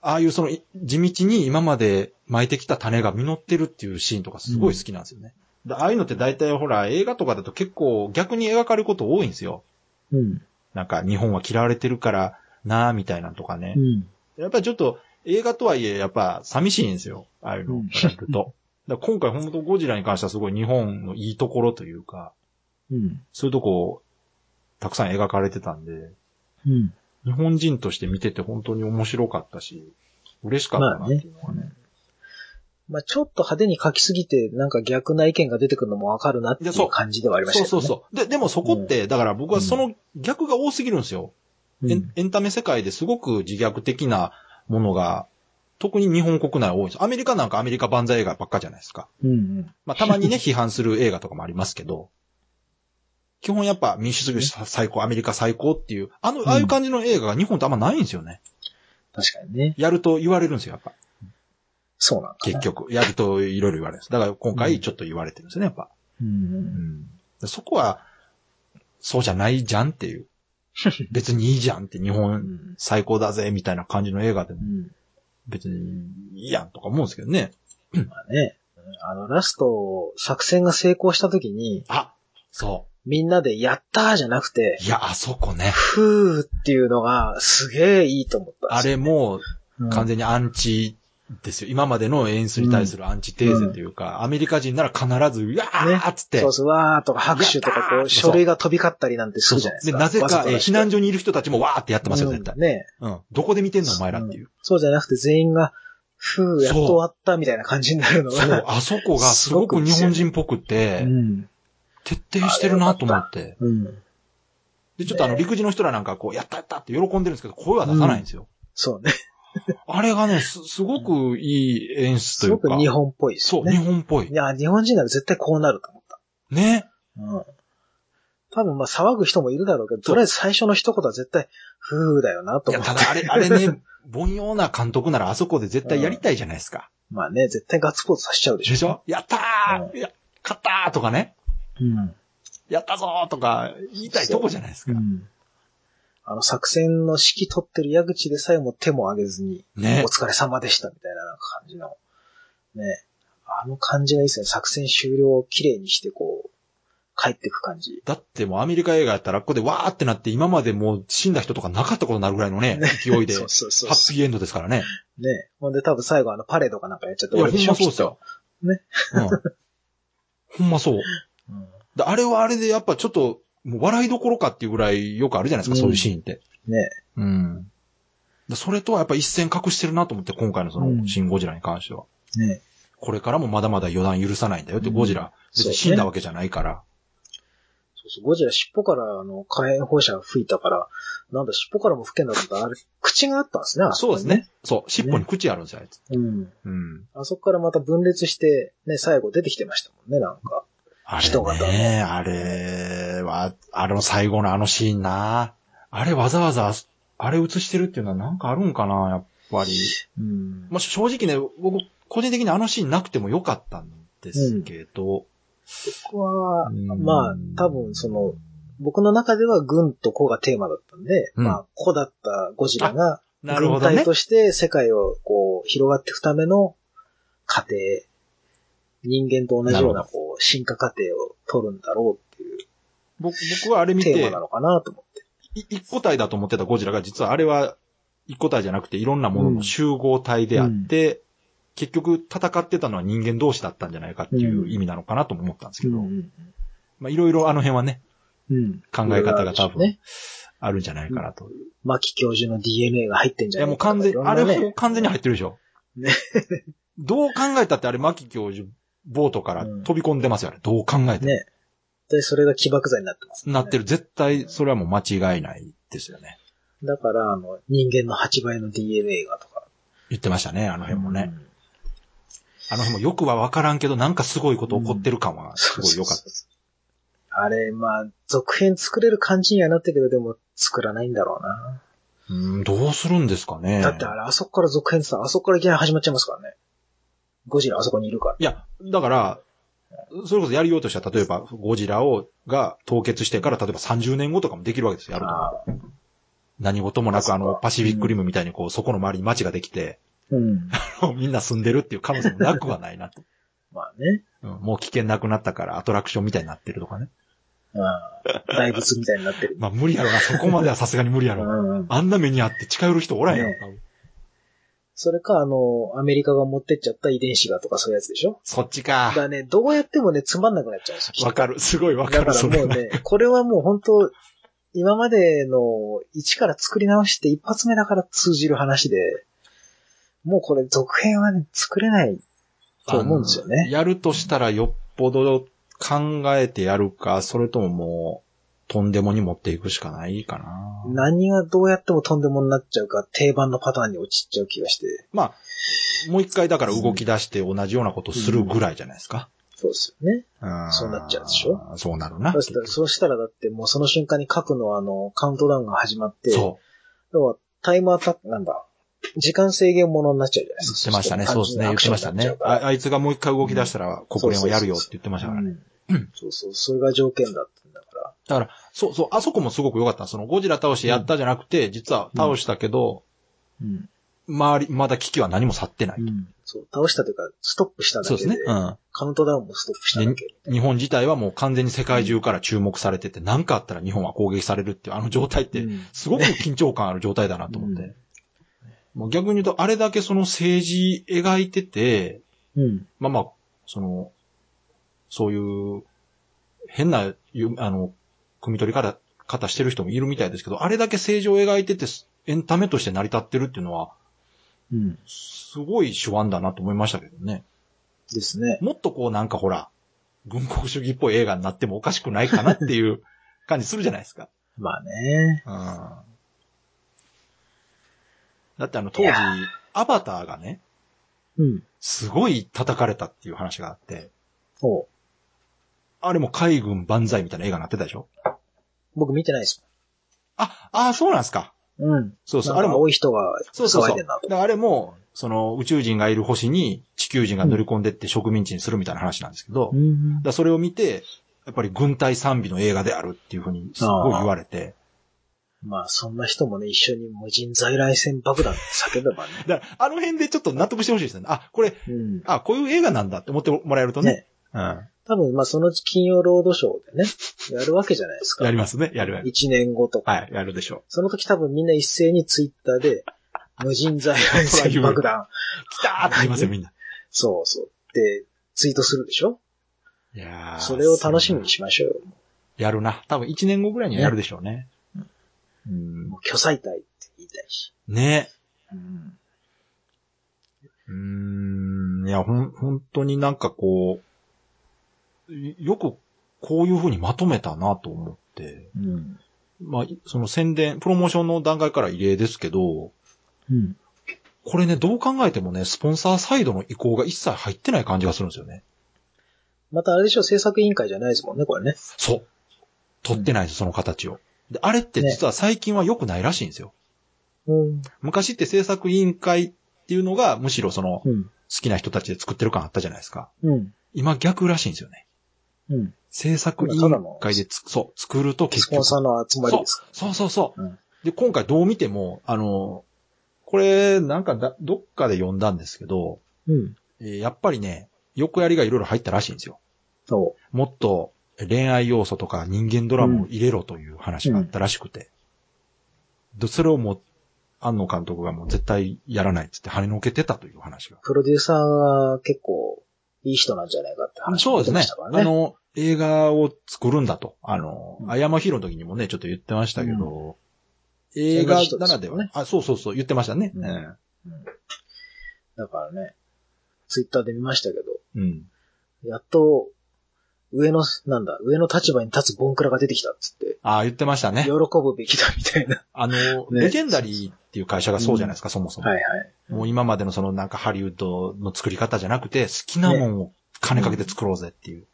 S2: ああいうそのい地道に今まで巻いてきた種が実ってるっていうシーンとかすごい好きなんですよね。でああいうのって大体ほら映画とかだと結構逆に描かれること多いんですよ。
S1: うん。
S2: なんか日本は嫌われてるからなあみたいなんとかね
S1: う。ん。
S2: やっぱりちょっと映画とはいえ、やっぱ寂しいんですよ。ああいうのをやると。だから今回本当ゴジラに関してはすごい日本のいいところというか、
S1: うん。
S2: そういうとこたくさん描かれてたんで、
S1: うん。
S2: 日本人として見てて本当に面白かったし、嬉しかったなっていうのがね。
S1: まあ、ちょっと派手に書きすぎて、なんか逆な意見が出てくるのもわかるなってい
S2: いやそう
S1: う感じではありました
S2: そう
S1: けど
S2: そ
S1: ね。
S2: うそう。で、でもそこって、だから僕はその逆が多すぎるんですよ。エ
S1: うん
S2: ンエンタメ世界ですごく自虐的なものが、特に日本国内多いんです。アメリカなんかアメリカ万歳映画ばっかじゃないですか。
S1: うんうん。
S2: まあ、たま [laughs] にね、批判する映画とかもありますけど、基本やっぱ民主主義さ最高、アメリカ最高っていう、あの、ああいう感じの映画が日本ってあんまないんですよね。
S1: 確かにね。
S2: やると言われるんですよ、やっぱ。
S1: そうなんだ
S2: 結。局。やるといろいろ言われるんです。だから今回ちょっと言われてるんですよね、やっぱ。
S1: う。
S2: うんん。そこは、そうじゃないじゃんって [laughs] いう。別にいいじゃんって日
S1: う
S2: 本
S1: ん。
S2: 最高だぜみたいな感じの映画でも
S1: うん。
S2: 別にいいやんとか思うんですけどね。
S1: まあね。あの、ラスト、作戦が成功した時に、
S2: あそ
S1: みんなでやったーじゃなくて
S2: う。、いや、あそこね。
S1: ふーっていうのがすげえいいと思ったん
S2: あ
S1: ですよ。
S2: れもう
S1: うん
S2: 完全にアンチですよ。今までの演出に対するアンチテーゼというか、アメリカ人なら必ず、うわーっつって。
S1: そうそう、わーとか拍手とか、
S2: や
S1: こ
S2: ったー
S1: う、書類が飛び交ったりなんてす
S2: そう
S1: るじ
S2: そ。
S1: ゃないうです
S2: で、
S1: か。
S2: な
S1: わざ
S2: ぜか、
S1: と
S2: えー
S1: らしく
S2: 避難所にいる人たちもわーってやってますよ、絶対
S1: うん。ね
S2: うん。どこで見てんの、お前らっていう。
S1: そうじゃなくて全員が、ふー、やっと終わったみたいな感じになるのが。
S2: そう、あそこがすごく日本人っぽくて、
S1: [laughs] うん。
S2: 徹底してるなと思って。
S1: うん。
S2: で、ちょっとあの、陸自の人らなんかこう、やったやったって喜んでるんですけど、声は出さないんですよ。
S1: そうね。
S2: あれがね、す、すごくいい演出
S1: す
S2: とい
S1: ご
S2: うか。
S1: く日本っぽいです
S2: そ
S1: よ
S2: う、日
S1: ね。
S2: 本っぽい
S1: い。や、日本人なら絶対こうなると思
S2: ね。
S1: う。うん。多分まあ騒ぐ人もいるだろうけど、とりあえず最初の一言は絶対、ふーだよなと
S2: いや、
S1: 思って
S2: た。だあれ、あれね、凡庸な監督ならあそこで絶対やりたいじゃないですか。
S1: まあね、絶対ガッツポーズさせちゃうでしょ。
S2: でしょやったー、いや、勝ったーとかね。
S1: うん。
S2: やったぞーとか言いたいとこじゃないですか。
S1: うん。あの、作戦の指揮取ってる矢口でさえも手も上げずに、
S2: ね
S1: [laughs] お疲れ様でしたみたいななんか感じの、ね。あの感じがいいですね。作戦終了を綺麗にして、こう、帰ってく感じ。
S2: だってもうアメリカ映画やったら、ここでわーってなって、今までもう死んだ人とかなかったことになるぐらいのね、勢い
S1: [laughs]
S2: で、
S1: そ
S2: ハ
S1: うそうそう
S2: ッ
S1: そ
S2: ピーエンドですからね。
S1: う。ね。ほんで多分最後あのパレードかなんかやっちゃって
S2: いや、
S1: 終
S2: ほ
S1: わ
S2: ん
S1: り
S2: ま
S1: でしょ
S2: そうですよ。
S1: ね。
S2: うん。ほんまそう。
S1: きっとうん
S2: だあれはあれでやっぱちょっと、もう笑いどころかっていうぐらいよくあるじゃないですか、
S1: うん
S2: そういうシーンって。
S1: ね。
S2: うん。だそれとはやっぱ一線隠してるなと思って、今回のそうの、
S1: ん
S2: シン・ゴジラに関しては。
S1: ね。
S2: これからもまだまだ予断許さないんだよって、
S1: うん
S2: ゴジラ。別に死んだわけじゃないから。
S1: そうそう。ゴジラ尻尾からあの火炎放射が吹いたから、なんだ尻尾からも吹けんだと思ったらあれ、口があったんですね。あ
S2: そう
S1: こ
S2: ですね。そう、尻尾に口あるんですよ、あいつ。
S1: ね。うん。
S2: うん。
S1: あそこからまた分裂して、ね、最後出てきてましたもんね、なんか。
S2: あ
S1: 人型
S2: れ
S1: の
S2: ね、あれは、あの最後のあのシーンな。あれわざわざ、あれ映してるっていうのはなんかあるんかな、やっぱり。
S1: うん。
S2: まあ、正直ね、僕、個人的にあのシーンなくてもよかったんですけど。
S1: 僕は、
S2: うん
S1: まあ、多分その、僕の中では軍と子がテーマだったんで、
S2: うん
S1: まあ、子だったゴジラが、
S2: なるほ
S1: 軍
S2: ど
S1: 隊
S2: ね。
S1: として世界をこう、広がっていくための過程、人間と同じよう
S2: な
S1: な
S2: る
S1: こう、進化過程を取るんだろうっていう
S2: 僕僕はあれ見
S1: テーマ
S2: て
S1: な、のかなと思って。
S2: い一個体だと思ってたゴジラが、実はあれは一個体じゃなくて、いろんなものの集合体であって、結局戦ってたのは人間同士だったんじゃないかっていう意味なのかなとも思ったんですけど、
S1: うん。
S2: まあいろいろあの辺はね、
S1: うん。
S2: 考え方が多
S1: いろいろあるでしょうね
S2: 分あるんじゃないかなと。
S1: 牧教授の DNA が入ってん
S2: い
S1: じゃ
S2: や
S1: な
S2: もう
S1: いか
S2: 完全、あれ
S1: も
S2: もう完全に入ってるでしょ。
S1: ね
S2: [laughs] どう考えたってあれ、牧教授、ボートから飛び込んでますよね。どう考えても。
S1: ね。で、それが起爆剤になってます、
S2: なってる。絶対、それはもう間違いないですよね。
S1: だから、あの、人間の8倍の DNA がとか。
S2: 言ってましたね、あの辺もね。
S1: うん。
S2: あの辺もよくはわからんけど、なんかすごいこと起こってる感は、す
S1: そう
S2: ごい
S1: そう
S2: 良かっ
S1: そ
S2: た。
S1: うあれ、まあ、続編作れる感じにはなったけど、でも作らないんだろうな。
S2: うん、どうするんですかね。
S1: だってあれ、あそこから続編さ、あそこからいきなり始まっちゃいますからね。ゴジラあそこにいるから。
S2: いや、だから、それこそやりようとしたら、例えば、ゴジラを、が凍結してから、例えば30年後とかもできるわけですよ、やると。
S1: ああ
S2: 何事もなく、あ
S1: そっ
S2: の、
S1: か
S2: パシフィックリムみたいに、こう、そこの周りに街ができて、 [laughs]
S1: うん。
S2: みんな住んでるっていう可能性もなくはない
S1: [laughs]
S2: なと。
S1: まあね。
S2: うんもう危険なくなったからアトラクションみたいになってるとかね。
S1: ああ大仏みたいになってる。
S2: まあ無理やろな、そこまではさすがに無理や
S1: う
S2: ろ。
S1: んうん。
S2: あんな目にあって近寄る人おらんやろ
S1: ね。それか、あの、アメリカが持ってっちゃった遺伝子がとかそういうやつでしょ
S2: そっち
S1: だか
S2: か。
S1: らね、どうやってもね、つまんなくなっちゃうんですよきっと
S2: わ。かる。すごいわか
S1: だか
S2: る、
S1: ら
S2: それ
S1: もう
S2: は。
S1: ね、これはもう本当、今までの一から作り直して一発目だから通じる話で、もうこれ続編はね、作れないと思うんですよね。
S2: やるとしたらよっぽど考えてやるか、それとももう、とんでもに持っていくしかないかな。
S1: 何がどうやってもとんでもになっちゃうか、定番のパターンに陥っちゃう気がして。
S2: まあ、もう一回だから動き出して同じようなことするぐらいじゃないですか。
S1: そうですよね。
S2: ん
S1: そうなっちゃうでしょ
S2: そうなるな。
S1: そうしたら、そうしたらだってもうその瞬間に核のあの、カウントダウンが始まって、
S2: そ。
S1: 要はタイムアタック、なんだ、時間制限ものになっちゃうじゃないうで
S2: 言っ
S1: す
S2: て
S1: か。
S2: ましたね。そうですね。言ってましたね。ああいつがもう一回動き出したら国連をやるよって言ってましたからね。
S1: うんそうそう、それが条件だったんだから。
S2: だから、そうそう、あそこもすごく良かった。そのゴジラ倒してやったじゃなくて、実は倒したけど、
S1: うん。
S2: 周り、まだ危機は何も去ってない。
S1: そう、倒したというか、ストップしただ
S2: そう
S1: け
S2: で
S1: で、
S2: すね。うん。
S1: カウントダウンもストップしただけ。
S2: 日本自体はもう完全に世界中から注目されてて、何かあったら日本は攻撃されるっていう、あの状態って
S1: うん、
S2: すごく緊張感ある状態だなと思って。
S1: うん
S2: もう逆に言うと、あれだけその政治描いてて、
S1: うん。
S2: まあまあ、その、そういう、変な、ゆあの、組み取り方、方してる人もいるみたいですけど、あれだけ政治を描いてて、エンタメとして成り立ってるっていうのは、
S1: うん。
S2: すごい手腕だなと思いましたけどね。
S1: ですね。
S2: もっとこうなんかほら、軍国主義っぽい映画になってもおかしくないかなっていう
S1: [laughs]
S2: 感じするじゃないですか。
S1: まあね。
S2: うん。だってあの当時
S1: いや、
S2: アバターがね、
S1: うん。
S2: すごい叩かれたっていう話があって、
S1: おう
S2: あれも海軍万歳みたいな映画になってたでしょ
S1: 僕見てないです
S2: あ、ああ、そうなんですか。
S1: もん。うん。
S2: そうそう。
S1: あ
S2: あ
S1: れ
S2: れ
S1: も
S2: も、
S1: 多い人が
S2: そうそう
S1: 騒
S2: そ。
S1: いうで
S2: だ
S1: んな
S2: か
S1: と。
S2: らあれも、その宇宙人がいる星に地球人が乗り込んでって植民地にするみたいな話なんですけど、
S1: ん
S2: だか。らそれを見て、やっぱり軍隊賛美の映画であるっていうふうにすごい言われて。
S1: まあ、そんな人もね、一緒に無人在来線爆弾叫べばね。
S2: だから、あの辺でちょっと納得してほしいですね。あ、これ、
S1: うん。
S2: あ、こういう映画なんだって思ってもらえるとね。
S1: ね。
S2: うん。
S1: 多分、まあ、そのうち金曜ロードショーでね、やるわけじゃないですか。
S2: やりますね。やるやる。
S1: 一年後とか。
S2: はい、やるでしょ
S1: その時多分みんな一斉にツイッターで、無人在来線爆
S2: [laughs]
S1: 弾。
S2: う。来たーって言いますよ、みんな。
S1: そうそう。って、ツイートするでしょ
S2: いやー
S1: それを楽しみにしましょうよ。
S2: やるな。多分1年後ぐらいにはやるでしょうね。うん
S1: も。う、巨彩隊って言いたいし。
S2: ね。
S1: うん。
S2: うーん。いや、ほん、本当になんかこう、よくこういうふうにまとめたなと思って。
S1: うん。
S2: まあ、その宣伝、プロモーションの段階から異例ですけど、
S1: うん。
S2: これね、どう考えてもね、スポンサーサイドの意向が一切入ってない感じがするんですよね。
S1: またあれでしょ、制作委員会じゃないですもんね、これね。
S2: そう。取ってないんです、その形を。で、あれって
S1: ね
S2: 実は最近は良くないらしいんですよ。
S1: うん。
S2: 昔って制作委員会っていうのが、むしろその、好
S1: うん。
S2: きな人たちで作ってる感あったじゃないですか。
S1: うん。
S2: 今逆らしいんですよね。
S1: うん。
S2: 制作委員会でつ、そう、作ると結
S1: ス
S2: 局
S1: ポン。サーの集まりですか
S2: そうそうそう。
S1: うん
S2: で、今回どう見ても、あの、これ、なんかだ、どっかで読んだんですけど、
S1: ら。うん。
S2: えーやっぱりね、横やりがいろいろ入ったらしいんですよ。
S1: そ
S2: もっと恋愛要素とか人間ドラマを入れろという話があったらしくて。でそれをもう、安野監督がもう絶対やらないっつって跳ねのけてたという話が
S1: う。。プロデューサーが結構、いい人なんじゃないかって話
S2: そう
S1: も出て
S2: です
S1: ま
S2: ね
S1: したから。
S2: あ
S1: ね。
S2: の、映画を作るんだと。あの
S1: う、ん
S2: あやまひろの時にもね、ちょっと言ってましたけど、映画
S1: 同
S2: ならでは
S1: じ人ですよね
S2: あ、そうそうそう、言ってましたね。
S1: うんだからね、ツイッターで見ましたけど、
S2: うん。うん
S1: やっと、上の、なんだ、上の立場に立つボンクラが出てきたっつって、
S2: ああ、言ってましたね
S1: 喜。ぶべきだみたいな。
S2: あの、
S1: ね
S2: レジェンダリーっていう会社がそうじゃないですか、そもそも。
S1: はいはい。
S2: もう今までのそのなんかハリウッドの作り方じゃなくて、好きなもんを金かけて作ろうぜっていう。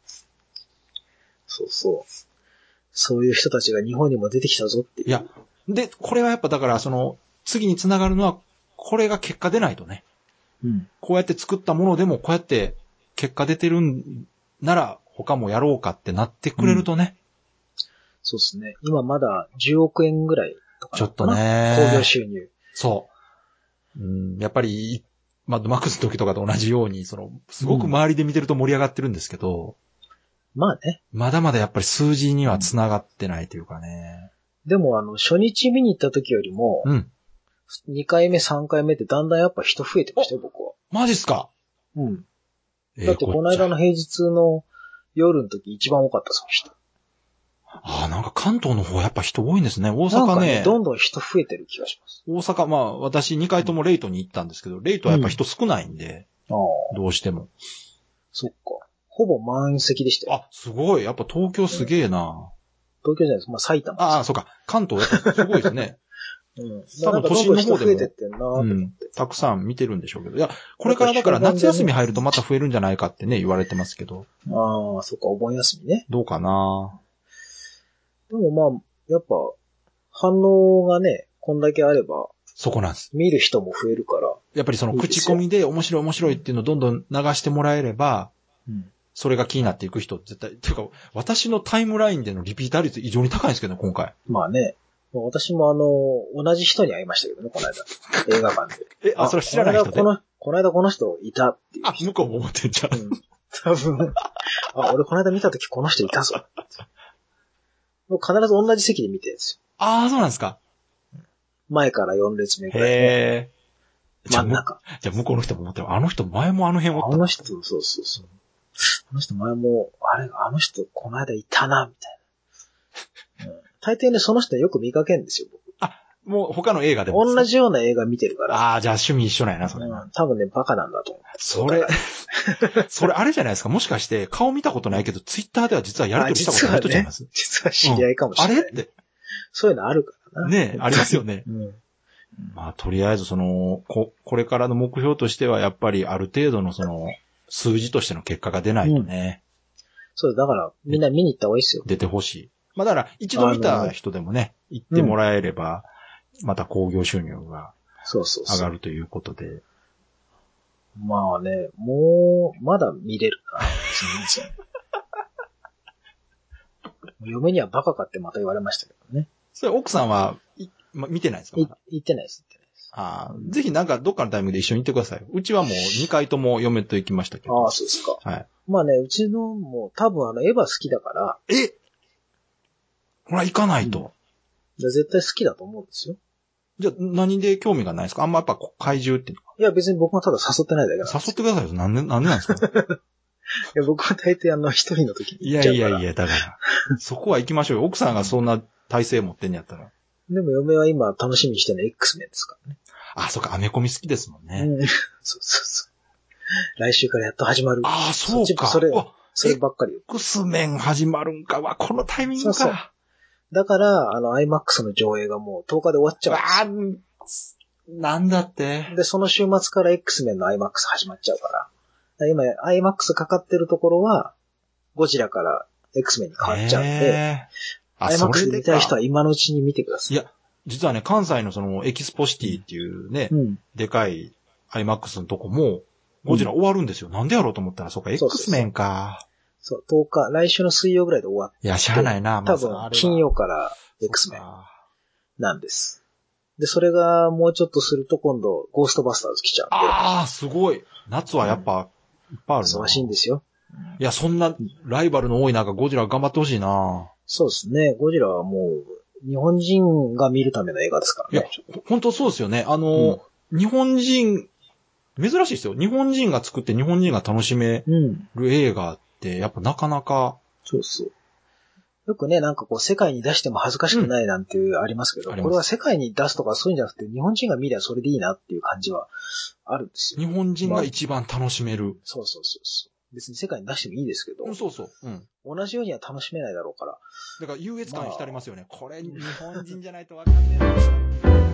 S1: そうそう。そういう人たちが日本にも出てきたぞっていう。
S2: いや、で、これはやっぱだからその、次につながるのは、これが結果出ないとね。
S1: うん。
S2: こうやって作ったものでも、こうやって結果出てるんなら、他もやろうかってなってくれるとね。
S1: そうですね。今まだ10億円ぐらいとか
S2: ちょ
S1: な
S2: っ
S1: の
S2: と
S1: かな。
S2: ね。
S1: 興行収入。
S2: そう。うん、やっぱり、マッドマックスの時とかと同じように、その、すごく周りで見てると盛り上がってるんですけど、
S1: まあね。
S2: まだまだやっぱり数字には繋がってないというかね。
S1: でもあの、初日見に行った時よりも、
S2: うん。
S1: 2回目、3回目ってだんだんやっぱ人増えてましたよ、僕は。
S2: マジっすか
S1: うん。
S2: え
S1: だってこの間の
S2: えーっち
S1: 平日の夜の時一番多かった、その人。
S2: ゃああ、なんか関東の方やっぱ人多いんですね。大
S1: なん
S2: 阪
S1: か
S2: ね
S1: ね、、どんどん人増えてる気がします。
S2: 大阪、まあ私2回ともレイトに行ったんですけど、レイトはやっぱ人少ないんで、
S1: ああ、
S2: どうしても。
S1: そっか。ほぼ満席でしたよ。
S2: あ、すごい。やっぱ東京すげえな。
S1: 東京じゃないです。まあ埼玉
S2: ああ、そうか。関東やっぱすごいで
S1: [laughs]
S2: すね。
S1: うん。
S2: 多分都心の
S1: なんかどんどん人
S2: 方でも
S1: 増えてってんなと
S2: う
S1: 思
S2: ん
S1: って。。
S2: たくさん見てるんでしょうけど。いや、これからだから夏休み入るとまた増えるんじゃないかってね、言われてますけど。
S1: ああ、そっか、お盆休みね。
S2: どうかな
S1: でもまあ、やっぱ、反応がね、こんだけあれば、
S2: そこなんです。
S1: 見る人も増えるから。
S2: やっぱりその
S1: いいで
S2: 口
S1: すよ
S2: コミで面白い面白いっていうのをどんどん流してもらえれば、
S1: うん。
S2: それが気になっていく人、絶対、ていうか、私のタイムラインでのリピーター率異常に高いんですけど、今回。
S1: まあね。まあ私もあの、同じ人に会いましたけどね、この間。映画館で。
S2: え、 [laughs] あ、それは知らない人で
S1: こ。の間この、この間この人いたっていう。
S2: あ、向こうも思ってんじゃん。
S1: うん。多分、あ、俺この間見た時この人いたぞ。もう必ず同じ席で見てるんです
S2: ああ、そうなんですか。
S1: よ。前から4列目ぐらいね。
S2: へえ。じ
S1: 真
S2: ゃあ、
S1: ん
S2: む
S1: 中。
S2: じゃあ向こうの人も思ってる。あの人前もあの辺お
S1: あ
S2: った。
S1: の人、そうそうそう。あの人前も、あれ、あの人この間いたな、みたいな。うん大抵ね、その人よく見かけんですよ。僕
S2: もう他の映画でも。
S1: 同。じような映画見てるから。
S2: ああ、じゃあ趣味一緒なんやな、それ。
S1: うん、多分ね、バカなんだと思う。
S2: それ、それあれじゃないですか。もしかして顔見たことないけど、ツイッターでは実はやりとりしたことない人じゃいます、
S1: 実は知り合いかもし
S2: あ
S1: れ
S2: れ
S1: ない。
S2: って。
S1: そういうのあるからな。
S2: ねえ、ありますよね。
S1: うん。
S2: まあ、とりあえず、その、こ、これからの目標としては、やっぱりある程度のその、数字としての結果が出ないとね、
S1: そう、だから、みんな見に行った方がいいですよ。
S2: 出てほしい。まあ、だから、一度見た人でもね、行ってもらえれば、また興行収入が
S1: そうそう
S2: 上
S1: そ
S2: が
S1: う。
S2: るということで。
S1: まあね、もう、まだ見れるな。全
S2: [laughs]
S1: 然。嫁にはバカかってまた言われましたけどね。
S2: それ、奥さんは、いま、見てないですか、ま
S1: い
S2: だ
S1: 行ってないです、行ってないです。
S2: ああ、ぜひなんかどっかのタイミングで一緒に行ってください。うちはもう2回とも嫁と行きましたけ
S1: あ
S2: ど
S1: あ、。そうですか。
S2: はい。
S1: まあね、うちのも多分あの、エヴァ好きだから、
S2: えほら、行かないと。
S1: 絶対好きだと思うんですよ。
S2: じゃあ、何で興味がないですかあんまやっぱこ怪獣っていうの
S1: いや、別に僕はただ誘ってないだけなんで
S2: 誘ってくださいよ。なんで、なんでなんですか
S1: いや、僕は大抵あの、一人の時に
S2: い
S1: 行っ
S2: や
S1: ちゃう
S2: い
S1: から。
S2: やいや、だから。そこは行きましょうよ。奥さんがそんな体勢持ってんやったら。
S1: でも嫁は今楽しみにしてるのは X メンですか
S2: あ、そっか、アメコミ好きですもん
S1: ら
S2: ね。
S1: ね。うん。 [laughs] そうそうそう。来週からやっと始まる。
S2: ああ、そう
S1: そっち
S2: か。
S1: それ
S2: うわ、
S1: そればっかりよ。
S2: X メン始まるんか。うわ、このタイミングか。
S1: そうそうだから、あの、IMAX の上映がもう10日で終わっちゃうん
S2: わ
S1: です
S2: あ、んなんだって
S1: よ。。で、その週末から X メンの IMAX 始まっちゃうから。だから今、IMAX かかってるところは、ゴジラから X メンに変わっちゃうんで、
S2: へえあ、そ
S1: IMAX
S2: れ
S1: で
S2: で
S1: 見たい人
S2: か
S1: は。今のうちに見てください。
S2: いや、実はね、関西のそのエキスポシティっていうね、
S1: うん。
S2: でかい IMAX のとこも、ゴジラ終わるんですよ。な、んでやろうと思ったら、そうか、
S1: そうそうそう
S2: X メンか。
S1: そう、10日、来週の水曜ぐらいで終わっ
S2: いや、しゃあないな、
S1: 多
S2: そあれは
S1: 分、金曜から X メン
S2: そっか
S1: なんです。で、それがもうちょっとすると今度、ゴーストバスターズ来ちゃうん
S2: ああ、すごい。夏はやっぱ、いっぱいある
S1: で、
S2: な。
S1: 忙しいんですよ。
S2: いや、そんなライバルの多い中、ゴジラ頑張ってほしいな。
S1: そうですね、ゴジラはもう、日本人が見るための映画ですか
S2: い
S1: ら
S2: や
S1: ね。、
S2: 本当そうですよね。あの、日本人、珍しいですよ。日本人が作って日本人が楽しめ
S1: うん、
S2: る映画って、やっぱなかなか、
S1: そうそう。よくね、なんかこう、世界に出しても恥ずかしくないなんていうありますけど、
S2: あります
S1: これは世界に出すとかそういうんじゃなくて、日本人が見りゃそれでいいなっていう感じはあるんですよ。
S2: 日本人が一番楽しめる。
S1: そうそうそうそう。別に世界に出してもいいですけど
S2: うん、、そうそう。うん。
S1: 同じようには楽しめないだろうから、
S2: だから優越感に浸りますよね。これ、日本人じゃないとわかんねえな。